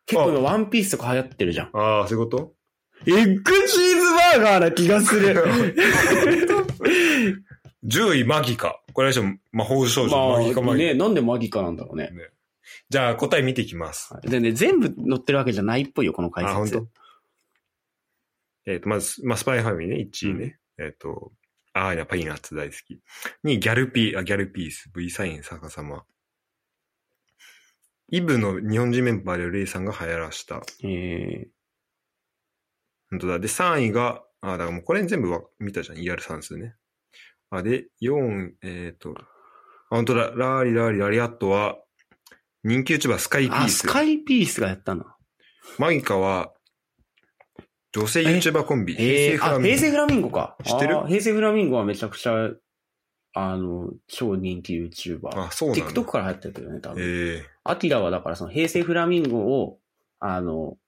Speaker 2: 結構今ワンピースとか流行ってるじゃん。
Speaker 1: ああ、そういうこと
Speaker 2: エッグチーズバーガーな気がする。
Speaker 1: 10位、マギカ。これはちょっと魔法少女。マギカ、
Speaker 2: ま
Speaker 1: マ
Speaker 2: あ、
Speaker 1: ギカ。
Speaker 2: ね、なんでマギカなんだろうね。
Speaker 1: じゃあ、答え見ていきます。
Speaker 2: でね、全部載ってるわけじゃないっぽいよ、この解
Speaker 1: あ、本
Speaker 2: 説
Speaker 1: 当。。えっ、と、まず、まあ、スパイファミリーね、1位ね。えっ、と、ああ、やっぱピーナッツ大好き。2位、ギャルピー、あ、ギャルピース、V サイン、逆さま。イブの日本人メンバーでレイさんが流行らした。
Speaker 2: え
Speaker 1: 本当だ。で、3位が、あ、だからもうこれ全部わ見たじゃん。ER 算数ね。あ、で、4、えっ、と、あ、本当だ。ラーリラーリラリアットは、人気 YouTuber スカイ
Speaker 2: ー、
Speaker 1: ピー
Speaker 2: あ、
Speaker 1: ス。
Speaker 2: スカイピースがやったな。
Speaker 1: マギカは、女性 YouTuber コンビ、
Speaker 2: えー、あ、平成フ
Speaker 1: ラ
Speaker 2: ラミンゴか。
Speaker 1: 知ってる
Speaker 2: あー平成フラミンゴはめちゃくちゃ、あの、超人気 YouTuber。
Speaker 1: あ、そうなんだ。
Speaker 2: TikTok から入ってるけどね、多分。
Speaker 1: え
Speaker 2: アキラはだからその平成フラミンゴを、あの、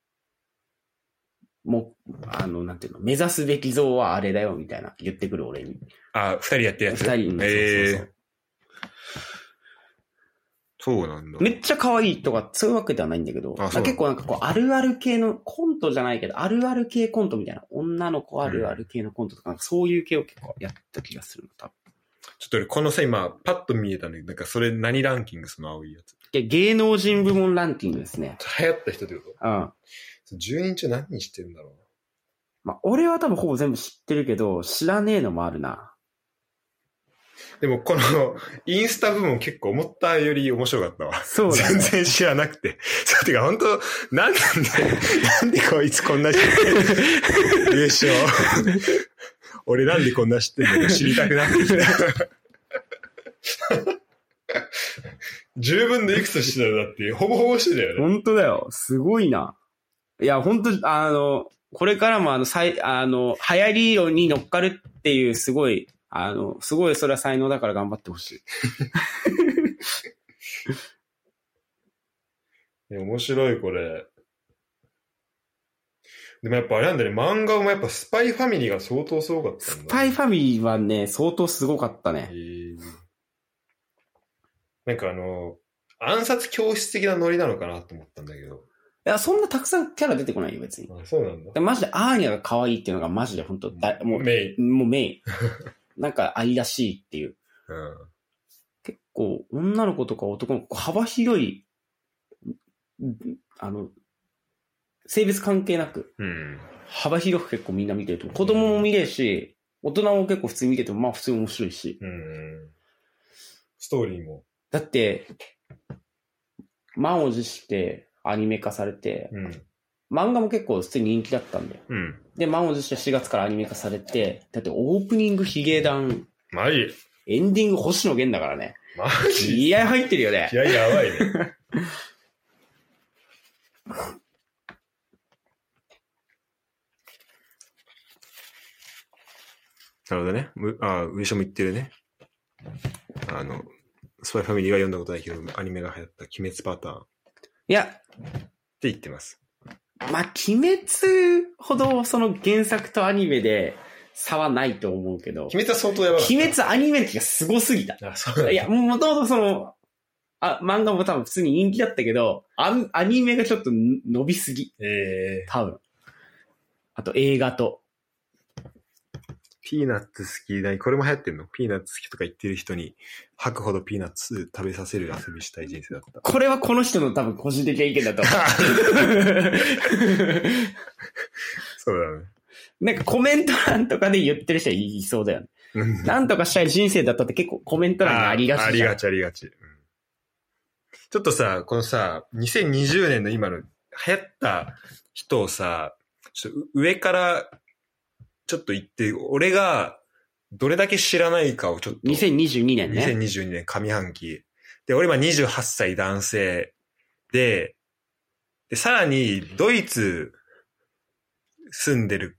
Speaker 2: もう、あの、なんていうの、目指すべき像はあれだよ、みたいな言ってくる俺に。
Speaker 1: ー、あ、二人やってるや
Speaker 2: 二
Speaker 1: つ。
Speaker 2: 人に、
Speaker 1: え
Speaker 2: そう
Speaker 1: ー
Speaker 2: そう
Speaker 1: そうなんだ
Speaker 2: そう。めっちゃ可愛いとか、そういうわけではないんだけど、
Speaker 1: あ
Speaker 2: まあ
Speaker 1: そう
Speaker 2: 結構なんかこう、あるある系のコントじゃないけど、あるある系コントみたいな、女の子あるある系のコントとか、なんかそういう系を結構やった気がするの、多分。
Speaker 1: ちょっと俺このさ、今、パッと見えたんだけど、なんかそれ何ランキングその青いやつ。
Speaker 2: で芸能人部門ランキングですね。
Speaker 1: 流行った人ってこと
Speaker 2: うん。
Speaker 1: その ?10 人中何人してるんだろう
Speaker 2: まあ、俺は多分ほぼ全部知ってるけど、知らねえのもあるな。
Speaker 1: でもこの インスタ部門結構思ったより面白かったわ。
Speaker 2: そうだね
Speaker 1: 全然知らなくて。そう、てか本当なんなんだよ。なんでこいつこんな知ってるでしょ。俺なんでこんな知ってるのか知りたくなってきた。十分でいくつしてたよ。だって、ほぼほぼしてたよね。
Speaker 2: 本当だよ。すごいな。いや、本当あの、これからもあの、さい、あの、流行り色に乗っかるっていう、すごい、あの、すごいそれは才能だから頑張ってほしい。
Speaker 1: いや面白い、これ。でもやっぱあれなんだね、漫画もやっぱスパイファミリーが相当すごかった
Speaker 2: ス
Speaker 1: んだ。
Speaker 2: パイファミリーはね、相当すごかった
Speaker 1: へ
Speaker 2: ね。
Speaker 1: ーなんかあの、暗殺教室的なノリなのかなと思ったんだけど。
Speaker 2: いや、そんなたくさんキャラ出てこないよ、別に。
Speaker 1: あそうなんだ。
Speaker 2: マジでアーニャが可愛いっていうのがマジで本当だ、もう、
Speaker 1: メイン。
Speaker 2: もうメ イン。なんか愛らしいっていう。
Speaker 1: うん。
Speaker 2: 結構、女の子とか男の子、幅広い、んあの、性別関係なく、
Speaker 1: うん。
Speaker 2: 幅広く結構みんな見てると思う。子供も見れるし、大人も結構普通に見てても、まあ普通に面白いし。
Speaker 1: うん。ストーリーも。
Speaker 2: だって、満を持してアニメ化されて、
Speaker 1: うん。
Speaker 2: 漫画も結構普通に人気だったんだよ。
Speaker 1: うん。
Speaker 2: で、満を持して4月からアニメ化されて、だってオープニングヒゲダン、
Speaker 1: マジ
Speaker 2: エンディング星野源だからね。
Speaker 1: マジ
Speaker 2: 気合入ってるよね。
Speaker 1: 気合やばいね。 なるほどね。むあ上下も言ってるね。あの、スパイファミリーは読んだことないけど、アニメが流行った鬼滅パターンって
Speaker 2: いや、
Speaker 1: 言ってます。
Speaker 2: まあ、鬼滅ほどその原作とアニメで差はないと思うけど、
Speaker 1: 滅は相当やば
Speaker 2: 鬼滅アニメの時がすごすぎた。
Speaker 1: あ、そうなんだ
Speaker 2: いや、もともとその、あ、漫画も多分普通に人気だったけど、アンアニメがちょっと伸びすぎ、
Speaker 1: えー、
Speaker 2: 多分。あと映画と。
Speaker 1: ピーナッツ好きだい。これも流行ってるのピーナッツ好きとか言ってる人に吐くほどピーナッツ食べさせる遊びしたい人生だった。
Speaker 2: これはこの人の多分個人的な意見だと思 う。
Speaker 1: そうだね。
Speaker 2: なんかコメント欄とかで言ってる人はいそうだよね。
Speaker 1: うん
Speaker 2: なんとかしたい人生だったって結構コメント欄にありが
Speaker 1: あ
Speaker 2: ち
Speaker 1: り
Speaker 2: じゃ
Speaker 1: が
Speaker 2: ん。
Speaker 1: ち、ありがち。うんちょっとさ、このさ、2020年の今の流行った人をさ、ちょっと上からちょっと言って、俺がどれだけ知らないかをちょっと。
Speaker 2: 2022年ね。
Speaker 1: 2022年上半期。で、俺今28歳男性で、で、さらにドイツ住んでるっ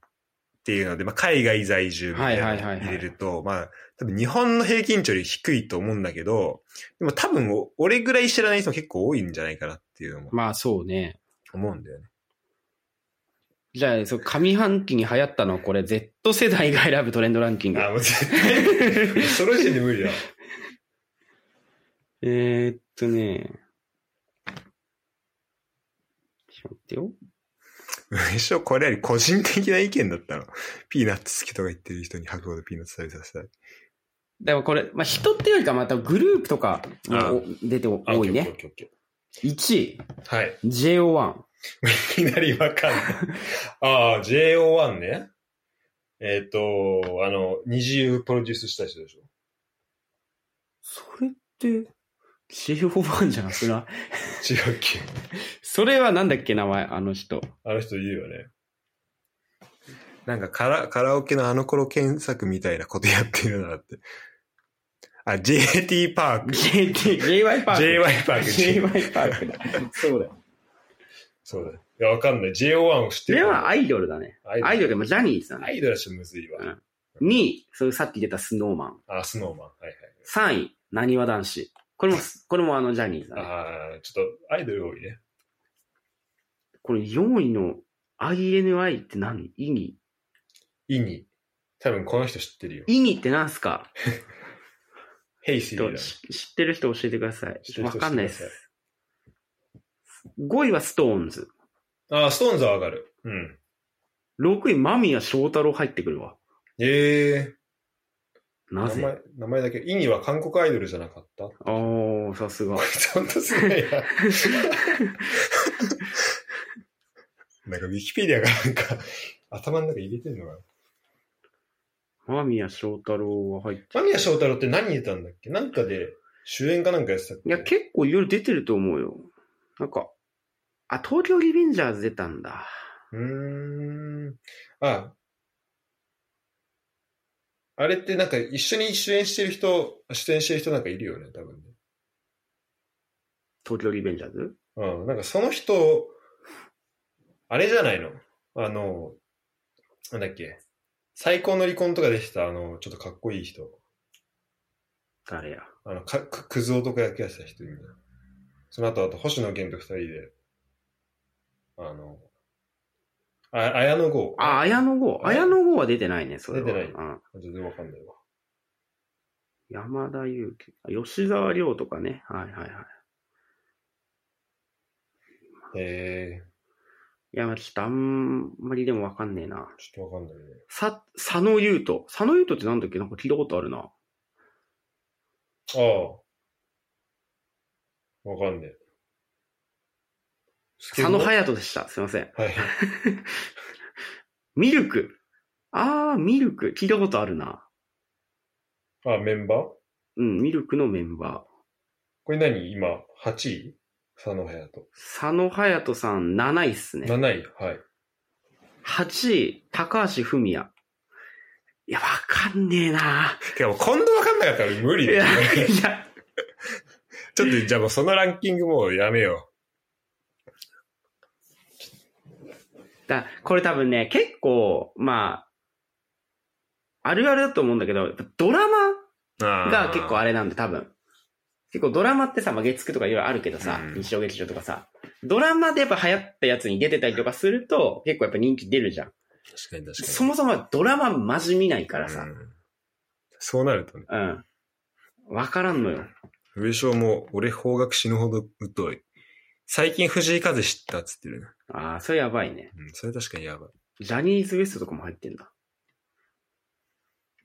Speaker 1: ていうので、まあ、海外在住みたいなの
Speaker 2: はいはいはいはい
Speaker 1: 入れると、まあ、多分日本の平均値より低いと思うんだけど、でも多分お俺ぐらい知らない人も結構多いんじゃないかなっていうのも
Speaker 2: まあそうね。
Speaker 1: 思うんだよね。
Speaker 2: じゃあ、そう、上半期に流行ったのはこれ、Z 世代が選ぶトレンドランキング。
Speaker 1: もう 絶対、その時点で無理だ。
Speaker 2: えーっとね。ちょっと待ってよ。
Speaker 1: 一生これより個人的な意見だったの。ピーナッツ好きとか言ってる人に白鵬でピーナッツ食べさせたい。
Speaker 2: でもこれ、まあ人っていうよりかまたグループとか
Speaker 1: あ
Speaker 2: お出てお多いね。。1位、
Speaker 1: はい。
Speaker 2: JO1。
Speaker 1: いきなりわかんない。ああ、JO1 ね。えっ、と、あの、二次プロデュースした人でしょ。
Speaker 2: それって、
Speaker 3: CO1 じゃん、それは。
Speaker 1: 違うっけ
Speaker 2: それはなんだっけ、名前、あの人。
Speaker 1: あの人言うよね。なんかカラカラオケのあの頃検索みたいなことやってるなって。あ、JT パーク。
Speaker 2: JT、JY パーク。
Speaker 1: JY パーク。
Speaker 2: JY パークだ。そうだよ。
Speaker 1: そうだ。いや、わかんない。JO1 を知って
Speaker 2: で
Speaker 1: る。
Speaker 2: はアイドルだね。
Speaker 1: アイドル
Speaker 2: アイドルでもジャニーズだ
Speaker 1: ア
Speaker 2: ね。
Speaker 1: イドルはちょっとむずいわ。
Speaker 2: うん2位、それさっき出たスノーマン。
Speaker 1: あ、スノーマン。はいはい。
Speaker 2: 3位、なにわ男子。これも、 これもあのジャニーズだね。
Speaker 1: ああ、ちょっとアイドル多いね。
Speaker 2: これ4位の INI って何意義
Speaker 1: イニ。多分この人知ってるよ。
Speaker 2: 意義って何すか
Speaker 1: ヘイシ
Speaker 2: ちょ
Speaker 1: ー
Speaker 2: っと
Speaker 1: だ。
Speaker 2: 知ってる人教えてください
Speaker 1: 知って。る人
Speaker 2: わかんないで
Speaker 1: 教え
Speaker 2: す
Speaker 1: て。
Speaker 2: 5位はストーンズ。
Speaker 1: ああ、ストーンズはわかる。うん。
Speaker 2: 6位、間宮祥太郎入ってくるわ。
Speaker 1: ええ
Speaker 2: な
Speaker 1: 名
Speaker 2: ぜ
Speaker 1: 前、名前だけ。イニは韓国アイドルじゃなかったこ
Speaker 2: あー、さすが。
Speaker 1: れちゃんとすごいな。 なんかウィキペディアがなんか頭の中入れてんのかな。
Speaker 2: 間宮祥太郎は入って
Speaker 1: 間宮祥太郎って何言ったんだっけなんかで主演かなんかやってたっけ
Speaker 2: いや、結構いろいろ出てると思うよ。なんか、あ、東京リベンジャーズ出たんだ。
Speaker 1: うーん。あ、あれってなんか一緒に主演してる人、出演してる人なんかいるよね、多分ね。
Speaker 2: 東京リベンジャーズ
Speaker 1: うん、なんかその人、あれじゃないのあの、なんだっけ。最高の離婚とかできた、あの、ちょっとかっこいい人。
Speaker 2: 誰や。
Speaker 1: あの、か、く、くずおとか焼き出した人みたいな。その後、あと、星野源と二人で、あの、あ、綾野剛。
Speaker 2: あ、綾野剛。綾野剛は出てないね、それは。
Speaker 1: 出てない
Speaker 2: うん。
Speaker 1: 全然わかんないわ。
Speaker 2: 山田裕貴。あ吉沢亮とかね。はいはいはい。
Speaker 1: へえ
Speaker 2: いや、ちょっとあんまりでもわかんねえな。
Speaker 1: ー、ちょっとわかんないね。
Speaker 2: さ、佐野優斗。佐野優斗ってなんだっけなんか聞いたことあるな。
Speaker 1: ああ。わかんねえ。
Speaker 2: 佐野隼人でした。すいません。
Speaker 1: はい。
Speaker 2: ミルク。あー、ミルク。聞いたことあるな。
Speaker 1: あ、メンバー
Speaker 2: うん、ミルクのメンバ
Speaker 1: これ何今、8位佐野隼
Speaker 2: ー。佐野隼人さん7位っすね。
Speaker 1: 人。7位はい。
Speaker 2: 8位、高橋文也。いや、わかんねえな。
Speaker 1: でも、今度わかんなかったら無
Speaker 2: い
Speaker 1: 理だよ
Speaker 2: や、
Speaker 1: ね。
Speaker 2: いや、
Speaker 1: ちょっと、じゃあもうそのランキングもうやめよ
Speaker 2: だこれ多分ね、結構、まあ、あるあるだと思うんだけど、やっぱドラ
Speaker 1: う。
Speaker 2: マが結構あれなんで、多分。結構ドラマってさ、まあ、月9とかいろいろあるけどさ、
Speaker 1: うん
Speaker 2: 日曜劇場とかさ、ドラマでやっぱ流行ったやつに出てたりとかすると、結構やっぱ人気出るじゃん。
Speaker 1: 確かに確かに。
Speaker 2: そもそもドラママジ見ないからさ
Speaker 1: う、んそうなるとね。
Speaker 2: うん。わからんのよ。
Speaker 1: 上昇も、俺方角死ぬほど疎い。最近藤井風知ったっつってるね。
Speaker 2: ああ、それやばいね。
Speaker 1: うん、それ確かにやばい。
Speaker 2: ジャニーズ WEST とかも入ってんだ。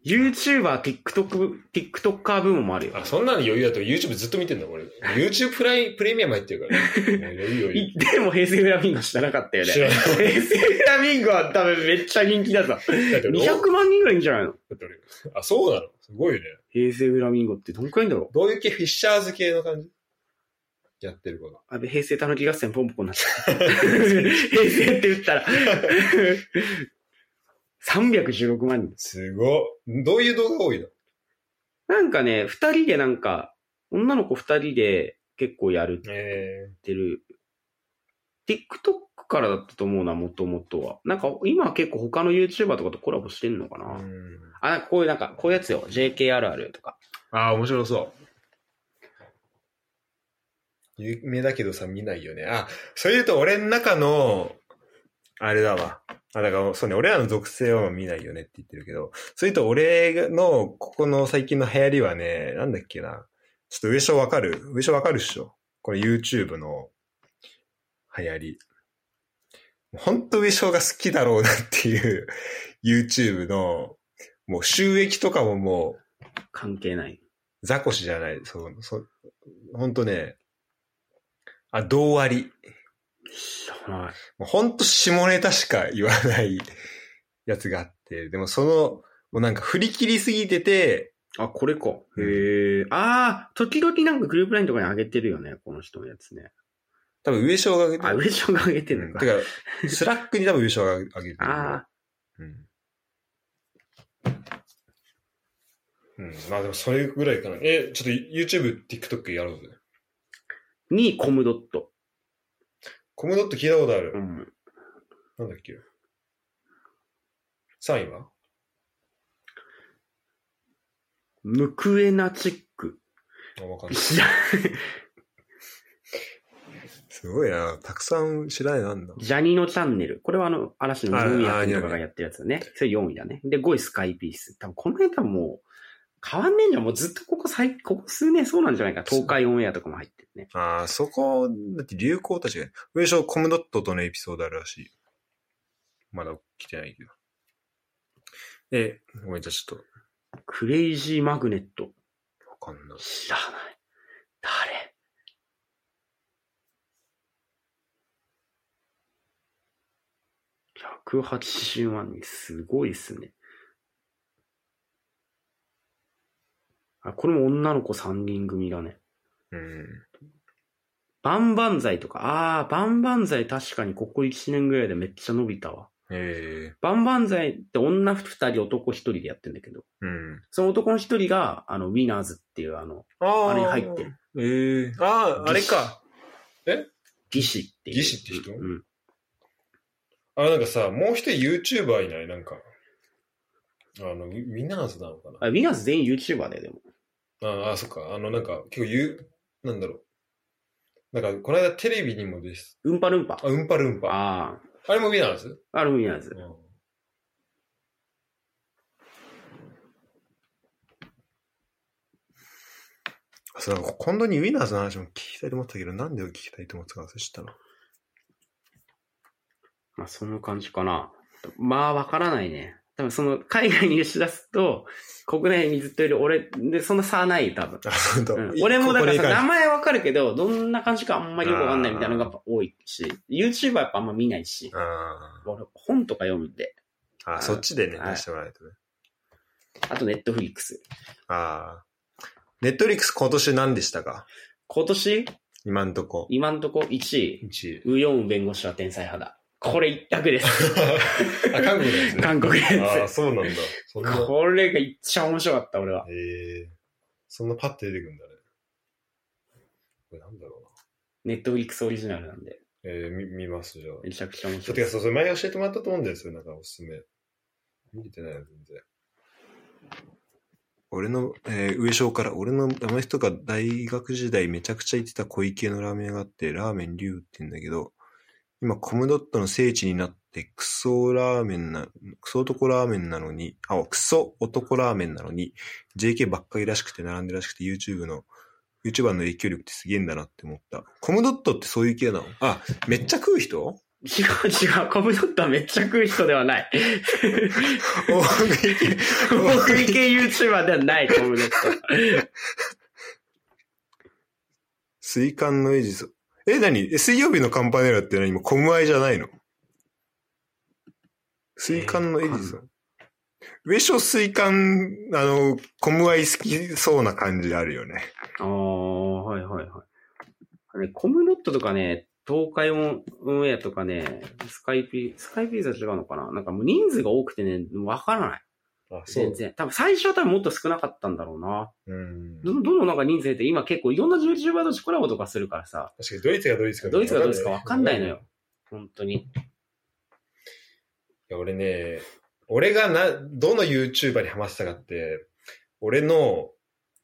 Speaker 2: YouTuber、TikTok、TikToker 部門もあるよ。
Speaker 1: あ、そんなの余裕だと YouTube ずっと見てんだ、俺。YouTube プライプレミアム入ってる から、ね。もう余裕余裕
Speaker 2: いでも平成フラミンゴ知らなかったよね
Speaker 1: 知。らない。
Speaker 2: 平成フラミンゴは多分めっちゃ人気だぞ。
Speaker 1: だって俺
Speaker 2: 200万人ぐらいいんじゃないの
Speaker 1: だって俺あ、そうなのすごいね。
Speaker 2: 平成フラミンゴってどんくらいいんだろ
Speaker 1: どういう系フィッシャーズ系の感じやってること。
Speaker 2: うあべ、平成たぬき合戦ポンポンになっち ゃった。平成って言ったら。316万人。
Speaker 1: すごい。どういう動画多いの
Speaker 2: なんかね、二人でなんか、女の子二人で結構やる
Speaker 1: え
Speaker 2: ってる。TikTok からだったと思うな、もともとは。なんか、今は結構他の YouTuber とかとコラボしてんのかな、
Speaker 1: ー
Speaker 2: あ、なんかこういう、なんか、こういうやつよ。JKRR とか。
Speaker 1: ああ、面白そう。有名だけどさ、見ないよね。あ、それ言うと俺の中の、あれだわ。あ、だから、そうね、俺らの属性は見ないよねって言ってるけど、それ言うと俺の、ここの最近の流行りはね、なんだっけな。ちょっと上昇わかる上昇わかるっしょこれ YouTube の流行り。ほんと上昇が好きだろうなっていう YouTube の、もう収益とかももう、
Speaker 2: 関係ない。
Speaker 1: ザコシじゃない、そう、そう、ほんとね、あ、胴あり。
Speaker 2: 知らない。
Speaker 1: もうほんと下ネタしか言わ ないやつがあって、でもその、もうなんか振り切りすぎてて、
Speaker 2: あ、これか。
Speaker 1: うん
Speaker 2: へえ。ああ、時々なんかグループラインとかに上げてるよね、この人のやつね。
Speaker 1: 多分上昇が上げて
Speaker 2: あ、ウレションが上げて
Speaker 1: う
Speaker 2: る
Speaker 1: ん
Speaker 2: の
Speaker 1: て
Speaker 2: か。
Speaker 1: か、スラックに多分上昇が上げてる。
Speaker 2: あ
Speaker 1: うん。うん。まあでもそれぐらいかな。え、ちょっと YouTube、TikTok やろうぜ。
Speaker 2: あ、にコムドット。
Speaker 1: コムドット聞いたことある。
Speaker 2: うん。
Speaker 1: なんだっけ ?3 位は
Speaker 2: ムクエナチック。
Speaker 1: あ、わかんない。
Speaker 2: いや、
Speaker 1: すごいな。たくさん知らないなんだ。
Speaker 2: ジャニーのチャンネル。これはあの、嵐の
Speaker 1: あ
Speaker 2: 二
Speaker 1: あ二
Speaker 2: 宮君
Speaker 1: 宮
Speaker 2: とかがやってるやつだね。それ4位だね。で、5位スカイピース。多分この辺多分もう、変わんねえんじゃん。もうずっとここ最、ここ数年そうなんじゃないか。東海オンエアとかも入ってるね。
Speaker 1: ああ、そこ、だって流行たちが、上昇コムドットとのエピソードあるらしい。まだ来てないけど。え、ごめん、じゃあちょっ
Speaker 2: クレイジーマグネット。
Speaker 1: と、わかんない。
Speaker 2: 知らない。誰180万人、すごいっすね。あ、これも女の子3人組だね。
Speaker 1: うん。
Speaker 2: バンバンザイとか、あー、バンバンザイ確かにここ1年ぐらいでめっちゃ伸びたわ。
Speaker 1: ええ
Speaker 2: バンバンザイって女2人、男1人でやってんだけど、
Speaker 1: うん。
Speaker 2: その男の1人が、あの、ウィナーズっていうあの、
Speaker 1: ああ
Speaker 2: あれ入ってる。
Speaker 1: ええああ、あれか。
Speaker 2: 技師っていう。
Speaker 1: 技師って人
Speaker 2: うん。
Speaker 1: あれなんかさ、もう一人 YouTuber いないなんか。あの、ウィウィナーズなのかな
Speaker 2: あ、ウィナーズ全員 YouTuber だよ、でも。
Speaker 1: ああ、そっか。あの、なんか、結構言う、なんだろう。なんか、この間テレビにもです。
Speaker 2: ウンパルンパ。
Speaker 1: あ、うんぱるうんぱ。あ
Speaker 2: あ
Speaker 1: れもウィナーズ
Speaker 2: あ、あれもウィナーズ
Speaker 1: う。ん。あ、そう、今度にウィナーズの話も聞きたいと思ったけど、なんで聞きたいと思ったか忘れちゃったな。
Speaker 2: まあ、そんな感じかな。まあ、わからないね。多分その、海外にし出すと、国内にずっといる俺、で、そんな差はない、多分。
Speaker 1: あ、本当
Speaker 2: うん俺もだからさ、名
Speaker 1: 生
Speaker 2: 前わかるけど、どんな感じかあんまりよくわかんないみたいなのがやっぱ多いし、YouTuber やっぱあんま見ないし、
Speaker 1: あ
Speaker 2: 俺本とか読むんで、
Speaker 1: ーあ、そっちでね、
Speaker 2: はい
Speaker 1: 出してもらえとね。
Speaker 2: あと Netflix。
Speaker 1: ああ。ネットリックス今年何でしたか
Speaker 2: 今年、
Speaker 1: 今んとこ。
Speaker 2: 今んとこ1位、
Speaker 1: 1位。
Speaker 2: ウヨンウ弁護士は天才派だ。これ一択です。
Speaker 1: あ、韓国のやつね。
Speaker 2: 韓国の
Speaker 1: あ
Speaker 2: や
Speaker 1: あ、
Speaker 2: つ。
Speaker 1: そうなんだ。そんな。
Speaker 2: これが一番面白かった、俺は。
Speaker 1: ええそんなパッて出てくるんだね。これなんだろ
Speaker 2: ネットフリックスオリジナルなんで、
Speaker 1: うな。ええみ見ます、じゃあ。
Speaker 2: めちゃくちゃ面
Speaker 1: ちょ
Speaker 2: 白
Speaker 1: っ
Speaker 2: い
Speaker 1: と
Speaker 2: で
Speaker 1: そう
Speaker 2: す。
Speaker 1: そう、前教えてもらったと思うんですよ、なんかおすすめ。見てないよ、全然。俺の、えー、上昇から、俺の、あの人が大学時代めちゃくちゃ行ってた小池のラーメン屋があって、ラーメン龍って言うんだけど、今コムドットの聖地になって、クソラーメンな、クソ男ラーメンなのに、あ、クソ男ラーメンなのに、JK ばっかりらしくて並んでるらしくて、YouTube の、YouTuber の影響力ってすげえんだなって思った。コムドットってそういう系なのあ、めっちゃ食う人
Speaker 2: 違う違う、コムドットはめっちゃ食う人では ない。
Speaker 1: 大食い系
Speaker 2: 大食い系 YouTuber ではない、コムドット。
Speaker 1: 水管のエジソン。え、何え水曜日のカンパネラって何今、コムアイじゃないの水管のエジソン。上昇水管、あの、コムアイ好きそうな感じあるよね。
Speaker 2: ああ、はいはいはいあれ。コムドットとかね、東海オンオンエアとかね、スカイピー、スカイピーズは違うのかななんかもう人数が多くてね、わからない。
Speaker 1: あ、
Speaker 2: 全。然。多分最初は多分もっと少なかったんだろうな。
Speaker 1: うん。
Speaker 2: どんどんどんなんか人数って今結構いろんな YouTuber 同士コラボとかするからさ、
Speaker 1: 確かにドイツがドイツか
Speaker 2: ドイツがドイツかわかんないのよ。。本当に。
Speaker 1: いや、俺ね、俺がな、どの YouTuber にハマってたかって、俺の、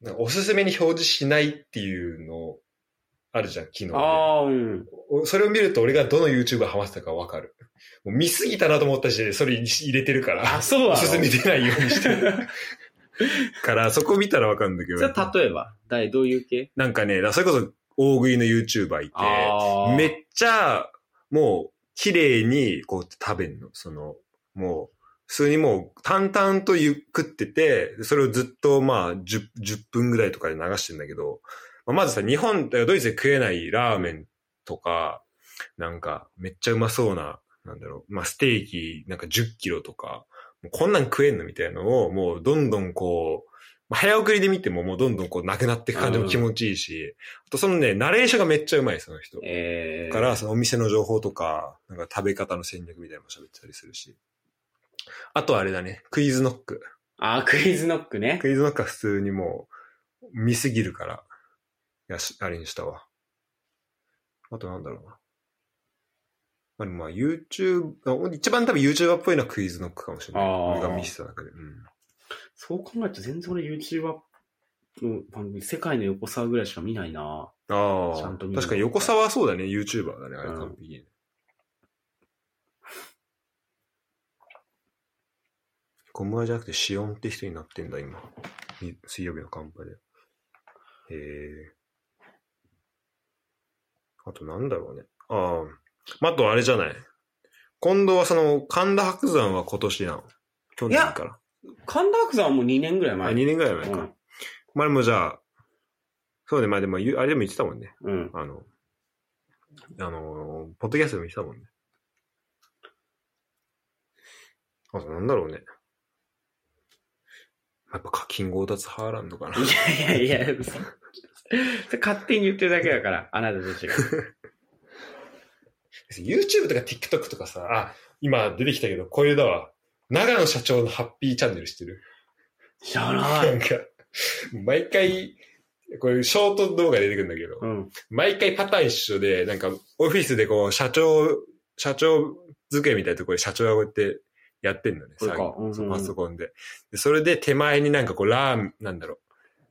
Speaker 1: なんかおすすめに表示しないっていうの、あるじゃん、機能で。
Speaker 2: ああ、うん。
Speaker 1: おそれを見ると俺がどの YouTuber ハマってたかわかる。もう見すぎたなと思った時点でそれ入れてるから、
Speaker 2: あ、そうなの
Speaker 1: おすすめ出ないようにしてる。から、そこ見たらわかるんだけ
Speaker 2: それは例えば、誰、どういう系
Speaker 1: なんかね、だからそれこそ大食いの YouTuber いて、
Speaker 2: ー
Speaker 1: めっちゃ、もう、綺麗に、こうやって食べんの。その、もう、普通にもう、淡々とゆ食ってて、それをずっと、まあ10、10分ぐらいとかで流してんだけど、まあまずさ、日本、だからドイツで食えないラーメンとか、なんか、めっちゃうまそうな、なんだろう、まあ、ステーキ、なんか10キロとか、もうこんなん食えんのみたいなのを、もう、どんどんこう、まあ早送りで見てももうどんどんこうなくなっていく感じも気持ちいいし、あとそのね、ナレーションがめっちゃうまい、その人。
Speaker 2: えー、
Speaker 1: から、そのお店の情報とか、なんか食べ方の戦略みたいなのも喋ってたりするし。あとはあれだね、クイズノック。
Speaker 2: あ、クイズノックね。
Speaker 1: クイズノックは普通にもう、見すぎるから、いやし、あれにしたわ。あとなんだろうな。まあでもまあ YouTube、あ一番多分 YouTuber っぽいのはクイズノックかもしれない。
Speaker 2: あー
Speaker 1: 俺が見せた中で。うん。
Speaker 2: そう考えると全然俺 YouTuber の番組、世界の横沢ぐらいしか見ないな
Speaker 1: あ
Speaker 2: ちゃんと見
Speaker 1: あ。
Speaker 2: る
Speaker 1: 確かに横沢はそうだね、YouTuber だね、あれ完璧にね。ゴムアじゃなくてシオンって人になってんだ、今。み水曜日のカンパで。へえ。あとなんだろうね。ああ。まああとあれじゃない。今度はその、神田伯山は今年なの。去年から。
Speaker 2: 神田伯山はもう2年ぐらい
Speaker 1: あ、
Speaker 2: 前。
Speaker 1: 2年ぐらい前か。
Speaker 2: うん
Speaker 1: まあでもじゃあ、そうね、まあでも言う、あれでも言ってたもんね。
Speaker 2: うん。
Speaker 1: あの、あの、ポッドキャストでも言ってたもんね。あと、なんだろうね。やっぱ課金強奪派あらんのかな。
Speaker 2: いやいやいや、そそれ勝手に言ってるだけだから、あなたた ちが。
Speaker 1: YouTube とか TikTok とかさ、あ、今出てきたけど、これだわ。長野社長のハッピーチャンネルしてる。
Speaker 2: 知らな
Speaker 1: なん
Speaker 2: い。
Speaker 1: か、毎回、これショート動画で出てくるんだけど、
Speaker 2: うん。
Speaker 1: 毎回パターン一緒で、なんか、オフィスでこう、社長、社長机みたいなところで社長がこうやってやってんのね、
Speaker 2: これか
Speaker 1: 作業
Speaker 2: うんうんうん
Speaker 1: そうパソコンでで。それで手前になんかこう、ラーメン、なんだろう。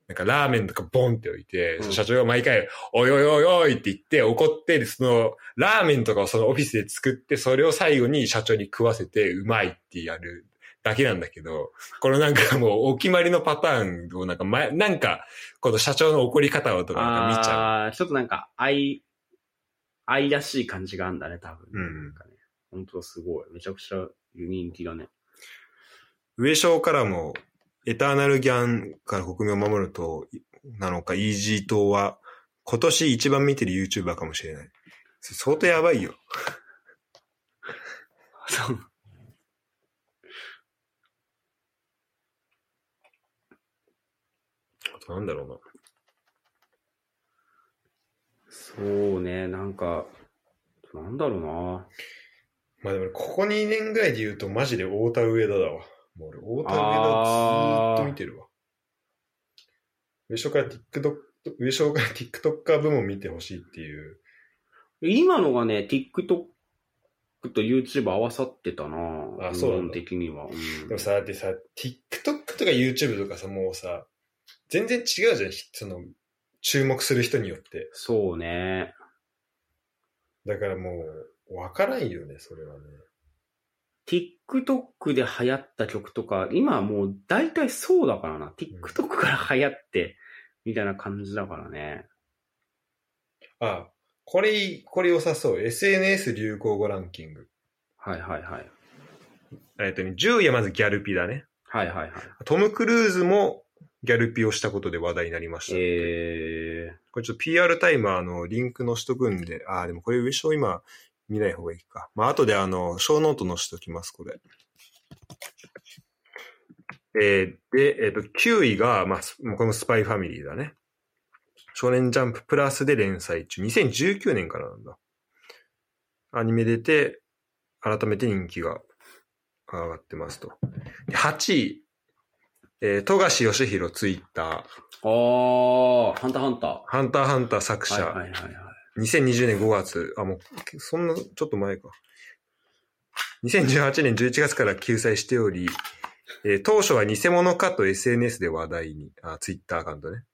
Speaker 1: なんかラーメンとかボンって置いて、
Speaker 2: うん
Speaker 1: 社長が毎回、おいおいおいおいって言って怒って、でその、ラーメンとかをそのオフィスで作って、それを最後に社長に食わせて、うまいってやるだけなんだけど、このなんかもうお決まりのパターンをなんか前、なんか、この社長の怒り方をとかなんか見ちゃう。
Speaker 2: ああー、ちょっとなんか、愛、愛らしい感じがあるんだね、多分。
Speaker 1: うん
Speaker 2: なんかね。本当すごい。めちゃくちゃ人気だね。
Speaker 1: 上昇からも、エターナルギャンから国民を守ると、なのか、イージー党は、今年一番見てる YouTuber かもしれない。そ相当やばいよ。
Speaker 2: そう。
Speaker 1: あとなんだろうな。
Speaker 2: そうね、なんか、なんだろうな。
Speaker 1: まあでも、ここ2年ぐらいで言うと、マジで太田上田だわ。もう俺、太田上田ずーっと見てるわ。上昇から TikTok、上昇から TikToker 部門見てほしいっていう。
Speaker 2: 今のがね、TikTok と YouTube 合わさってたな
Speaker 1: あそうなんだ
Speaker 2: 基本的には。うん
Speaker 1: でもさ、だってさ、TikTok とか YouTube とかさ、もうさ、全然違うじゃん。ひその、注目する人によって。
Speaker 2: そうね。
Speaker 1: だからもう、わからんよね、それはね。
Speaker 2: TikTok で流行った曲とか、今はもう大体そうだからな。TikTok から流行って、みたいな感じだからね。
Speaker 1: あ、これいい、これ良さそう。SNS 流行語ランキング。
Speaker 2: はいはいはい。
Speaker 1: えっとね、10位はまずギャルピだね。
Speaker 2: はいはいはい。
Speaker 1: トム・クルーズもギャルピをしたことで話題になりました。
Speaker 2: えー、
Speaker 1: これちょっと PR タイムあの、リンクのしとくんで、あー、でもこれ上昇今見ない方がいいか。まあ、後であの、小ノートのしときます、これ。えーで、えっ、と、9位が、まあ、すもうこれもスパイファミリーだね。少年ジャンププラスで連載中。2019年からなんだ。アニメ出て、改めて人気が上がってますと。で8位、えー、富樫義弘ツイッター。
Speaker 2: あー、ハンターハンター。
Speaker 1: ハンターハンター作者。
Speaker 2: はいはいはいはい。
Speaker 1: 2020年5月、あ、もう、そんな、ちょっと前か。2018年11月から救済しており、えー当初は偽物かと SNS で話題に、あ、ツイッターアカウントね。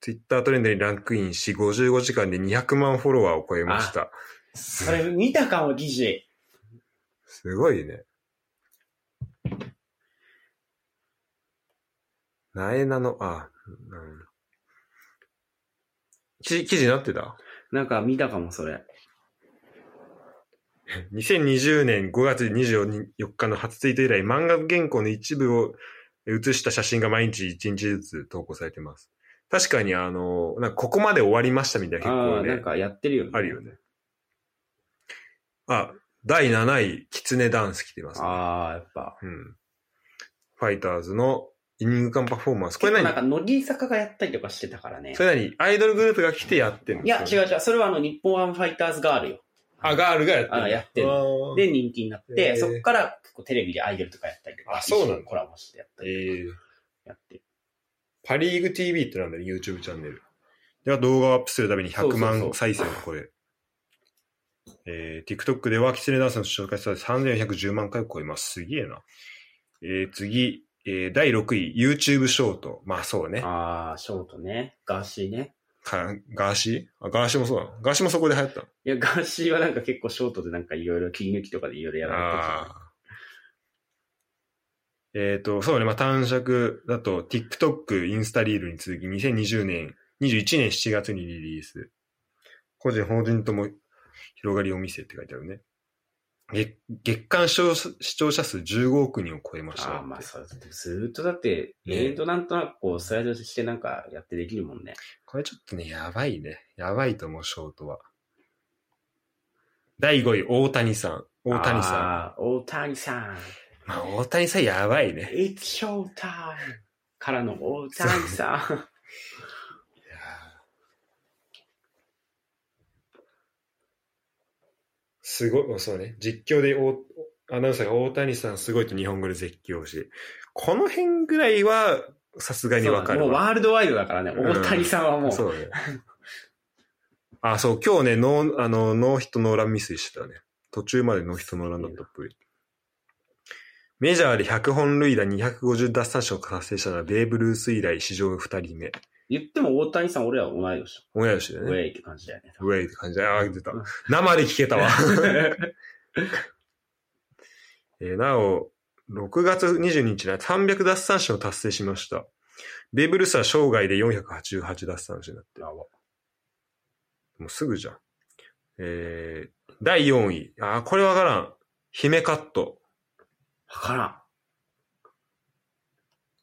Speaker 1: ツイッタートレンドにランクインし、55時間で200万フォロワーを超えました。
Speaker 2: それ見たかも、記事。
Speaker 1: すごいね。なえなの、あ、うん。記記事になってた
Speaker 2: なんか見たかも、それ。
Speaker 1: 2020年5月24日の初ツイート以来、漫画原稿の一部を写した写真が毎日1日ずつ投稿されてます。確かにあの、なんかここまで終わりましたみたいな
Speaker 2: あ
Speaker 1: 結構
Speaker 2: ー、なん
Speaker 1: ね、
Speaker 2: かやってるよね。
Speaker 1: あるよね。あ、第7位、キツネダンス来てます、ね。
Speaker 2: ああ、やっぱ。
Speaker 1: うん。ファイターズのイニング間パフォーマンス。これ
Speaker 2: 結構なん
Speaker 1: 何
Speaker 2: か乃木坂がやったりとかしてたからね
Speaker 1: そ。れ何アイドルグループが来てやってんの
Speaker 2: いや、違う違う。それはあの、日本ハムファイターズガールよ。
Speaker 1: あ、ガールがやってんの
Speaker 2: あやってん
Speaker 1: の
Speaker 2: で、人気になっ
Speaker 1: へ
Speaker 2: て、
Speaker 1: ー
Speaker 2: そっから結構テレビでアイドルとかやったりとか、
Speaker 1: あそうなんだ
Speaker 2: 一緒にコラボしてやった
Speaker 1: え
Speaker 2: りと
Speaker 1: ー
Speaker 2: かやってる。
Speaker 1: パリーグ TV ってなんだよ、YouTube チャンネル。では動画をアップするために100
Speaker 2: そうそうそ
Speaker 1: 万
Speaker 2: う
Speaker 1: 再生のこれ。えー、TikTok ではキツネダンスの紹介数は3410万回を超えます。すげえな。えー、次、えー、第6位、YouTube ショート。まあそうね。
Speaker 2: ああ、ショートね。ガーシーね。
Speaker 1: かガーシーあ、ガーシーもそうなのガーシーもそこで流行ったの
Speaker 2: いや、ガーシーはなんか結構ショートでなんかいろいろ切り抜きとかでいろいろやられてた。
Speaker 1: あーえっ、と、そうね、まあ、短尺だと TikTok、インスタリールに続き2020年、21年7月にリリース。個人、法人とも広がりを見せって書いてあるね。月月間視聴視聴者数15億人を超えました。
Speaker 2: ああ、まあそうだってずーっとだって、
Speaker 1: ね
Speaker 2: えーとなんとなくこう、スライドしてなんかやってできるもんね。
Speaker 1: これちょっとね、やばいね。やばいと思う、ショートは。第5位、大谷さん。大谷さん。
Speaker 2: ん。大谷さん。
Speaker 1: まあ、大谷さんやばいね。
Speaker 2: It's show time! からの大谷さん。
Speaker 1: いやーすごい、そうね。実況でおアナウンサーが大谷さんすごいと日本語で絶叫して、この辺ぐらいはさすがにわか
Speaker 2: も
Speaker 1: る
Speaker 2: う
Speaker 1: わ。
Speaker 2: ワールドワイドだからね、
Speaker 1: うん
Speaker 2: 大谷さんはもう。
Speaker 1: そうね。あ、そう、今日ね、ノー、あの、ノーヒットノーランミスしてたね。途中までノーヒットノーランだったっぽい。メジャーで100本塁打250奪三振を達成したのはベーブ・ルース以来史上2人目。
Speaker 2: 言っても大谷さん、俺ら同い年。
Speaker 1: 親年だ
Speaker 2: ウ
Speaker 1: ね。
Speaker 2: ェイって感じだ よね。
Speaker 1: ウェイって感じで、あー出た
Speaker 2: うん。
Speaker 1: 生で聞けたわ。 えーなお、6月22日には300奪三振を達成しました。ベーブ・ルースは生涯で488奪三振だって。もうすぐじゃん。えー第4位。あーこれわからん。姫カット。
Speaker 2: わからん。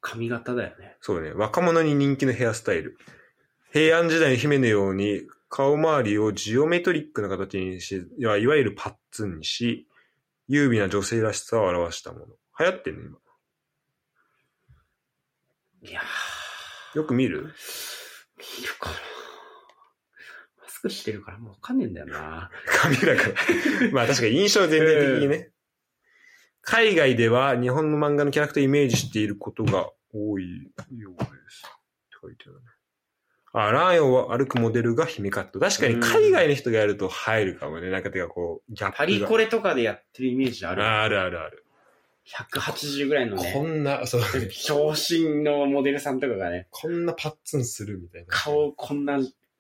Speaker 2: 髪型だよね。
Speaker 1: そうね。若者に人気のヘアスタイル。平安時代の姫のように、顔周りをジオメトリックな形にし、いわいわゆるパッツンにし、優美な女性らしさを表したもの。流行ってんね、今。
Speaker 2: いや
Speaker 1: よく見る
Speaker 2: ー、見るかな。マスクしてるからもうわかんねえんだよな。
Speaker 1: 髪だから。 まあ確かに印象全体的にね。海外では日本の漫画のキャラクターをイメージしていることが多いようです。って書いてあるね。あ、ライオンを歩くモデルが姫カット。確かに海外の人がやると入るかもね。なんかてかこう、ギャップが。
Speaker 2: パリコレとかでやってるイメージある。
Speaker 1: あるあるある。
Speaker 2: 180ぐらいの
Speaker 1: こ
Speaker 2: ね、
Speaker 1: んな、そう、
Speaker 2: 昇進のモデルさんとかがね、
Speaker 1: こんなパッツンするみたいな。
Speaker 2: 顔こんな、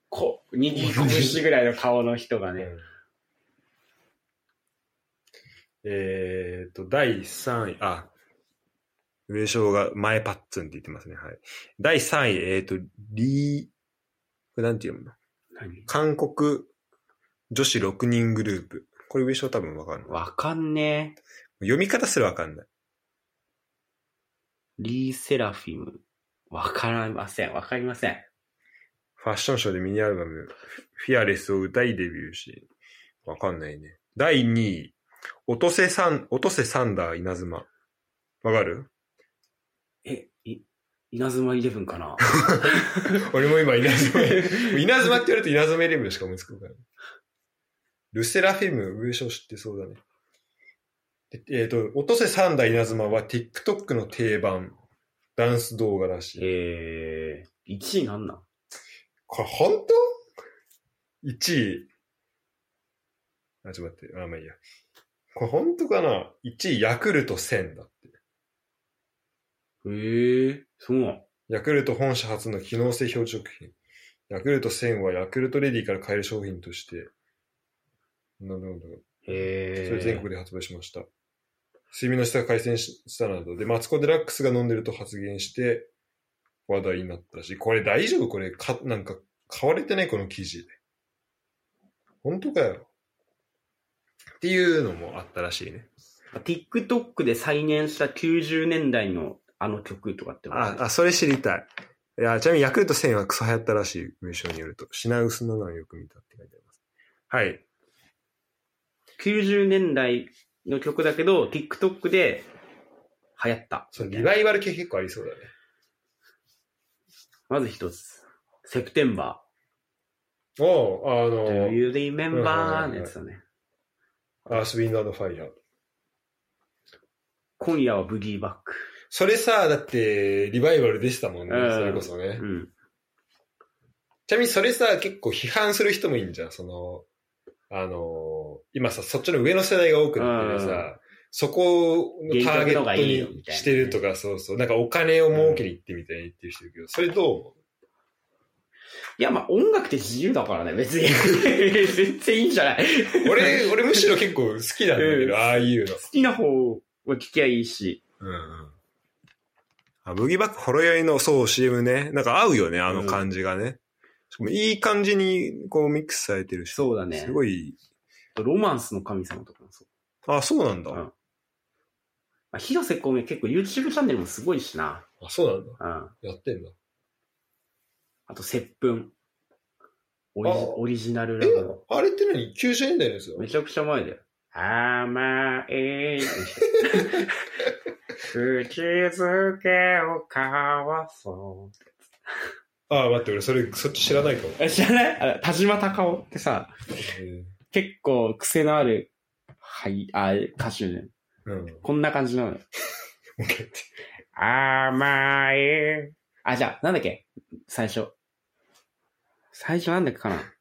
Speaker 2: こう、握り拳ぐらいの顔の人が
Speaker 1: う
Speaker 2: ね、
Speaker 1: んえーっと、第3位、あ、上昇が前パッツンって言ってますね。はい。第3位、えーっと、リー、これなんて読むの
Speaker 2: 何
Speaker 1: 韓国女子6人グループ。これ上昇多分わかんない。
Speaker 2: わかんねえ。
Speaker 1: 読み方すらわかんない。
Speaker 2: リー・セラフィム。わからません。わかりません。
Speaker 1: ファッションショーでミニアルバム、フィアレスを歌いデビューし、わかんないね。第2位、落とせサン、落とせサンダー稲妻。わかる
Speaker 2: え、い、稲妻イレブンかな
Speaker 1: 俺も今稲妻、稲妻って言われると稲妻イレブンしか思いつくから。ルセラフィム上昇知ってそうだね。でえっ、と、落とせサンダー稲妻は TikTok の定番、ダンス動画らしい。
Speaker 2: えー、1位なんなん
Speaker 1: これ本当 ?1 位。あ、ちょっと待って。あ、まあいいや。これ本当かな ?1 位、ヤクルト1000だって。
Speaker 2: えー、そう。
Speaker 1: ヤクルト本社初の機能性表示食品。ヤクルト1000はヤクルトレディから買える商品として、なるほど。
Speaker 2: えー、
Speaker 1: それ全国で発売しました。睡眠の質が改善ししたなどで、マツコ・デラックスが飲んでると発言して話題になったし、これ大丈夫これ、か、なんか、買われてないこの記事。本当かよ。っていうのもあったらしいね。
Speaker 2: TikTok で再燃した90年代のあの曲とかってこと
Speaker 1: あ、あ、それ知りたい。いや、ちなみにヤクルト1000はクソ流行ったらしい、文章によると。品薄なのをよく見たって書いてあります。はい。
Speaker 2: 90年代の曲だけど、TikTok で流行った。
Speaker 1: そのリバイバル系結構ありそうだね。
Speaker 2: まず一つ。セプテンバ
Speaker 1: おう、あ
Speaker 2: ー。Do
Speaker 1: の、
Speaker 2: you remember?
Speaker 1: うんうんうんうん
Speaker 2: のやつだね。
Speaker 1: アースウィンドアンドファイヤー。
Speaker 2: 今夜はブギーバック。
Speaker 1: それさ、だって、リバイバルでしたもんね、
Speaker 2: うん
Speaker 1: それこそね
Speaker 2: う。ん。
Speaker 1: ちなみにそれさ、結構批判する人もいいんじゃん、その、あの、今さ、そっちの上の世代が多くなってる
Speaker 2: う
Speaker 1: さ、そこのターゲットにしてるとか、そうそう、なんかお金を儲けに行ってみたいに言ってる人いるけど、それどう思う
Speaker 2: いや、まあ音楽って自由だからね、別に。 全然いいんじゃない
Speaker 1: 俺、俺むしろ結構好きなんだけ
Speaker 2: うん
Speaker 1: ど、ああいうの。
Speaker 2: 好きな方を聞きゃいいし。
Speaker 1: うんうん。あ、ブギーバックほろ酔いの、そう、CM ね。なんか合うよね、あの感じがね。しかもいい感じに、こう、ミックスされてるし。
Speaker 2: そうだね
Speaker 1: すごい。
Speaker 2: ロマンスの神様とかもそう。
Speaker 1: あ、そうなんだ。
Speaker 2: うんまあ、広瀬香美結構 YouTube チャンネルもすごいしな。
Speaker 1: あ、そうなんだ。
Speaker 2: うん。
Speaker 1: やってんだ。
Speaker 2: あと、接吻。オリジ
Speaker 1: あ
Speaker 2: オリジナルラ
Speaker 1: え
Speaker 2: ブ。、
Speaker 1: あれって何 ?90 年代のやつだ
Speaker 2: めちゃくちゃ前だよ。甘い。口づけを交わそ
Speaker 1: ああ、待って、俺それ、そっち知らないかも。
Speaker 2: う。え、知らないあ田島隆夫ってさ、結構癖のある、はい、あ、歌手で。
Speaker 1: うん。
Speaker 2: こんな感じなのよ。甘い。あ、じゃあ、なんだっけ最初。最初なんだっけかな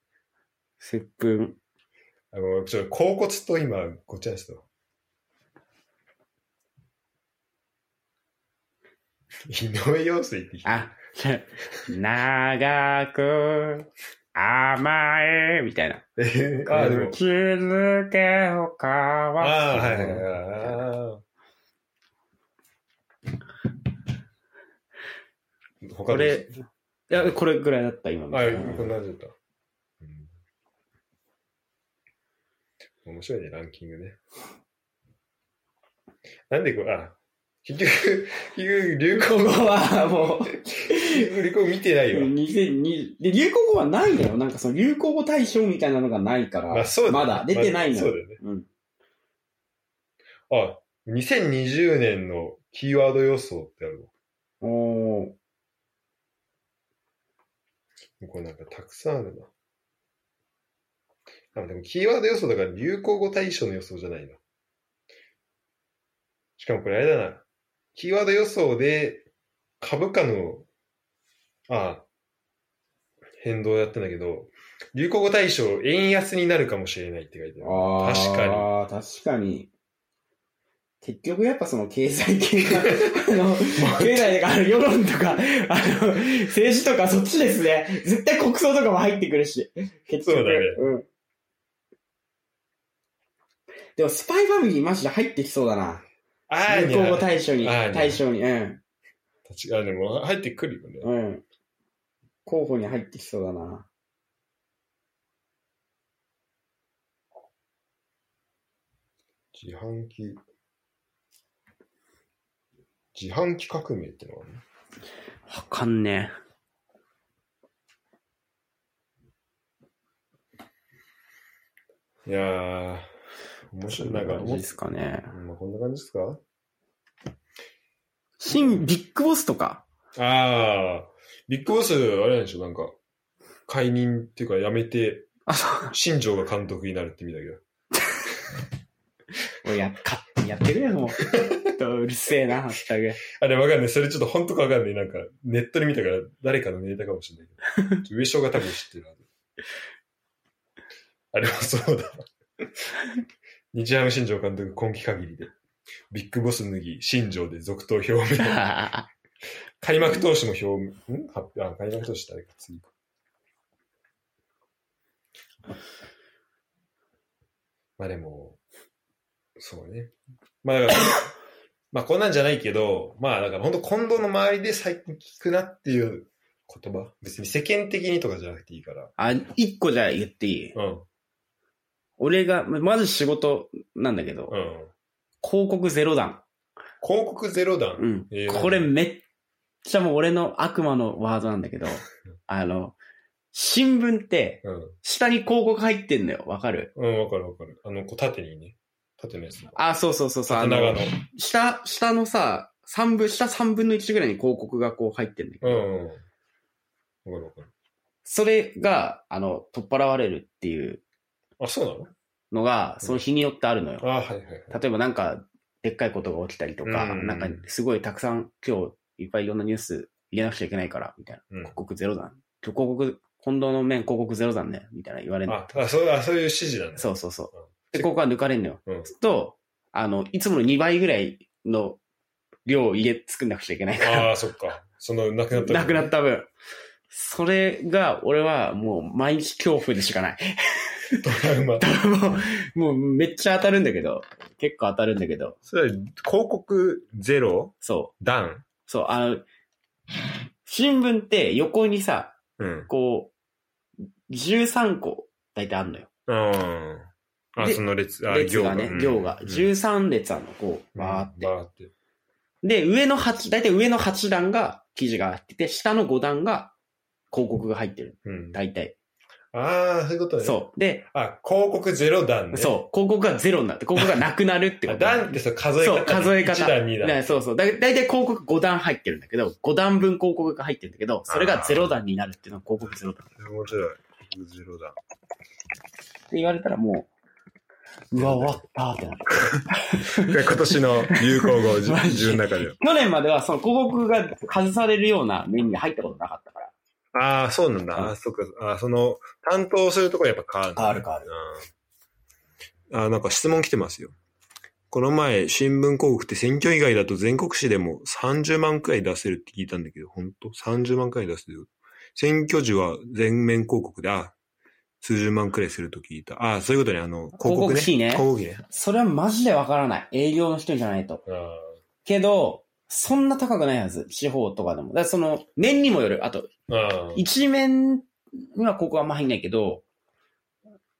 Speaker 2: 接吻。
Speaker 1: あの、ちょ、甲骨と今、ごっちゃですと。井上陽水って人
Speaker 2: あ、じゃあ長く甘え、みたいな。
Speaker 1: えーあー、でも。
Speaker 2: 気づけを交
Speaker 1: あ
Speaker 2: わ
Speaker 1: あ、
Speaker 2: す
Speaker 1: はいはいはい。あー他
Speaker 2: こ
Speaker 1: の
Speaker 2: れ、いや、これぐらいだった、今の。
Speaker 1: あ、
Speaker 2: うん
Speaker 1: こんな感じだった。うん面白いね、ランキングね。なんでこれ、あ、結局、結局流行
Speaker 2: こ
Speaker 1: 語、
Speaker 2: こはもう、
Speaker 1: 結局流行語見てないよ。
Speaker 2: 2020で、流行語はないのよ。なんかその流行語大賞みたいなのがないから、
Speaker 1: まあそうだね
Speaker 2: まだ出てないの
Speaker 1: まあそ
Speaker 2: よ。
Speaker 1: うだよね。
Speaker 2: うん
Speaker 1: あ、2020年のキーワード予想ってある
Speaker 2: おー
Speaker 1: わ。これなんかたくさんあるな。あ、でもキーワード予想だから流行語大賞の予想じゃないな。しかもこれあれだな。キーワード予想で株価の、ああ変動やってんだけど、流行語大賞円安になるかもしれないって書いてある。
Speaker 4: あ
Speaker 1: 確かに
Speaker 4: あ、確かに。結局やっぱその経済系が、あの、経済とか、あの世論とか、あの、政治とかそっちですね。絶対国葬とかも入ってくるし。結局。
Speaker 1: そうだね
Speaker 4: うん。でも、スパイファミリーマジで入ってきそうだな。
Speaker 1: あー
Speaker 4: 流
Speaker 1: にゃ
Speaker 4: 行語大賞に、
Speaker 1: あーにゃ
Speaker 4: 大賞に、うん。
Speaker 1: 確かに、でも入ってくるよね。
Speaker 4: うん。候補に入ってきそうだな。
Speaker 1: 自販機。自販機革命ってのはね。
Speaker 2: わかんね
Speaker 1: いやー、面
Speaker 2: え。
Speaker 1: 白い。なんか、
Speaker 2: 感じですかね。
Speaker 1: まあ、こんな感じですか
Speaker 2: 新、ビッグボスとか。
Speaker 1: ああ、ビッグボス、あれなんでしょ、なんか、解任っていうか辞めて、
Speaker 2: あ、そう。
Speaker 1: 新庄が監督になるって意味だけど。
Speaker 4: おいや、勝手にやってくれよ、もう。ちょっとうる せえな、ハッシュタグ。
Speaker 1: あれわかんない。それちょっと本当かわかんない。なんか、ネットで見たから誰かのネタかもしれないけど。ちょ上昇が多分知ってるはず。あれはそうだ。日ハム新庄監督今季限りで。ビッグボス脱ぎ、新庄で続投表明。開幕投手も表明。ん発表あ、開幕投手誰か次か。まあでも、そうね。まあだから、 まあこんなんじゃないけど、まあだから本当近藤の周りで最近聞くなっていう言葉。別に世間的にとかじゃなくていいから。
Speaker 2: あ、一個じゃあ言っていい。
Speaker 1: うん。
Speaker 2: 俺が、まず仕事なんだけど、
Speaker 1: うん。
Speaker 2: 広告ゼロ弾。
Speaker 1: 広告ゼロ弾。
Speaker 2: うん
Speaker 1: えー。
Speaker 2: これめっちゃもう俺の悪魔のワードなんだけ ど、あの、新聞って
Speaker 1: うん。
Speaker 2: 下に広告入ってんのよ。わかる
Speaker 1: うん、わかるわかる。あの、こう縦にね。縦のやつ。
Speaker 2: あ、そうそうそうそう。あ
Speaker 1: 縦長の
Speaker 2: の、。下、下のさ、三分、下三分の一ぐらいに広告がこう入ってんだけ
Speaker 1: う
Speaker 2: ど、
Speaker 1: ん。わかるわかる。
Speaker 2: それが、あの、取っ払われるっていう
Speaker 1: あ、そうなの
Speaker 2: のが、その日によってあるのよ。
Speaker 1: あ、はいはいはい。
Speaker 2: 例えばなんか、でっかいことが起きたりとか、
Speaker 1: うん
Speaker 2: なんかすごいたくさん今日いっぱいいろんなニュース入れなくちゃいけないから、みたいな。
Speaker 1: うん
Speaker 2: 広告ゼロだ。今日広告、近藤の面広告ゼロだね、みたいな言われるの。
Speaker 1: あ、あそうあそういう指示なんだ。
Speaker 2: そうそうそう。
Speaker 1: うん
Speaker 2: で、ここは抜かれんのよ。
Speaker 1: うん
Speaker 2: すると、あの、いつもの2倍ぐらいの量を入れ、作んなくちゃいけないから。
Speaker 1: ああ、そっか。その、なくなった。
Speaker 2: なくなっ。た分。それが、俺はもう毎日恐怖でし かない。
Speaker 1: トラウマ。
Speaker 2: もう、もうめっちゃ当たるんだけど、結構当たるんだけど、
Speaker 1: それ、広告ゼロ
Speaker 2: そう。
Speaker 1: ダウン
Speaker 2: そう、あの、新聞って横にさ、
Speaker 1: うん。
Speaker 2: こう、13個大体あんのよ。
Speaker 1: ああ。あ、
Speaker 2: で
Speaker 1: その列、あ、
Speaker 2: 列がね、行が。
Speaker 1: 十
Speaker 2: 13列あんの、こう、バーって。
Speaker 1: バーって。
Speaker 2: で、上の8、大体上の8段が記事が入ってて、下の5段が広告が入ってる。
Speaker 1: うん。
Speaker 2: 大体。
Speaker 1: ああ、そういうことね。
Speaker 2: そう。で、
Speaker 1: あ、広告ゼロ段ね。
Speaker 2: そう、広告がゼロになって、広告がなくなるってこ
Speaker 1: あ
Speaker 2: と。
Speaker 1: 段ってそう数え方。
Speaker 2: そう、数え方。
Speaker 1: 1段、2段。
Speaker 2: ねそうそう。だいたい広告5段入ってるんだけど、5段分広告が入ってるんだけど、それが0段になるっていうのは広告0段。って
Speaker 1: 面白い。ゼロ段。
Speaker 2: 言われたらもう、うわ、終わったーってなる。
Speaker 1: 今年の流行 語、自
Speaker 2: マジ
Speaker 1: 分の中では。
Speaker 2: 去年まではその広告が外されるような面に入ったことなかったから。
Speaker 1: ああ、そうなんだ。あーそっか。あーその、担当するところやっぱ変わる、
Speaker 5: 変わる変わる。
Speaker 1: うん。あーなんか質問来てますよ。この前、新聞広告って選挙以外だと全国紙でも30万くらい出せるって聞いたんだけど、本当 ?30 万くらい出せるよ。選挙時は全面広告で、あ数十万くらいすると聞いた。ああ、そういうことね。あの、広告ね。
Speaker 2: 広告費ね
Speaker 1: 広告費ね。
Speaker 2: それはマジでわからない。営業の人じゃないと。けど、そんな高くないはず。地方とかでも。だからその、年にもよる。あと、
Speaker 1: ああ。
Speaker 2: 一面にはここはあんま入んないけど、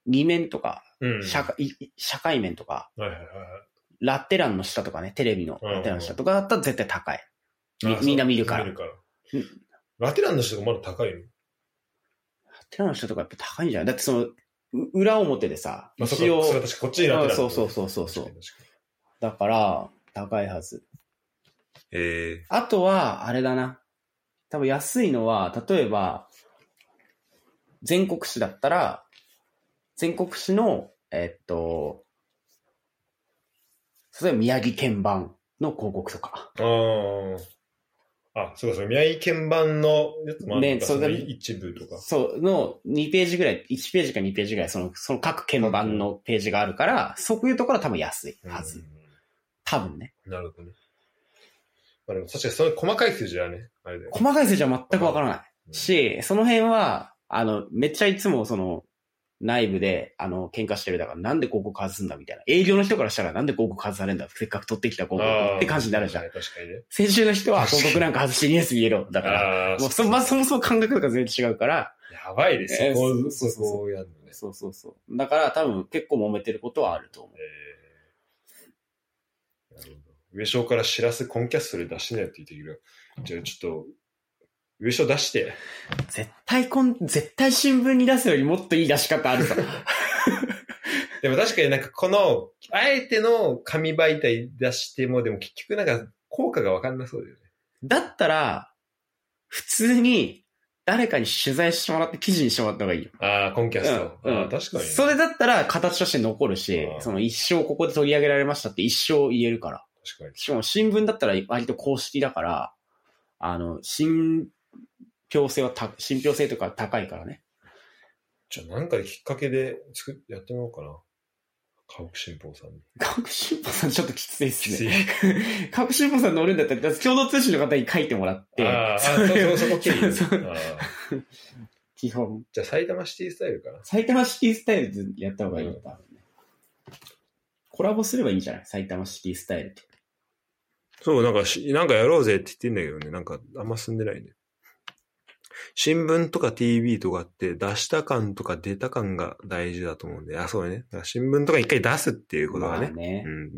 Speaker 2: 二面とか、
Speaker 1: うん
Speaker 2: 社会、い社会面とか、
Speaker 1: はいはいはい
Speaker 2: ラテ欄の下とかね、テレビのラテ欄の下とかだったら絶対高い。み
Speaker 1: あー
Speaker 2: みんな見るから
Speaker 1: そう見る
Speaker 2: う
Speaker 1: ラテランの人がまだ高いの
Speaker 2: ラテ欄の下とかやっぱ高いんじゃないだってその、う裏表でさ、
Speaker 1: まあ、そっか
Speaker 2: 一応
Speaker 1: そ、れは確かこっちにラテランだ
Speaker 2: そうそうそうそうそう
Speaker 1: 確かに確かに
Speaker 2: だから、高いはず。
Speaker 1: ええ
Speaker 2: あとは、あれだな。多分安いのは、例えば、全国紙だったら、全国紙の、えっと、例えば宮城県版の広告とか。
Speaker 1: ああ。あ、そうか、そう、宮城鍵盤のやつもあるの
Speaker 2: ね
Speaker 1: か、
Speaker 2: そ
Speaker 1: そ
Speaker 2: れ
Speaker 1: の
Speaker 2: が
Speaker 1: 一部とか。
Speaker 2: そう、の2ページぐらい、1ページか2ページぐらい、その、その各県版のページがあるから、そういうところは多分安いはず。
Speaker 1: う
Speaker 2: 多分ね。
Speaker 1: んなるほどね。まあでも確かにその細かい数字はね、あれだよね。
Speaker 2: 細かい数字は全くわからない。
Speaker 1: うん
Speaker 2: し、その辺は、あの、めっちゃいつもその、内部で、あの、喧嘩してる。だから、なんで広告外すんだみたいな。営業の人からしたら、なんで広告外されんだせっかく取ってきた広
Speaker 1: あ
Speaker 2: 告
Speaker 1: あ
Speaker 2: って感じになるじゃん。
Speaker 1: 確かにね。
Speaker 2: 先週の 人は広告なんか外してニュース見えろ。だから、
Speaker 1: ああ、
Speaker 2: もうそ、まあ、そもそも感覚とか全然違うから。
Speaker 1: やばいです
Speaker 2: え
Speaker 1: よ。
Speaker 2: ー
Speaker 1: こ
Speaker 2: そ
Speaker 1: う、
Speaker 2: うそうそう
Speaker 1: こうやるのね。
Speaker 2: そうそうそう。だから、多分結構揉めてることはあると思う。
Speaker 1: えーなるほど上昇から知らすコンキャッスル出してないって言ってるけど、じゃあちょっと、上昇出して。
Speaker 2: 絶対こん、絶対新聞に出すよりもっといい出し方あるさ。
Speaker 1: でも確かになんかこの、あえての紙媒体出しても、でも結局なんか効果がわかんなそうだよね。
Speaker 2: だったら、普通に、誰かに取材してもらって記事にしてもらった方がいいよ。
Speaker 1: ああ、コンキャスト。
Speaker 2: うんうん
Speaker 1: あー確かにね、
Speaker 2: それだったら形として残るし
Speaker 1: う、ん
Speaker 2: その一生ここで取り上げられましたって一生言えるから。
Speaker 1: 確かに。
Speaker 2: しかも新聞だったら割と公式だから、あの、信憑性はた、信憑性とか高いからね。
Speaker 1: じゃあなんかできっかけで作っやってみようかな。河北新報さんに。
Speaker 2: 科学新報さんちょっときついっすね。
Speaker 1: い。
Speaker 2: 科学新報 さん乗るんだったら、共同通信の方に書いてもらって、
Speaker 1: あーあ、そう
Speaker 2: れ
Speaker 1: そう
Speaker 2: を
Speaker 1: そこ経由
Speaker 2: そうそう
Speaker 1: あー
Speaker 2: 基本、
Speaker 1: じゃあ埼玉シティスタイルかな。
Speaker 2: 埼玉シティスタイルでやった方がいいよ、多分ね。コラボすればいいんじゃない埼玉シティスタイルと。
Speaker 1: そう、なんかし、なんかやろうぜって言ってんだけどね、なんかあんま進んでないね。新聞とか TV とかって出した感とか出た感が大事だと思うんで、あ、そうだね。だから新聞とか一回出すっていうことがね。
Speaker 2: まあね
Speaker 1: うん。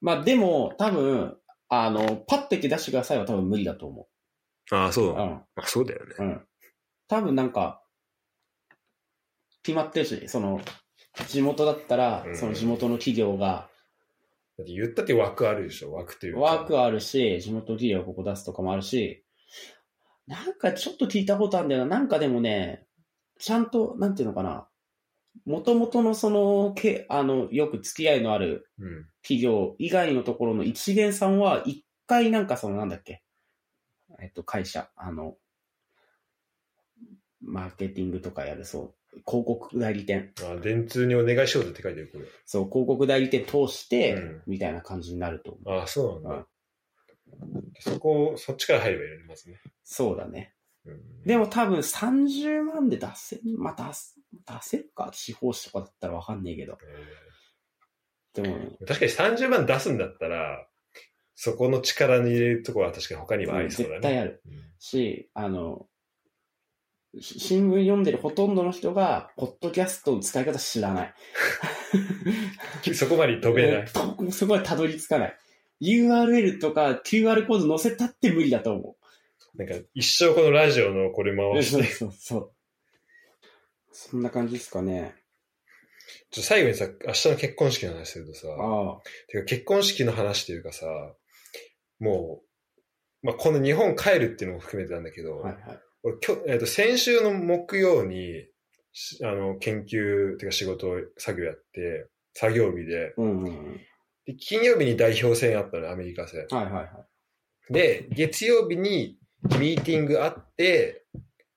Speaker 2: まあでも、多分、あの、パッと言って出してくださいは多分無理だと思
Speaker 1: ああ、そう
Speaker 2: う。。うん。
Speaker 1: まあそうだよね。
Speaker 2: うん。多分なんか、決まってるし、その、地元だったら
Speaker 1: う、ん
Speaker 2: その地元の企業が、
Speaker 1: だって言ったって枠あるでしょ、枠というか。
Speaker 2: ワークあるし、地元の企業がここ出すとかもあるし、なんかちょっと聞いたことあるんだよな。なんかでもね、ちゃんと、なんていうのかな。もともとのその、け、あの、よく付き合いのある
Speaker 1: うん。
Speaker 2: 企業以外のところの一元さんは、一回なんかそのなんだっけ、えっと、会社、あの、マーケティングとかやる、そう、広告代理店、
Speaker 1: あ、電通にお願いしようって書いてる、これ。
Speaker 2: そう、広告代理店通して、
Speaker 1: うん
Speaker 2: みたいな感じになると思う。
Speaker 1: ああ、そうなんだ。そこ、そっちから入ればいいね、まずね。
Speaker 2: そうだね。
Speaker 1: うん
Speaker 2: でも多分30万で出せ、まあ出す、出せるか地方紙とかだったらわかんねえけど。
Speaker 1: え
Speaker 2: でもね、
Speaker 1: ー確かに30万出すんだったら、そこの力に入れるところは確かに他にはありそうだ
Speaker 2: 絶対
Speaker 1: ね。
Speaker 2: ある
Speaker 1: うん
Speaker 2: し、あの、し新聞読んでるほとんどの人が、ポッドキャストの使い方知らない。
Speaker 1: そこまで飛べない。
Speaker 2: い。すごいたどり着かない。URL とか QR コード載せたって無理だと思
Speaker 1: なんか、一生このラジオのこれ
Speaker 2: う。
Speaker 1: 回し
Speaker 2: そう
Speaker 1: て。
Speaker 2: そうそう。そんな感じですかね。
Speaker 1: ちょ最後にさ、明日の結婚式の話するとさ、
Speaker 2: ああ。
Speaker 1: てか結婚式の話というかさ、もう、まあ、この日本帰るっていうのも含めてなんだけど、
Speaker 2: はいはい。
Speaker 1: 俺きょ、えっと先週の木曜に、しあの、研究、っていうか仕事、作業やって、作業日で、
Speaker 2: うん、うんうん。
Speaker 1: で金曜日に代表戦あったの、アメリカ戦。
Speaker 2: はいはいはい。
Speaker 1: で、月曜日にミーティングあって、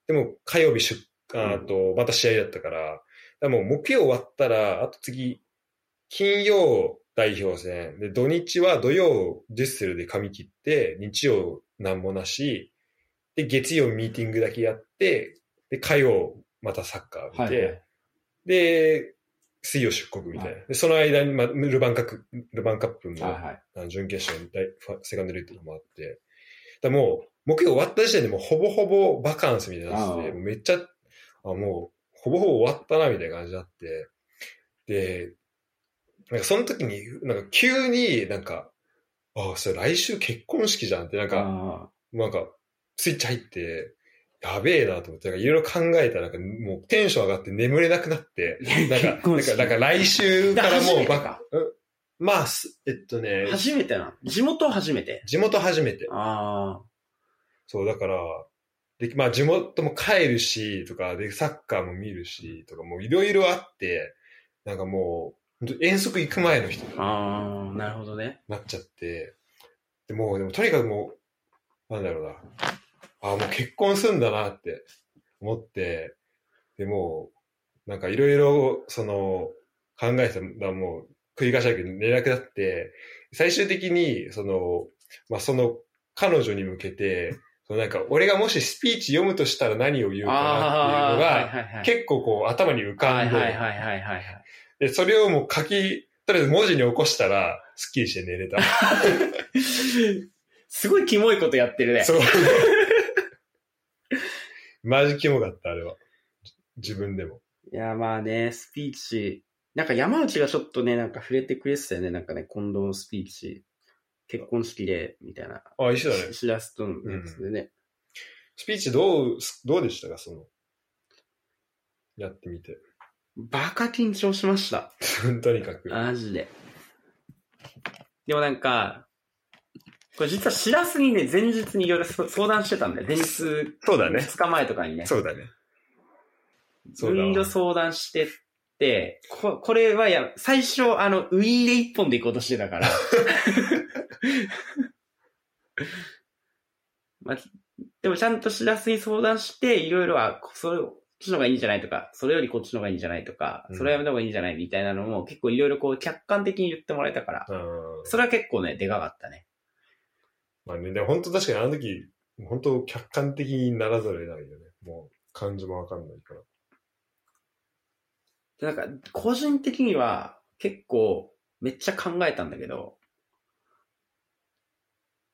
Speaker 1: でも火曜日出
Speaker 2: うん
Speaker 1: あと、また試合だったから、だからもう木曜終わったら、あと次、金曜代表戦、で、土日は土曜デュッセルで髪切って、日曜なんもなし、で、月曜ミーティングだけやって、で、火曜またサッカー見て、
Speaker 2: はいはい。
Speaker 1: で、水曜出国みたいな。
Speaker 2: は
Speaker 1: で、その間に、まあ、ルヴァンカップ、ルヴァンカップも
Speaker 2: はいはい。
Speaker 1: あの準決勝に大ファセカンドレートもあって、だからもう、木曜終わった時点でもうほぼほぼバカンスみたいな感じで、
Speaker 2: ああ
Speaker 1: もうめっちゃ、あもう、ほぼほぼ終わったなみたいな感じになって、で、なんかその時に、なんか急になんか、ああ、それ来週結婚式じゃんって、なんか、
Speaker 2: あ
Speaker 1: なんか、スイッチ入って、やべえなと思って、なんかいろいろ考えたら、なんかもうテンション上がって眠れなくなって、
Speaker 2: ー
Speaker 1: なんか、
Speaker 2: 結婚
Speaker 1: なん
Speaker 2: 式
Speaker 1: かなんか来週
Speaker 2: だ
Speaker 1: か
Speaker 2: から ら
Speaker 1: もう
Speaker 2: 初めて
Speaker 1: バ
Speaker 2: か
Speaker 1: カ。うんまあ、すえっとね、
Speaker 2: 初めてな。地元初めて。
Speaker 1: 地元初めて。
Speaker 2: あ
Speaker 1: そう、だから、で、まあ地元も帰るし、とか、で、サッカーも見るし、とか、もういろいろあって、なんかもう、ほんと遠足行く前の人に
Speaker 2: あ。ああ、なるほどね。
Speaker 1: なっちゃって、でもう、でもとにかくもう、なんだろうな、ああ、もう結婚すんだなって思って、でもう、なんかいろいろ、その、考えてたらもう、繰り返しだけど寝れなくなって、最終的に、その、まあ、その、彼女に向けて、そのなんか、俺がもしスピーチ読むとしたら何を言うかなっていうの
Speaker 2: はい
Speaker 1: が、
Speaker 2: はいはい。
Speaker 1: 結構こう頭に浮かんで、
Speaker 2: はいはいはいはいはい。
Speaker 1: で、それをもう書き、とりあえず文字に起こしたら、スッキリして寝れた。
Speaker 2: すごいキモいことやってるね。
Speaker 1: そう。マジキモかった、あれは。自分でも。
Speaker 2: いや、まあね、スピーチ。なんか山内がちょっとね、なんか触れてくれてたよね。なんかね、近藤のスピーチ。結婚式で、みたいな。
Speaker 1: あ、一緒だね。
Speaker 2: しらすとのやつでね。
Speaker 1: スピーチどうす、どうでしたか、その。やってみて。
Speaker 2: バカ緊張しました。
Speaker 1: とにかく。
Speaker 2: マジで。でもなんか、これ実はしらすにね、前日にいろいろそ相談してたんだよ。前日、
Speaker 1: そうだ
Speaker 2: 2。日前とかにね。
Speaker 1: そうだね。
Speaker 2: いろいろ相談してって、ここれはや、最初、あの、ウィーで一本で行こうとして たから。まあ、でもちゃんと知らすに相談して、いろいろは、こそれこっちの方がいいんじゃないとか、それよりこっちの方がいいんじゃないとか、
Speaker 1: うん
Speaker 2: それはやめた方がいいんじゃないみたいなのも、結構いろいろこう客観的に言ってもらえたから、
Speaker 1: うん。
Speaker 2: それは結構ね、でかかったね。
Speaker 1: まあね、でも本当確かにあの時、本当客観的にならざるを得ないよね。もう、感情もわかんないから。
Speaker 2: でなんか、個人的には、結構、めっちゃ考えたんだけど、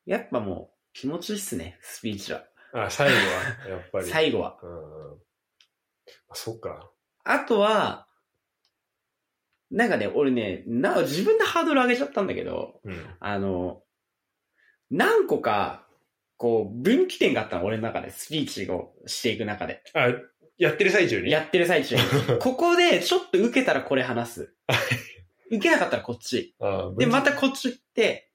Speaker 2: やっぱもう、気持ちいいっすね、スピーチは。
Speaker 1: あ、最後 は、やっぱり。
Speaker 2: 最後は。
Speaker 1: うん。あ、そっか。
Speaker 2: あとは、なんかね、俺ね、な、自分でハードル上げちゃったんだけど、
Speaker 1: うん。
Speaker 2: あの、何個か、こう、分岐点があったの、俺の中で、スピーチをしていく中で。
Speaker 1: あ、やってる最中に
Speaker 2: やってる最 中に。ここで、ちょっと受けたらこれ話 す。受けなかったらこっち。
Speaker 1: あ
Speaker 2: で、ま
Speaker 1: た、
Speaker 2: たこっち行って、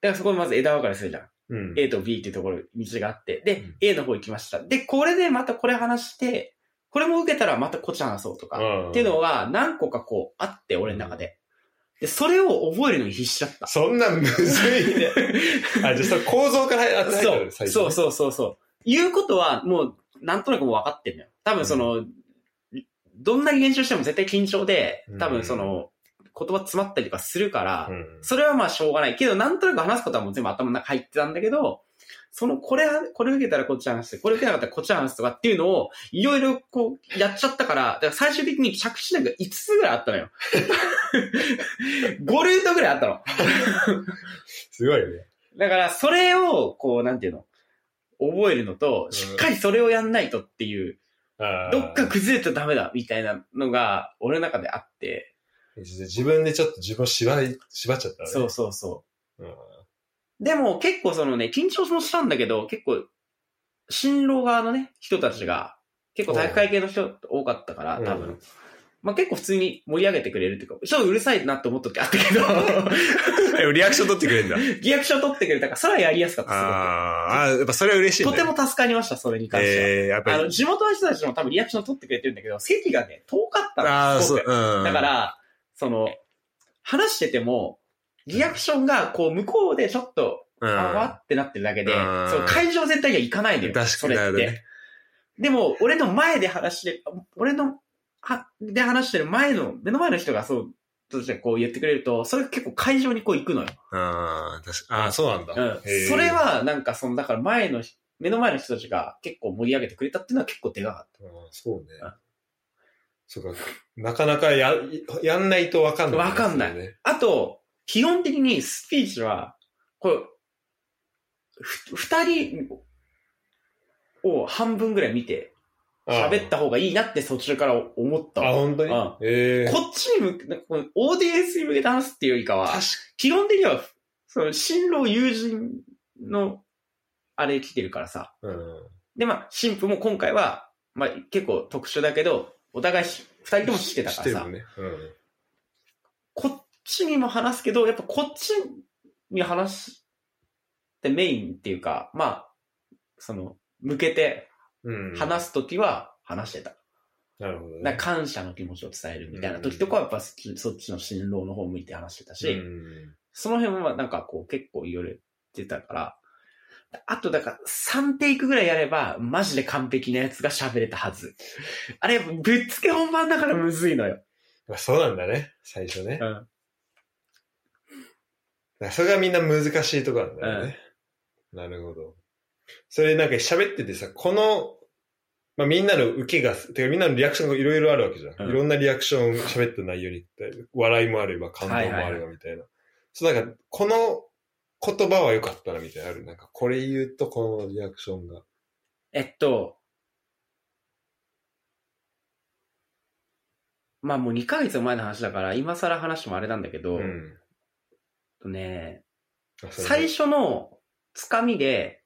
Speaker 2: だからそこでまず枝分かれするじゃん。
Speaker 1: うん。
Speaker 2: A と B っていうところ、道があって、
Speaker 1: う
Speaker 2: で
Speaker 1: ん、
Speaker 2: A の方行きました。で、これでまたこれ話して、これも受けたらまたこっち話そうとか、
Speaker 1: うん
Speaker 2: っていうのは何個かこうあって、俺の中で。で、それを覚えるのに必死だった。
Speaker 1: そんなんむずいね。 あ、じゃあその構造からやってないから
Speaker 2: そう、そうそうそうそう。言うことは、もう、なんとなくもう分かってんのよ。多分その、どんなに練習しても絶対緊張で、多分その、言葉詰まったりとかするから、
Speaker 1: うん
Speaker 2: それはまあしょうがないけど、なんとなく話すことはもう全部頭の中入ってたんだけど、その、これ、これ受けたらこっち話して、これ受けなかったらこっち話すとかっていうのを、いろいろこう、やっちゃったから、だから最終的に着地なんか5つぐらいあったのよ。5ルートぐらいあったの。
Speaker 1: すごいね。
Speaker 2: だから、それを、こう、なんていうの、覚えるのと、
Speaker 1: ん
Speaker 2: しっかりそれをやんないとっていう、
Speaker 1: あー
Speaker 2: どっか崩れちゃダメだ、みたいなのが、俺の中であって、
Speaker 1: 自分でちょっと自分を縛り、縛っちゃったね。
Speaker 2: そうそうそ
Speaker 1: うん。
Speaker 2: う。でも、結構そのね、緊張もしたんだけど、結構、新郎側のね、人たちが、結構体育会系の人多かったから、多分。
Speaker 1: うん
Speaker 2: まあ結構普通に盛り上げてくれるっていうか、ちょっとうるさいなって思った時あったけ ど、
Speaker 1: えリアクション取ってくれるんだ。
Speaker 2: リアクション取ってくれたから、それはやりやすかった、すご
Speaker 1: あーあー、やっぱそれは嬉しい、
Speaker 2: く
Speaker 1: ね。
Speaker 2: とても助かりました、それに関しては。
Speaker 1: えー、やっぱ
Speaker 2: あ
Speaker 1: り
Speaker 2: の、。地元の人たちも多分リアクション取ってくれてるんだけど、席がね、遠かった
Speaker 1: あ
Speaker 2: の
Speaker 1: あ、
Speaker 2: す
Speaker 1: そ
Speaker 2: ご
Speaker 1: う、
Speaker 2: く
Speaker 1: うん。
Speaker 2: だか、ら、その、話してても、リアクションが、こう、向こうでちょっと、
Speaker 1: うん、
Speaker 2: あわってなってるだけで、
Speaker 1: うん
Speaker 2: その会場全体には行かないのよ。
Speaker 1: 確かに
Speaker 2: それ
Speaker 1: なる
Speaker 2: っ
Speaker 1: ほどね
Speaker 2: て。でも、俺の前で話してる、俺の、は、で話してる前の、目の前の人がそう、としてこう言ってくれると、それ結構会場にこう行くのよ。
Speaker 1: ああ、確かああ、そうなんだ。
Speaker 2: うん。それ、は、なんかその、だから前の人、目の前の人たちが結構盛り上げてくれたっていうのは結構でかかった。
Speaker 1: うんそうね
Speaker 2: うん。
Speaker 1: そうか、なかなかや、やんないとわかんない。
Speaker 2: わかんない
Speaker 1: そうね。
Speaker 2: あと、基本的にスピーチは、これ、ふ二人を半分ぐらい見て喋った方がいいなって途中から思った
Speaker 1: あ、
Speaker 2: わ。
Speaker 1: 本当に
Speaker 2: うん
Speaker 1: ええ
Speaker 2: こっちに向け、このオーディエンスに向けて話すっていうよりかは、基本的には、その、新郎友人の、あれ来てるからさ。
Speaker 1: うん。
Speaker 2: で、まあ、新婦も今回は、まあ、結構特殊だけど、お互いひ二人とも知ってたから
Speaker 1: 知
Speaker 2: さ
Speaker 1: って。るね。うん。
Speaker 2: こっちにも話すけど、やっぱこっちに話してメインっていうか、まあ、その、向けて
Speaker 1: うん
Speaker 2: 話すときは話してた。
Speaker 1: なるほどね。
Speaker 2: なんか感謝の気持ちを伝えるみたいな
Speaker 1: うん
Speaker 2: 時とかはやっぱそっちそっちの新郎の方向いて話してたし、
Speaker 1: うん
Speaker 2: その辺はなんかこう結構いろいろ言ってたから、あとだから3テイクぐらいやればマジで完璧なやつが喋れたはず。あれぶっつけ本番だからむずいのよ。
Speaker 1: まあそうなんだね、最初ね。だか
Speaker 2: うん
Speaker 1: らそれがみんな難しいとこなんだよね。なるほど。それなんか喋っててさ、この、まあみんなの受けが、てかみんなのリアクションがいろいろあるわけじゃん。
Speaker 2: うん
Speaker 1: いろんなリアクション喋った内容に対して、笑いもあれば感動もあればみたいな。そうなんか、この言葉は良かったなみたいなのある。なんかこれ言うとこのリアクションが。
Speaker 2: えっと、まあもう2ヶ月前の話だから、今更話してもあれなんだけど、えっ
Speaker 1: ん。
Speaker 2: とね、
Speaker 1: あそれ
Speaker 2: 最初のつかみで、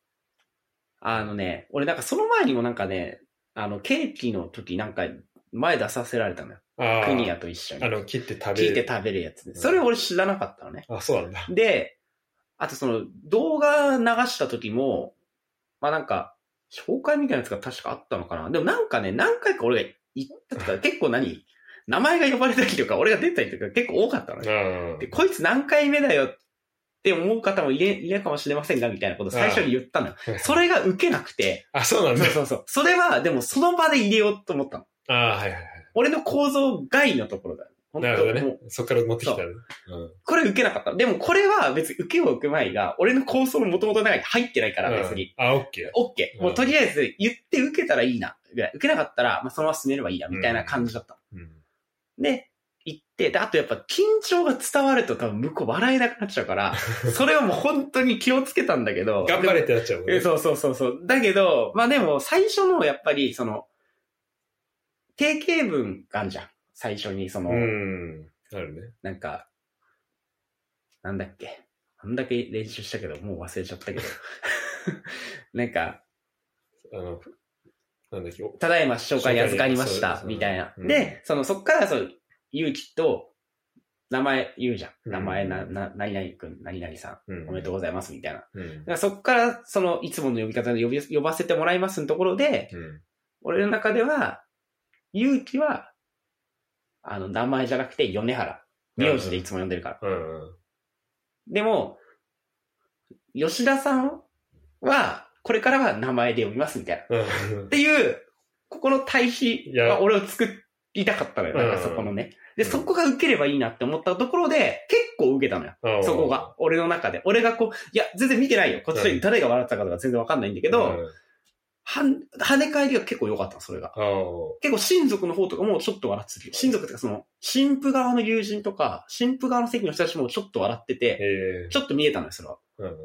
Speaker 2: あのね、俺なんかその前にもなんかね、あの、ケーキの時なんか前出させられたのよ。
Speaker 1: あ
Speaker 2: クニア
Speaker 1: ー
Speaker 2: と一緒に
Speaker 1: あ。の、切って食べ
Speaker 2: 聞い
Speaker 1: る
Speaker 2: て。食べるやつね。
Speaker 1: うん
Speaker 2: それ俺知らなかったのね。
Speaker 1: あ、そうなんだ。
Speaker 2: で、あとその動画流した時も、まあなんか、紹介みたいなやつが確かあったのかな。でもなんかね、何回か俺が行ったとか、結構何名前が呼ばれたりとか、俺が出たりとか結構多かったのね。
Speaker 1: うん
Speaker 2: で、こいつ何回目だよって思う方もいれいるかもしれませんが、みたいなことを最初に言ったのよ。それが受けなくて、
Speaker 1: あ、そうなん
Speaker 2: そ
Speaker 1: だ
Speaker 2: う。そうそう。それは、でもその場で入れようと思ったの。
Speaker 1: ああ、はいはいはい。
Speaker 2: 俺の構造外のところだよ。本当
Speaker 1: なるほどね
Speaker 2: もう。
Speaker 1: そっから持ってきたね。うん
Speaker 2: これ受けなかった。でもこれは別に受けを受けまいが、俺の構想の元々の中に入ってないから別に。
Speaker 1: うんあ、オッケー。
Speaker 2: オッケー。もうとりあえず言って受けたらいいな。ぐらい受けなかったら、まあ、そのまま進めればいいや、みたいな感じだった。
Speaker 1: うん
Speaker 2: で、行って、で、あとやっぱ緊張が伝わると多分向こう笑えなくなっちゃう から、それはもう本当に気をつけたんだけど。
Speaker 1: 頑張れってなっちゃうもん
Speaker 2: え
Speaker 1: ね。
Speaker 2: そうそうそうそう。だけど、まあでも最初のやっぱりその、定型文があるじゃん。最初にその、
Speaker 1: うん。あるね。
Speaker 2: なんか、なんだっけ。あんだけ練習したけど、もう忘れちゃったけど。 なんか、
Speaker 1: あの、なんだっけ、お
Speaker 2: ただいま紹介に預かりまし
Speaker 1: 紹介に預かりまし、
Speaker 2: た
Speaker 1: た
Speaker 2: みたいな。
Speaker 1: うん
Speaker 2: で、その、そっから、そう、勇気と、名前言うじゃ
Speaker 1: うん
Speaker 2: ん。名前、な、な、何々くん、何々さ
Speaker 1: うん
Speaker 2: ん、おめでとうございます、みたいな。だ
Speaker 1: うん
Speaker 2: からそっから、その、いつもの呼び方で呼び、呼ばせてもらいますのところで、
Speaker 1: うん
Speaker 2: 俺の中では、勇気は、あの、名前じゃなくて、米原。名字でいつも呼んでるから。
Speaker 1: うんうん
Speaker 2: でも、吉田さんは、これからは名前で呼びます、みたいな。
Speaker 1: うん
Speaker 2: っていう、ここの対比
Speaker 1: いや
Speaker 2: が俺を作りたかったのよ。なんかそこのね。で、
Speaker 1: うん
Speaker 2: そこが受ければいいなって思ったところで、結構受けたのよ。 そこが。俺の中で。俺がこう、いや、全然見てないよ。こっち
Speaker 1: うん
Speaker 2: で誰が笑ってたかとか全然わかんないんだけど、
Speaker 1: うん
Speaker 2: はん、跳ね返りが結構良かったの、それが。
Speaker 1: ああ
Speaker 2: 結構親族の方とかもちょっと笑ってるよ。親族っていうかその、新婦側の友人とか、新婦側の席の人たちもちょっと笑って
Speaker 1: え
Speaker 2: て、
Speaker 1: え
Speaker 2: ちょっと見えたのよ、それは。
Speaker 1: うん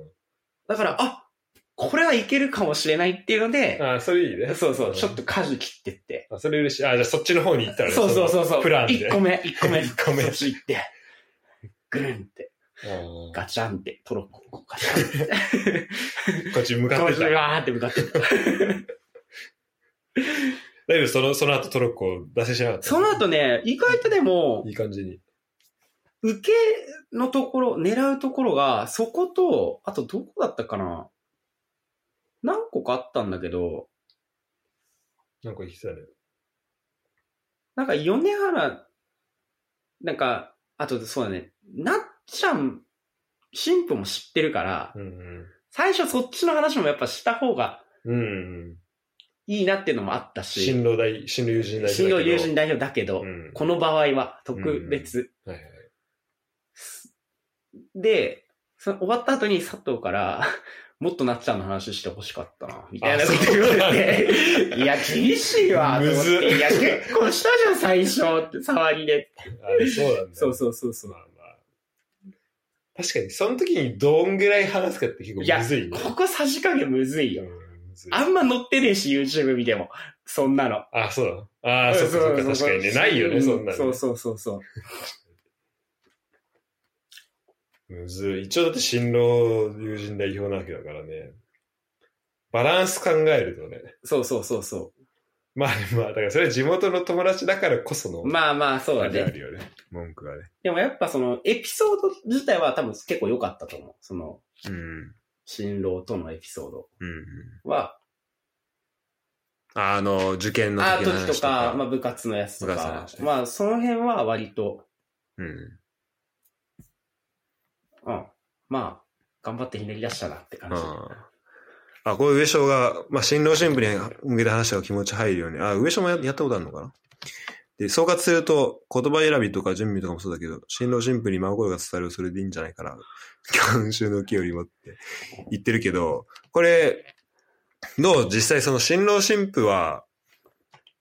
Speaker 2: だから、あ、これはいけるかもしれないっていうので、
Speaker 1: ああ、それいいね。
Speaker 2: そうそう、ちょっ
Speaker 1: と。
Speaker 2: と舵切ってって。
Speaker 1: あそれ嬉しい。あじゃあそっちの方に行ったらね
Speaker 2: そうそう
Speaker 1: う。
Speaker 2: そうそう。
Speaker 1: プランで
Speaker 2: 1個目、1個目、
Speaker 1: 一個目
Speaker 2: そっち行って、ぐるんって、
Speaker 1: うん
Speaker 2: ガチャンって、トロッコ、こうガチャンって。
Speaker 1: こっち向か
Speaker 2: こ
Speaker 1: っ
Speaker 2: う
Speaker 1: てた。
Speaker 2: してわーって向かってった。
Speaker 1: だいぶその、その後トロッコ出せしなかった。
Speaker 2: その後ね、意外とでも、
Speaker 1: いい感じに。
Speaker 2: 受けのところ、狙うところが、そこと、あとどこだったかな何個かあったんだけど、
Speaker 1: なんか生きてたね。
Speaker 2: なんか米原、なんか、あとそうだね、なっちゃん、神父も知ってるから、
Speaker 1: うん
Speaker 2: 最初そっちの話もやっぱした方が
Speaker 1: うん。うん。
Speaker 2: いいなっていうのもあったし、
Speaker 1: 新郎大、新郎友人大
Speaker 2: 新郎友人代表だけど、
Speaker 1: うん
Speaker 2: この場合は特別。
Speaker 1: はいはい。
Speaker 2: で、その終わった後に佐藤から、もっとなっちゃんの話してほしかったな、みたいなこと言われて、いや、厳しいわ、と思
Speaker 1: む
Speaker 2: っ
Speaker 1: ず
Speaker 2: て、いや、結婚したじゃん、最初って、触りで。
Speaker 1: あそうなんだ。
Speaker 2: そうそうそうそう。
Speaker 1: まあまあ。確かに、その時にどんぐらい話すかって結構
Speaker 2: いや
Speaker 1: むずいね。
Speaker 2: ここさじ加減むずいよ。
Speaker 1: うんむずい
Speaker 2: あんま載ってねえし、YouTube 見ても。そんなの。
Speaker 1: あ、そうだ。あー、そっかそっか、確かにね。ないよね、そんな
Speaker 2: そ
Speaker 1: の
Speaker 2: う。そうそうそう。
Speaker 1: むずい。一応だって新郎友人代表なわけだからね。バランス考えるとね。
Speaker 2: そうそうそうそ
Speaker 1: まあまあ、だからそれは地元の友達だからこその
Speaker 2: う。、まあまあ、そうだ
Speaker 1: あ
Speaker 2: ね
Speaker 1: る。よね。文句がね。
Speaker 2: でもやっぱそのエピソード自体は多分結構良かったと思う。その、
Speaker 1: うん。
Speaker 2: 新郎とのエピソード
Speaker 1: うん。
Speaker 2: は、
Speaker 1: あの、受験の
Speaker 2: あ
Speaker 1: 時
Speaker 2: ー
Speaker 1: の
Speaker 2: 時
Speaker 1: 話
Speaker 2: とか、まあ部活のやつと
Speaker 1: 部活の
Speaker 2: か
Speaker 1: 話、
Speaker 2: まあその辺は割と、
Speaker 1: うん。
Speaker 2: うん、まあ、頑張ってひねり出したなって感じ。
Speaker 1: ああ。あ、こういう上昇が、まあ、新郎新婦に向けて話したら気持ち入るように。あ、上昇もややったことあるのかなで、総括すると、言葉選びとか準備とかもそうだけど、新郎新婦に真心が伝わるそれでいいんじゃないかな。今週の受けよりもって言ってるけど、これ、どう実際その新郎新婦は、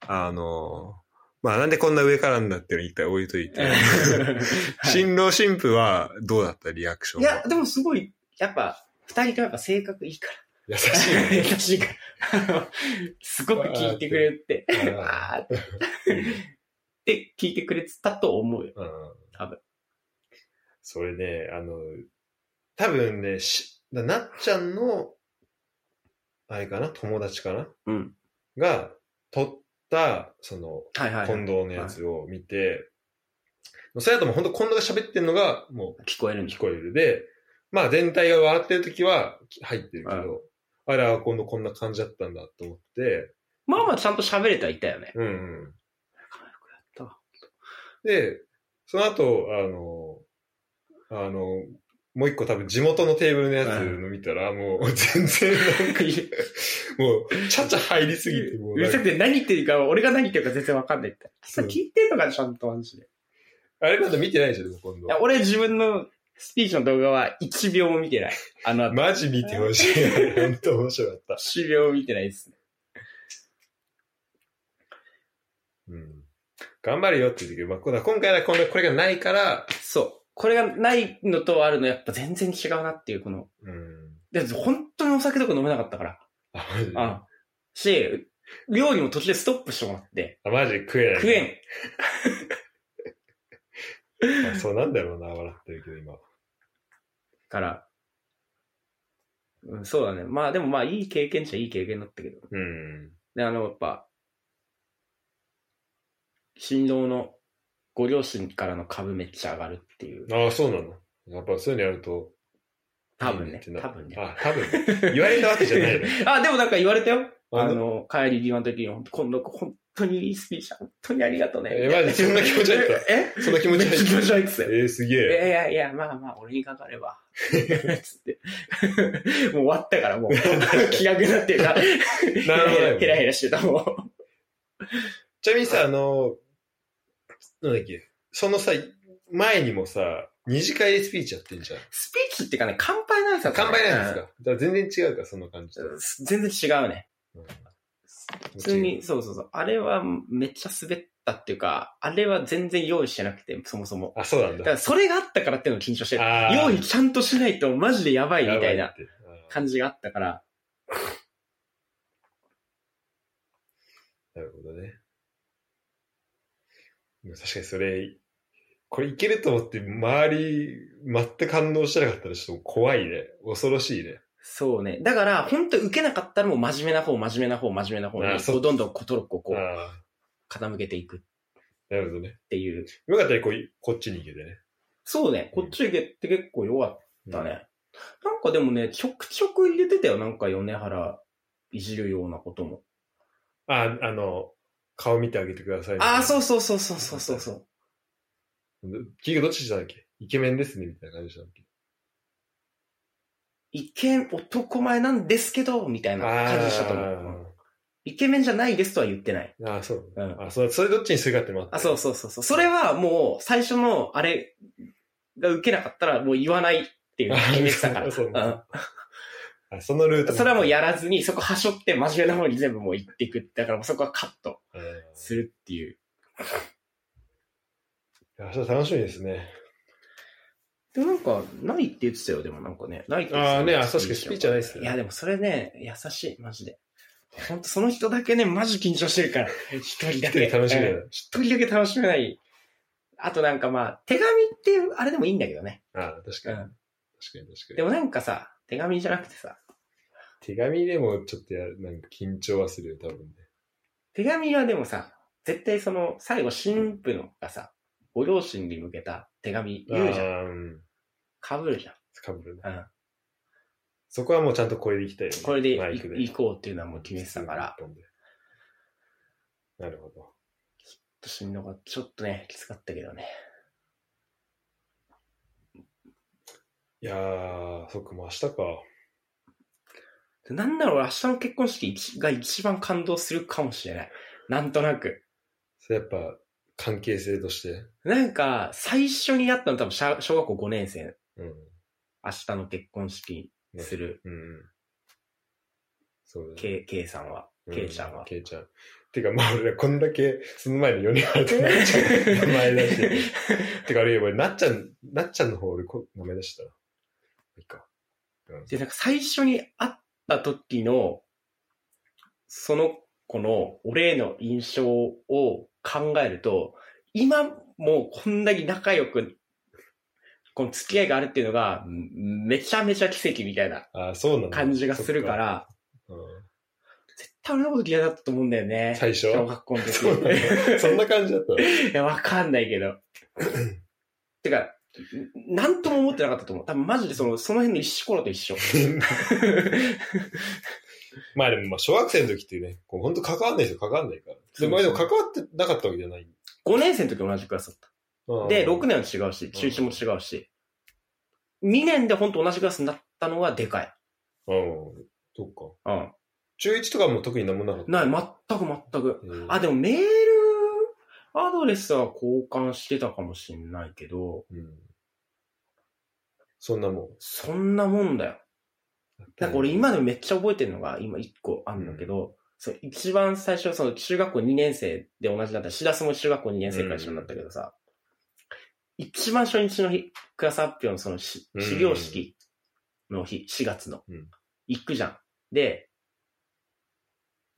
Speaker 1: あの、まあ、なんでこんな上からなんだっていうの一回置いと いて、
Speaker 2: はい
Speaker 1: 新郎新婦はどうだったリアクション
Speaker 2: い
Speaker 1: は
Speaker 2: や、でもすごい、やっぱ、二人ともやっぱ性格いいか
Speaker 1: 優
Speaker 2: ら。
Speaker 1: しい ね。
Speaker 2: 優しいから。あのすごく聞いてくれ て、
Speaker 1: あ
Speaker 2: あーって聞いてくれてたと思うよ。
Speaker 1: うん。
Speaker 2: 多分。
Speaker 1: それね、あの、多分ね、しななっちゃんの、あれかな、友達かな
Speaker 2: うん。
Speaker 1: が、撮った、その、
Speaker 2: はいはい。
Speaker 1: 近藤のやつを見て、それだともう本当近藤が喋ってるのが、も
Speaker 2: 聞こえるん
Speaker 1: う
Speaker 2: で
Speaker 1: 聞こえる。で、まあ全体が笑ってる時は入ってるけど、あれは今度こんな感じだったんだと思って、
Speaker 2: まあまあちゃんと喋れてはいたよね。
Speaker 1: うんうん。
Speaker 2: やっ
Speaker 1: で、その後、あの、あの、もう一個多分地元のテーブルのやつの見たら、もう全然 なんか、もう、ちゃちゃ入りすぎて、もう
Speaker 2: う
Speaker 1: な
Speaker 2: る
Speaker 1: ん
Speaker 2: さ
Speaker 1: か
Speaker 2: くて何言ってるか、俺が何言ってるか全然わかんないって。
Speaker 1: そう
Speaker 2: 聞いてんのかちゃんとマジで。い
Speaker 1: あれまだ見てないでしょ、でも今度。
Speaker 2: や俺自分のスピーチの動画は1秒も見てない。あの後、
Speaker 1: マジ見てほしい。 本当面白かった。
Speaker 2: 1秒も見てないですね。
Speaker 1: うん。頑張れよって言うけど、まあ、今回はこんなこれがないから、
Speaker 2: そう。これがないのとあるのやっぱ全然違うなっていう、この。
Speaker 1: うん。
Speaker 2: で、本当にお酒とか飲めなかったから。
Speaker 1: あ、マジで。
Speaker 2: あし、料理も途中でストップしてもらって、
Speaker 1: あマジで食えない。
Speaker 2: 食えん。
Speaker 1: まあそうなんだろうな、笑ってるけど、今。
Speaker 2: から。うん、そうだね。まあでもまあいい経験っちゃいい経験だったけど。
Speaker 1: うん。
Speaker 2: で、あの、やっぱ、新郎のご両親からの株めっちゃ上がるっっていう。
Speaker 1: ああ、そうなの。やっぱそういうのやると。
Speaker 2: 多分
Speaker 1: いい
Speaker 2: ね
Speaker 1: って。な
Speaker 2: 多分ね。
Speaker 1: あ、多分ね。言われたわけじゃないの。
Speaker 2: あ、でもなんか言われたよ。
Speaker 1: あ
Speaker 2: あ
Speaker 1: の
Speaker 2: の、帰り際の時に、今度、本当にいいスピーチ、本当にありがとうね。
Speaker 1: えマジそんな気持ち悪いか
Speaker 2: え
Speaker 1: そんな気持ち悪い
Speaker 2: 気持ち悪いっす
Speaker 1: え
Speaker 2: よ。
Speaker 1: ー、すげ
Speaker 2: いや
Speaker 1: え。
Speaker 2: いやいや、まあまあ、俺にかかれば。つって。もう終わったから、も う、気がくなってるか
Speaker 1: な
Speaker 2: ら、
Speaker 1: るほどね
Speaker 2: ヘラヘラしてたもん。
Speaker 1: ちなみにさ、あの、なんだっけ、そのさ、前にもさ、二次会でスピーチやってんじゃん。
Speaker 2: スピーチっていうかね、乾杯の挨拶だね
Speaker 1: 乾杯なんですか。だから全然違うか、その感じと。
Speaker 2: うん全然違うね。
Speaker 1: うん
Speaker 2: 普通に、そうそうそう。あれはめっちゃ滑ったっていうか、あれは全然用意してなくて、そもそも。
Speaker 1: あ、そうなん
Speaker 2: だか
Speaker 1: だ。
Speaker 2: らそれがあったからっていうのを緊張してる。
Speaker 1: あー
Speaker 2: 用意ちゃんとしないとマジでやばいみたい
Speaker 1: や
Speaker 2: な
Speaker 1: ばって。あー
Speaker 2: 感じがあったから。
Speaker 1: なるほどね。でも確かにそれ、これいけると思って、周り、全く反応してなかったらちょっと怖いね。恐ろしいね。
Speaker 2: そうね。だから、本当に受けなかったらもう真面目な方、真面目な方、真面目な方
Speaker 1: あー
Speaker 2: に、
Speaker 1: そう
Speaker 2: こうどんどんこうトロッコをこう
Speaker 1: あ
Speaker 2: 傾けていくっ
Speaker 1: あ、なるほどね。
Speaker 2: ていう。
Speaker 1: よかったらこうこっちに行けてね。
Speaker 2: そうね。こっち行けって結構弱ったね。なんかでもね、ちょくちょく入れてたよ。なんか米原いじるようなことも。
Speaker 1: うん。あ、あの、顔見てあげてください、。
Speaker 2: ああ、そううそうそうそうそうそうそう。
Speaker 1: 結局どっちじゃなきゃイケメンですね、みたいな感じじゃなき
Speaker 2: イケメン、男前なんですけど、みたいな
Speaker 1: ゃ。
Speaker 2: 感じしたと思う。イケメンじゃないですとは言ってない。
Speaker 1: あーあー、そう。
Speaker 2: うん。
Speaker 1: あ、そう、それどっちにするかってもあった
Speaker 2: あ、そうそうそうそう。それはもう、最初の、あれが受けなかったら、もう言わないって いう決めてたか
Speaker 1: そうそう
Speaker 2: ら。
Speaker 1: あ、そのルー
Speaker 2: う
Speaker 1: ト
Speaker 2: ん。それはもうやらずに、そこはしょって、真面目な方に全部もう行っていく。だからもうそこはカット
Speaker 1: うん。
Speaker 2: するっていう。
Speaker 1: 明日楽しみですね。
Speaker 2: でもなんか、ないって言ってたよ、でもなんかね。ないって言ってた
Speaker 1: あーねあ確かにスピーチはないっすね
Speaker 2: いや、でもそれね、優しい、マジで。ほんと、その人だけね、マジ緊張してるから。一人だけ。
Speaker 1: 一人楽しめない
Speaker 2: うん一人だけ楽しめない。あとなんかまあ、手紙っていう、あれでもいいんだけどね。
Speaker 1: あー確か
Speaker 2: う
Speaker 1: に。
Speaker 2: ん。
Speaker 1: 確かに確か
Speaker 2: で
Speaker 1: に。
Speaker 2: もなんかさ、手紙じゃなくてさ、
Speaker 1: 手紙でもちょっとやる、なんか緊張はするよ、多分ね。
Speaker 2: 手紙はでもさ、絶対その、最後、新婦のがさ、ご両親に向けた手紙言うじゃん。
Speaker 1: あーうん。
Speaker 2: かぶるじ
Speaker 1: かぶるね。
Speaker 2: ゃん。うん。
Speaker 1: そこはもうちゃんとこれでいきたいよね。
Speaker 2: これで
Speaker 1: マイ
Speaker 2: い
Speaker 1: クで。
Speaker 2: 行こうっていうのはもう決めてたから、ちょっ
Speaker 1: 一本で。なるほど。
Speaker 2: としんどかった。ちょっとね、きつかったけどね。
Speaker 1: いやー、そっか、もう明日か。
Speaker 2: でなんなら俺明日の結婚式一が一番感動するかもしれない。なんとなく。
Speaker 1: それやっぱ、関係性として。
Speaker 2: なんか、最初にやったの多分小小学校5年生。
Speaker 1: うん。
Speaker 2: 明日の結婚式
Speaker 1: ね
Speaker 2: する、
Speaker 1: うんうん。そうだね。
Speaker 2: けい、けいさんは、けいちゃ んは。
Speaker 1: ケイちゃん。てか、まあ俺らこんだけ、その前に4人あるとなっち ゃう。名前出して。てか、あれ、俺、なっちゃん、なっちゃんの方、俺、こ名前出したら。いいか。うん
Speaker 2: で、なんか最初に会った時の、その子の俺への印象を考えると、今もうこんだけ仲良く、この付き合いがあるっていうのが、んめちゃめちゃ奇跡みたいな
Speaker 1: あー、そうなんだ
Speaker 2: 感じがするか。ら、
Speaker 1: そっかうん
Speaker 2: 絶対俺のこと嫌いだったと思うんだよね。
Speaker 1: 最初
Speaker 2: 小学校の
Speaker 1: そう なんだ。
Speaker 2: 時。
Speaker 1: そんな感じだったの
Speaker 2: いや、わかんないけど。てか、なんとも思ってなかったと思う。多分マジでその、その辺の石ころと一緒。
Speaker 1: まあでも、まあ、小学生の時ってね、こう、本当関わんないですよ、関わんないから。でも、まあでも関わってなかったわけじゃない。
Speaker 2: 5年生の時同じクラスだった。
Speaker 1: うん
Speaker 2: で、6年は違うし、中1も違うし、2年で本当同じクラスになったのはでかい。
Speaker 1: うん。そっか。
Speaker 2: うん。
Speaker 1: 中1とかも特に何もなかった。
Speaker 2: ない、全く全く。
Speaker 1: うん
Speaker 2: あ、でもメールアドレスは交換してたかもしんないけど、
Speaker 1: うん。そんなもん。
Speaker 2: そんなもんだよ。なんか俺今でもめっちゃ覚えてるのが、今1個あるんだけど、そう一番最初、その中学校2年生で同じだった、しらすも中学校2年生から一緒になったけどさ、一番初日の日、クラス発表のそのし
Speaker 1: うん
Speaker 2: 始業式の日、4月の、
Speaker 1: うん
Speaker 2: 行くじゃん。で、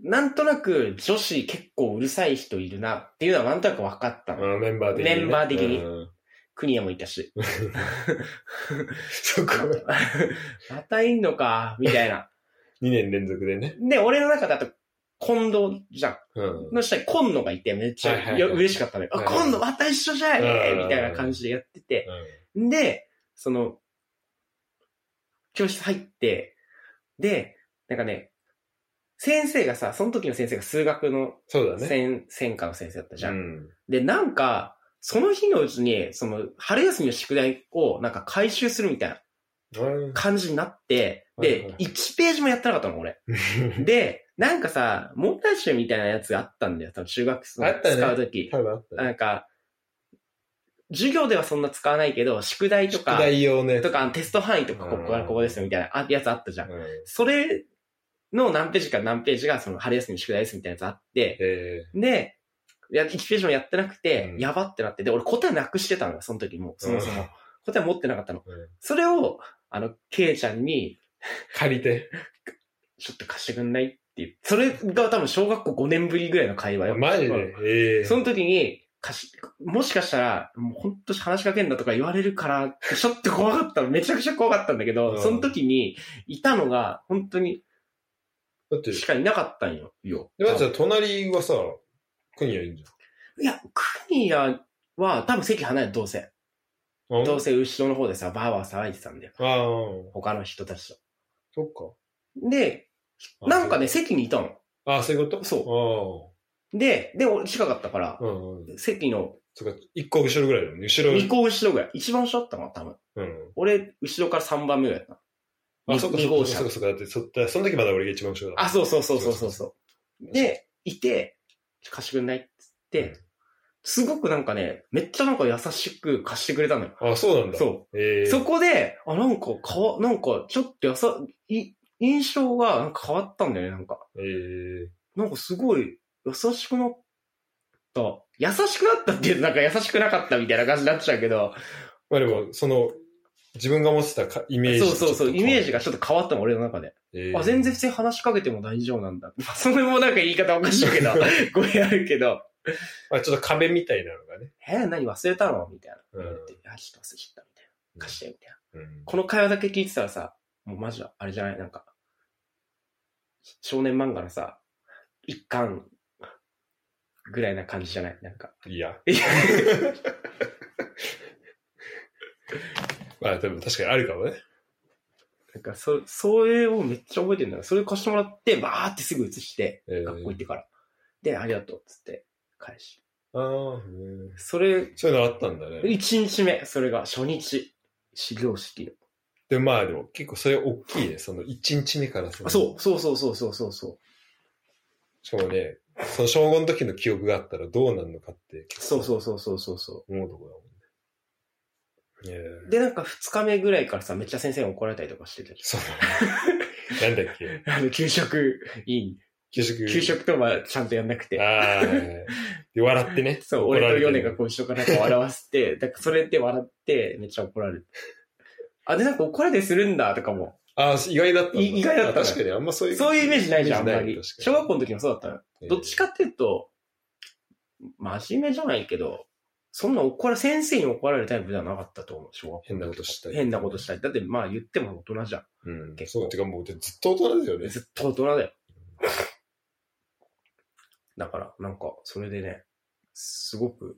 Speaker 2: なんとなく女子結構うるさい人いるなっていうのはなんとなく分かったの。
Speaker 1: あメンバー的にね、
Speaker 2: メンバー的に
Speaker 1: うん
Speaker 2: 国谷もいたし。
Speaker 1: そこ、
Speaker 2: またいんのか、みたいな。
Speaker 1: 2年連続でね。
Speaker 2: で、俺の中だと、近藤じゃん。
Speaker 1: うん。
Speaker 2: の下に今野がいて、めっち
Speaker 1: はいはいは
Speaker 2: ゃ
Speaker 1: い
Speaker 2: よ嬉しかったね。あ、
Speaker 1: はい
Speaker 2: 今野また一緒じゃん
Speaker 1: うん
Speaker 2: みたいな感じでやってて。で、その、教室入って、で、なんかね、先生がさ、その時の先生が数学の
Speaker 1: そうだね。
Speaker 2: 専、専科の先生だったじゃ。
Speaker 1: うんん。
Speaker 2: で、なんか、その日のうちに、その、春休みの宿題を、なんか回収するみたいな
Speaker 1: うん
Speaker 2: 感じになって、
Speaker 1: はいはい
Speaker 2: で、1ページもやってなかった の、俺。で、なんかさ、問題集みたいなやつがあったんだよ、多分中学生
Speaker 1: あったね
Speaker 2: 使うとき。
Speaker 1: 多分あったね。
Speaker 2: なんか、授業ではそんな使わないけど、宿題と
Speaker 1: 宿
Speaker 2: か、
Speaker 1: 題用ね。
Speaker 2: とか、テスト範囲とか、こ
Speaker 1: うん
Speaker 2: こはここですよみたいなあやつあったじゃん。
Speaker 1: うん。
Speaker 2: それの何ページか何ページが、その春休みの宿題ですみたいなやつあって、
Speaker 1: え
Speaker 2: で、いや1ページもやってなくて、
Speaker 1: うん
Speaker 2: やばってなって、で、俺答えなくしてたのよ、その時も
Speaker 1: ー
Speaker 2: う。そもそも。。答え持ってなかったの。
Speaker 1: うん
Speaker 2: それを、あの、ケイちゃんに、
Speaker 1: 借りて。
Speaker 2: ちょっと貸してくんないって言って、それが多分小学校5年ぶりぐらいの会話よ。
Speaker 1: マジで。ええ。
Speaker 2: その時に、かし、もしかしたら、もう本当話しかけんだとか言われるから、ちょっと怖かったの。めちゃくちゃ怖かったんだけど、
Speaker 1: うん
Speaker 2: その時に、いたのが、本当に、
Speaker 1: だって、
Speaker 2: しかいなかったんよ。よ。
Speaker 1: で、まず隣はさ、国はいいんじ
Speaker 2: いや、クニアは、多分席離れる、どうせ。
Speaker 1: ゃん。
Speaker 2: どう
Speaker 1: せ。
Speaker 2: せ後ろの方でさ、バーバー騒いでたんだよ。
Speaker 1: ああ、
Speaker 2: 他の人たち
Speaker 1: そっか。
Speaker 2: と。で、
Speaker 1: あ
Speaker 2: なんかね、、席にいたの。
Speaker 1: ああ、そういうことそ
Speaker 2: で、で、俺近かったから
Speaker 1: う。ああ。、うんうん。
Speaker 2: 席の
Speaker 1: そっか、一個後ろぐらいだよね。後ろ。
Speaker 2: 2個後ろぐらい。一番後ろだったのかな、多分。
Speaker 1: うん。
Speaker 2: 俺、後ろから3番目ぐらいだっ
Speaker 1: あ、そっか、
Speaker 2: 二
Speaker 1: そっ
Speaker 2: 号
Speaker 1: か、
Speaker 2: 車
Speaker 1: そっか、そっか。だって、そっその時まだ俺が一番後ろだ。
Speaker 2: たの。あ、そうそうそうそうそうそう。で、いて、貸してくんないって言って、すごくなんかね、めっちゃなんか優しく貸してくれたのよ。
Speaker 1: あ、そうなんだ。。
Speaker 2: そう
Speaker 1: え
Speaker 2: う。
Speaker 1: え。
Speaker 2: そこで、あ、なんかかわ、なんかちょっとやさ、い、印象がなんか変わったんだよね、なんか。
Speaker 1: ええ。
Speaker 2: なんかすごい優しくなった。優しくなったっていうとなんか優しくなかったみたいな感じになっちゃうけど、
Speaker 1: まあでも、その、自分が持ってたかイメージ。
Speaker 2: そうそうそう、イメージが。ちょっと変わったの、俺の中で。
Speaker 1: ええ
Speaker 2: あ、全然普通に話しかけても大丈夫なんだ。 まあそれもなんか言い方おかしいけ ど、語弊あるけど、
Speaker 1: まあちょっと壁みたいなのがね。
Speaker 2: えー、何忘れたのみたいな。
Speaker 1: うん
Speaker 2: 言っていや、ちょっと忘れちゃった、みたいな。貸して、みたいな。
Speaker 1: うん。
Speaker 2: この会話だけ聞いてたらさ、もうマジだ、あれじゃないなんか、少年漫画のさ、一巻、ぐらいな感じじゃないなんか。
Speaker 1: いや。
Speaker 2: いや
Speaker 1: まあでも確かにあるかもね。
Speaker 2: なんか、そ、それをめっちゃ覚えてるんだよ。それ貸してもらって、バーってすぐ移して、
Speaker 1: ええ
Speaker 2: 学校行ってから。で、ありがとう、っつって、返し。
Speaker 1: ああ、うん
Speaker 2: それ、
Speaker 1: そういうのあったんだね。
Speaker 2: 一日目、それが初日、始業式の。
Speaker 1: で、まあでも結構それ大きいね。その1日目からその。
Speaker 2: あ、そう、そうそうそうそうそうそう。
Speaker 1: しかもね、その小5の時の記憶があったらどうなるのかって
Speaker 2: そうそうそうそうそうそ
Speaker 1: 思うとこだもんね。ええ
Speaker 2: う。で、なんか二日目ぐらいからさ、めっちゃ先生に怒られたりとかして たじ
Speaker 1: そうだ ね。なんだっけ
Speaker 2: ゃん。あの、給食委
Speaker 1: 給食。
Speaker 2: 員。給食とかちゃんとやんなくて。
Speaker 1: ああ。で、笑ってね。
Speaker 2: そう、
Speaker 1: 怒
Speaker 2: 俺
Speaker 1: られ
Speaker 2: と
Speaker 1: て
Speaker 2: ヨネがこう一緒からなんか笑わせて、 だからそれで笑って、めっちゃ怒られる。あ、で、なんか怒られたりするんだとかも。
Speaker 1: ああ、意外だったんだ。
Speaker 2: い意外だった
Speaker 1: あ確かに、あんまそういう。
Speaker 2: そういうイメージないじゃん、あんまり。小学
Speaker 1: 校、
Speaker 2: 校の時もそうだったのよ。どっち
Speaker 1: か。
Speaker 2: かっていうと、真面目じゃないけど、そんな怒ら、先生に怒られるタイプではなかったと思う、小学校。
Speaker 1: 変なことしたい
Speaker 2: 変なことしたい。だってまあ言っても大人じゃ
Speaker 1: うん。
Speaker 2: 結構
Speaker 1: そう、てかもうずっと大人だよ
Speaker 2: ん。
Speaker 1: ね。
Speaker 2: ずっと大人だよ。だから、なんか、それでね、すごく、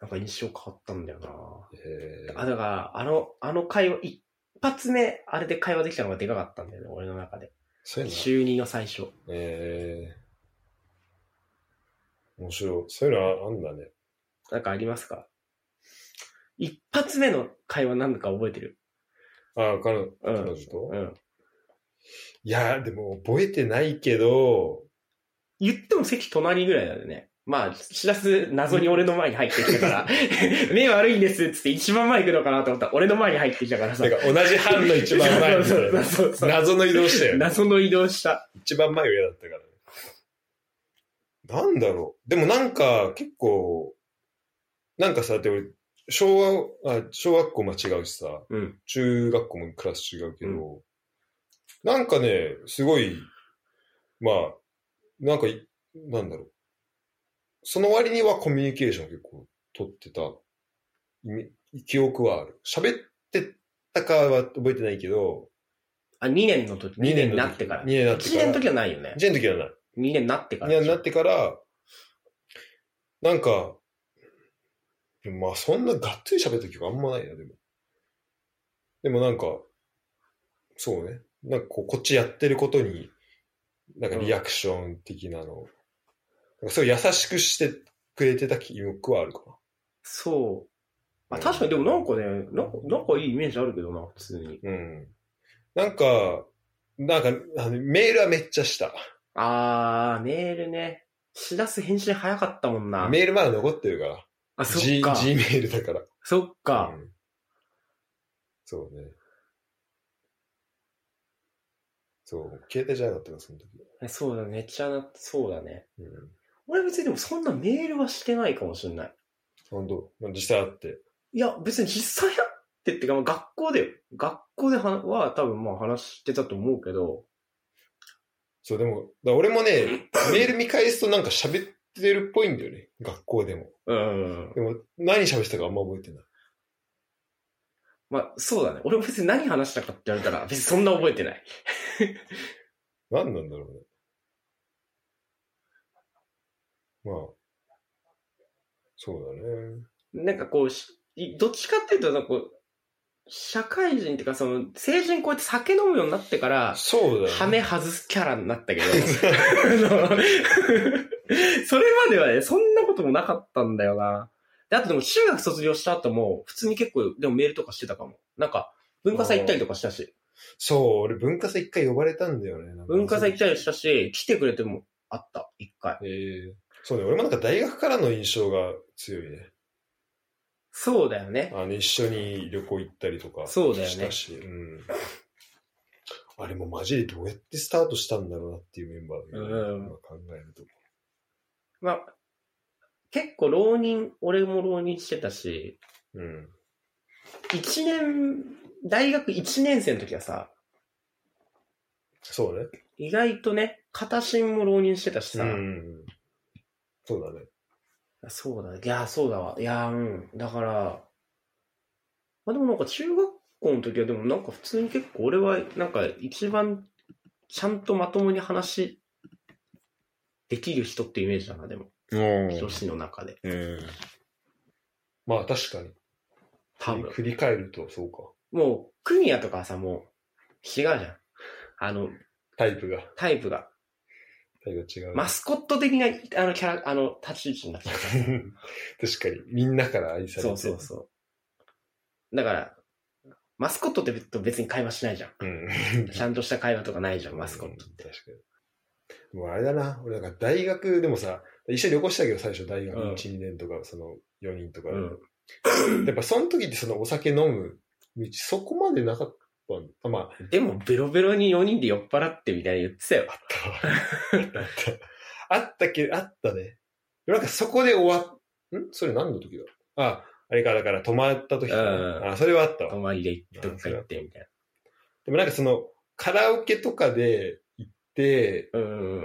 Speaker 2: なんか印象変わったんだよな
Speaker 1: えー
Speaker 2: あ、だから、あの、あの会話、一発目、あれで会話できたのがでかかったんだよね、俺の中で。
Speaker 1: そうやな。
Speaker 2: 就任の最初。
Speaker 1: えー面白い。そういうのあんだね。
Speaker 2: なんかありますか一発目の会話なんだか覚えてる
Speaker 1: ああ、彼女
Speaker 2: う
Speaker 1: 彼
Speaker 2: ん
Speaker 1: 女。と
Speaker 2: うん。
Speaker 1: いや、でも覚えてないけど、
Speaker 2: 言っても席隣ぐらいなんでね。まあ、しらす謎に俺の前に入ってき たから、目悪いんですっつって一番前行くのかなと思ったら俺の前に入ってきたから
Speaker 1: な
Speaker 2: さ
Speaker 1: ん。か同じ班の一番前みた
Speaker 2: そう
Speaker 1: い
Speaker 2: そう
Speaker 1: な。
Speaker 2: そうそう。
Speaker 1: 謎の移動したよね。
Speaker 2: 謎の移動した。
Speaker 1: 一番前が嫌だったからね。なんだろう。でもなんか、結構、なんかさ、で俺、小学、あ小学校も違うしさ、
Speaker 2: うん。
Speaker 1: 中学校もクラス違うけど、なんかね、すごい、まあ、なんかい、なんだろう。その割にはコミュニケーション結構取ってた、イメ記憶はある。喋ってたかは覚えてないけど、
Speaker 2: あ、2年の時。
Speaker 1: 2年の時
Speaker 2: になってから。
Speaker 1: 二年になってから
Speaker 2: 1年の時はないよね。
Speaker 1: 1年の時はない。
Speaker 2: みんなになってから
Speaker 1: い
Speaker 2: でし
Speaker 1: や、
Speaker 2: ょ。
Speaker 1: なってから、なんか、まあそんながっつり喋った曲あんまないな、でも。でもなんか、そうね。なんかこう、こっちやってることに、なんかリアクション的なの、なんかそう優しくしてくれてた記憶はあるか
Speaker 2: そう。まあ確かにでもなんかね、なんか、なんかいいイメージあるけどな、普通に。
Speaker 1: な。うん。なんか、なんか、あのメールはめっちゃした。
Speaker 2: あー、メールね。しらす返信早かったもんな。
Speaker 1: メールまだ残ってるから。
Speaker 2: あ、そ
Speaker 1: G、
Speaker 2: っ
Speaker 1: G
Speaker 2: か。
Speaker 1: メールだから。
Speaker 2: そっか
Speaker 1: う。んそうね。そう、携帯じゃなかったな、その時。
Speaker 2: そうだね、めっちゃな、そうだね。
Speaker 1: うん。
Speaker 2: 俺別にでもそんなメールはしてないかもしれない。
Speaker 1: 本当まあ実際あって。
Speaker 2: いや、別に実際やってってか、まあ、学校で、学校ではは多分まあ話してたと思うけど、
Speaker 1: そう、でも、だから俺も ね、メール見返すとなんか喋ってるっぽいんだよね。学校でも。
Speaker 2: うん。
Speaker 1: でも、何喋ってたかあんま覚えてない。
Speaker 2: まあそうだね。俺も別に何話したかって言われたら、別にそんな覚えてない。
Speaker 1: 何なんだろうね。まあ、そうだね。
Speaker 2: なんかこうし、いどっちかっていうと、なんかこう、社会人っていうか、その、成人こうやって酒飲むようになってから、
Speaker 1: そうだ
Speaker 2: 羽
Speaker 1: ね。
Speaker 2: 目外すキャラになったけど、あの それまではね、そんなこともなかったんだよな。で、あとでも中学卒業した後も、普通に結構、でもメールとかしてたかも。なんか、文化祭行ったりとかしたし、
Speaker 1: そう、俺文化祭一回呼ばれたんだよね。なんか
Speaker 2: 文化祭行ったりしたし、来てくれてもあった、一回。
Speaker 1: えーそうね、俺もなんか大学からの印象が強いね。
Speaker 2: そうだよね。
Speaker 1: あの一緒に旅行行ったりとか
Speaker 2: そうだよね
Speaker 1: したし、うん、あれもマジでどうやってスタートしたんだろうなっていうメンバーだよね
Speaker 2: うん
Speaker 1: 今考えると。
Speaker 2: まあ、結構浪人、俺も浪人してたし、
Speaker 1: うん。
Speaker 2: 一年、大学1年生の時はさ、
Speaker 1: そうね。
Speaker 2: 意外とね、片親も浪人してたし
Speaker 1: う
Speaker 2: さ、
Speaker 1: ん。そうだね。
Speaker 2: そうだ、いや、そうだわ。いや、うん。だから、まあでもなんか中学校の時はでもなんか普通に結構俺はなんか一番ちゃんとまともに話できる人ってイメージだな、でも。女子の中で。
Speaker 1: まあ確かに。
Speaker 2: 多分。
Speaker 1: 振り返るとそうか。
Speaker 2: もう、クニアとかはさ、もう、違うじゃん。あの、
Speaker 1: タイプが、
Speaker 2: タイプが。
Speaker 1: タイプが違う。
Speaker 2: マスコット的な、あの、キャラ、あの、立ち位置になっちゃう。
Speaker 1: 確かに。みんなから愛されて
Speaker 2: そうそうそう。だから、マスコットって別に会話しないじゃん。
Speaker 1: う。うん。
Speaker 2: ちゃんとした会話とかないじゃん、マスコット。
Speaker 1: うん確かに。もうあれだな、俺なんか大学でもさ、一緒に旅行したけど最初大学
Speaker 2: うん
Speaker 1: 1、2年とか、その4人とか
Speaker 2: う
Speaker 1: で、
Speaker 2: ん。
Speaker 1: やっぱその時ってそのお酒飲む道、そこまでなかったん あま
Speaker 2: でも、ベロベロに4人で酔っ払ってみたいに言ってたよ
Speaker 1: あ、あ。ったわあった。あったけど、あったね。でもなんかそこで終わっ、んそれ何の時だあ、あれか、だから泊まった時か
Speaker 2: うん
Speaker 1: な。あ、それはあったわ
Speaker 2: 泊。まりでどっか行ってみたい
Speaker 1: でもなんかその、カラオケとかで行って、
Speaker 2: な。う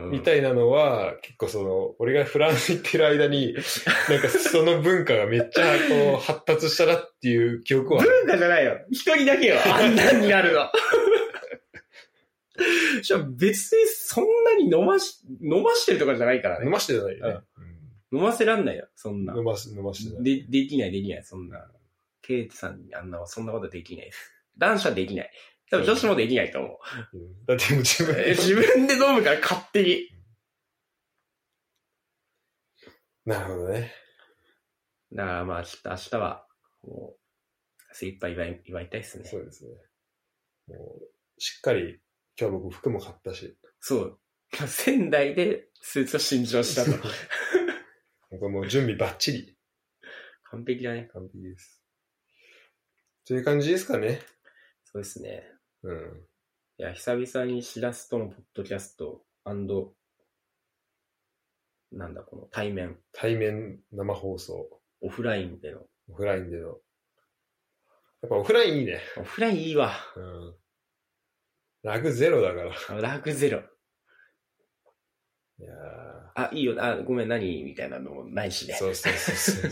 Speaker 2: ん。
Speaker 1: みたいなのは、結構その、俺がフランス行ってる間 に、なんかその文化がめっちゃこう発達したなっていう記憶はある。
Speaker 2: 文化じゃないよ。一人だけよ。あんなになるの。 しかも別にそんなに飲まし、飲ましてるとかじゃないから
Speaker 1: 飲
Speaker 2: ね。
Speaker 1: ましてないよね。
Speaker 2: 飲ませらんないよ、そんな
Speaker 1: うん。飲まし、飲ましてない。
Speaker 2: で、できない、できない、そんな。ケイトさんにあんな、そんなことできない です。男子はできない。多分女子もできないと 思う。
Speaker 1: うんだってもう自分
Speaker 2: え自分で飲むから勝手に。
Speaker 1: なるほどね。
Speaker 2: だからまあ、ちょっと明日は、もう、精一杯祝い祝いたいですね。
Speaker 1: そうですね。もう、しっかり、今日僕服も買ったし、
Speaker 2: そう。 仙台でスーツを新調したと。
Speaker 1: 僕はもう準備バッチリ。
Speaker 2: 完璧だね。
Speaker 1: 完璧です。という感じですかね。
Speaker 2: そうですね。
Speaker 1: うん。
Speaker 2: いや、久々にしらすとのポッドキャストなんだ、この対面、
Speaker 1: 対面生放送、
Speaker 2: オフラインでの。
Speaker 1: オフラインでの。やっぱオフラインいいね。
Speaker 2: オフラインいいわ。
Speaker 1: うん。ラグゼロだから。
Speaker 2: ラグゼロ。
Speaker 1: いや
Speaker 2: あ、いいよ、あ、ごめん、何みたいなのもないし
Speaker 1: ー
Speaker 2: ね。
Speaker 1: そうそうそうそう。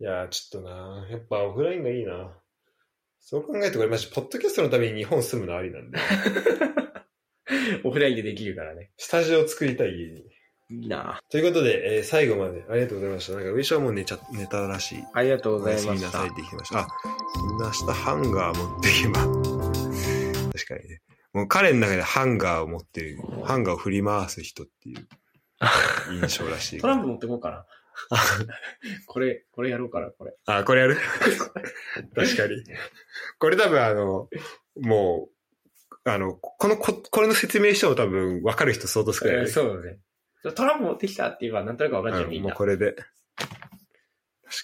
Speaker 1: いやー、ちょっとなーやっぱオフラインがいいな。そう考えてこれマジ、ポッドキャストのために日本住むのありなんで。
Speaker 2: オフラインでできるからね。
Speaker 1: スタジオを作りたい家に。
Speaker 6: いいな
Speaker 1: ということで、えー最後までありがとうございました。なんか、上はもう寝ちゃ、寝たらしい。
Speaker 2: ありがとうご
Speaker 1: お
Speaker 2: ざ
Speaker 1: や
Speaker 2: い
Speaker 1: す
Speaker 2: ま
Speaker 1: みな
Speaker 2: し
Speaker 1: さ
Speaker 2: た
Speaker 1: いっ。て言ってきました。あ、みんな明日ハンガー持っていけば。 確かにね。もう彼の中でハンガーを持ってる、ハンガーを振り回す人って いう印象らしい
Speaker 6: ト。ランプ持ってこうかな。これ、これやろうかな、これ。
Speaker 1: あ、これや る確かに。これ多分あの、もう、あの、この、ここれの説明しても多分分かる人相当少ないよね、
Speaker 2: そうだね。
Speaker 6: トランプ持ってきたって言えばなんとなくわかっちゃう
Speaker 1: う
Speaker 6: よ
Speaker 1: ん
Speaker 6: みん
Speaker 1: もう
Speaker 6: な。
Speaker 1: これで。確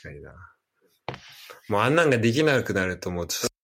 Speaker 1: かにな。もうあんなんができなくなるともうちょっと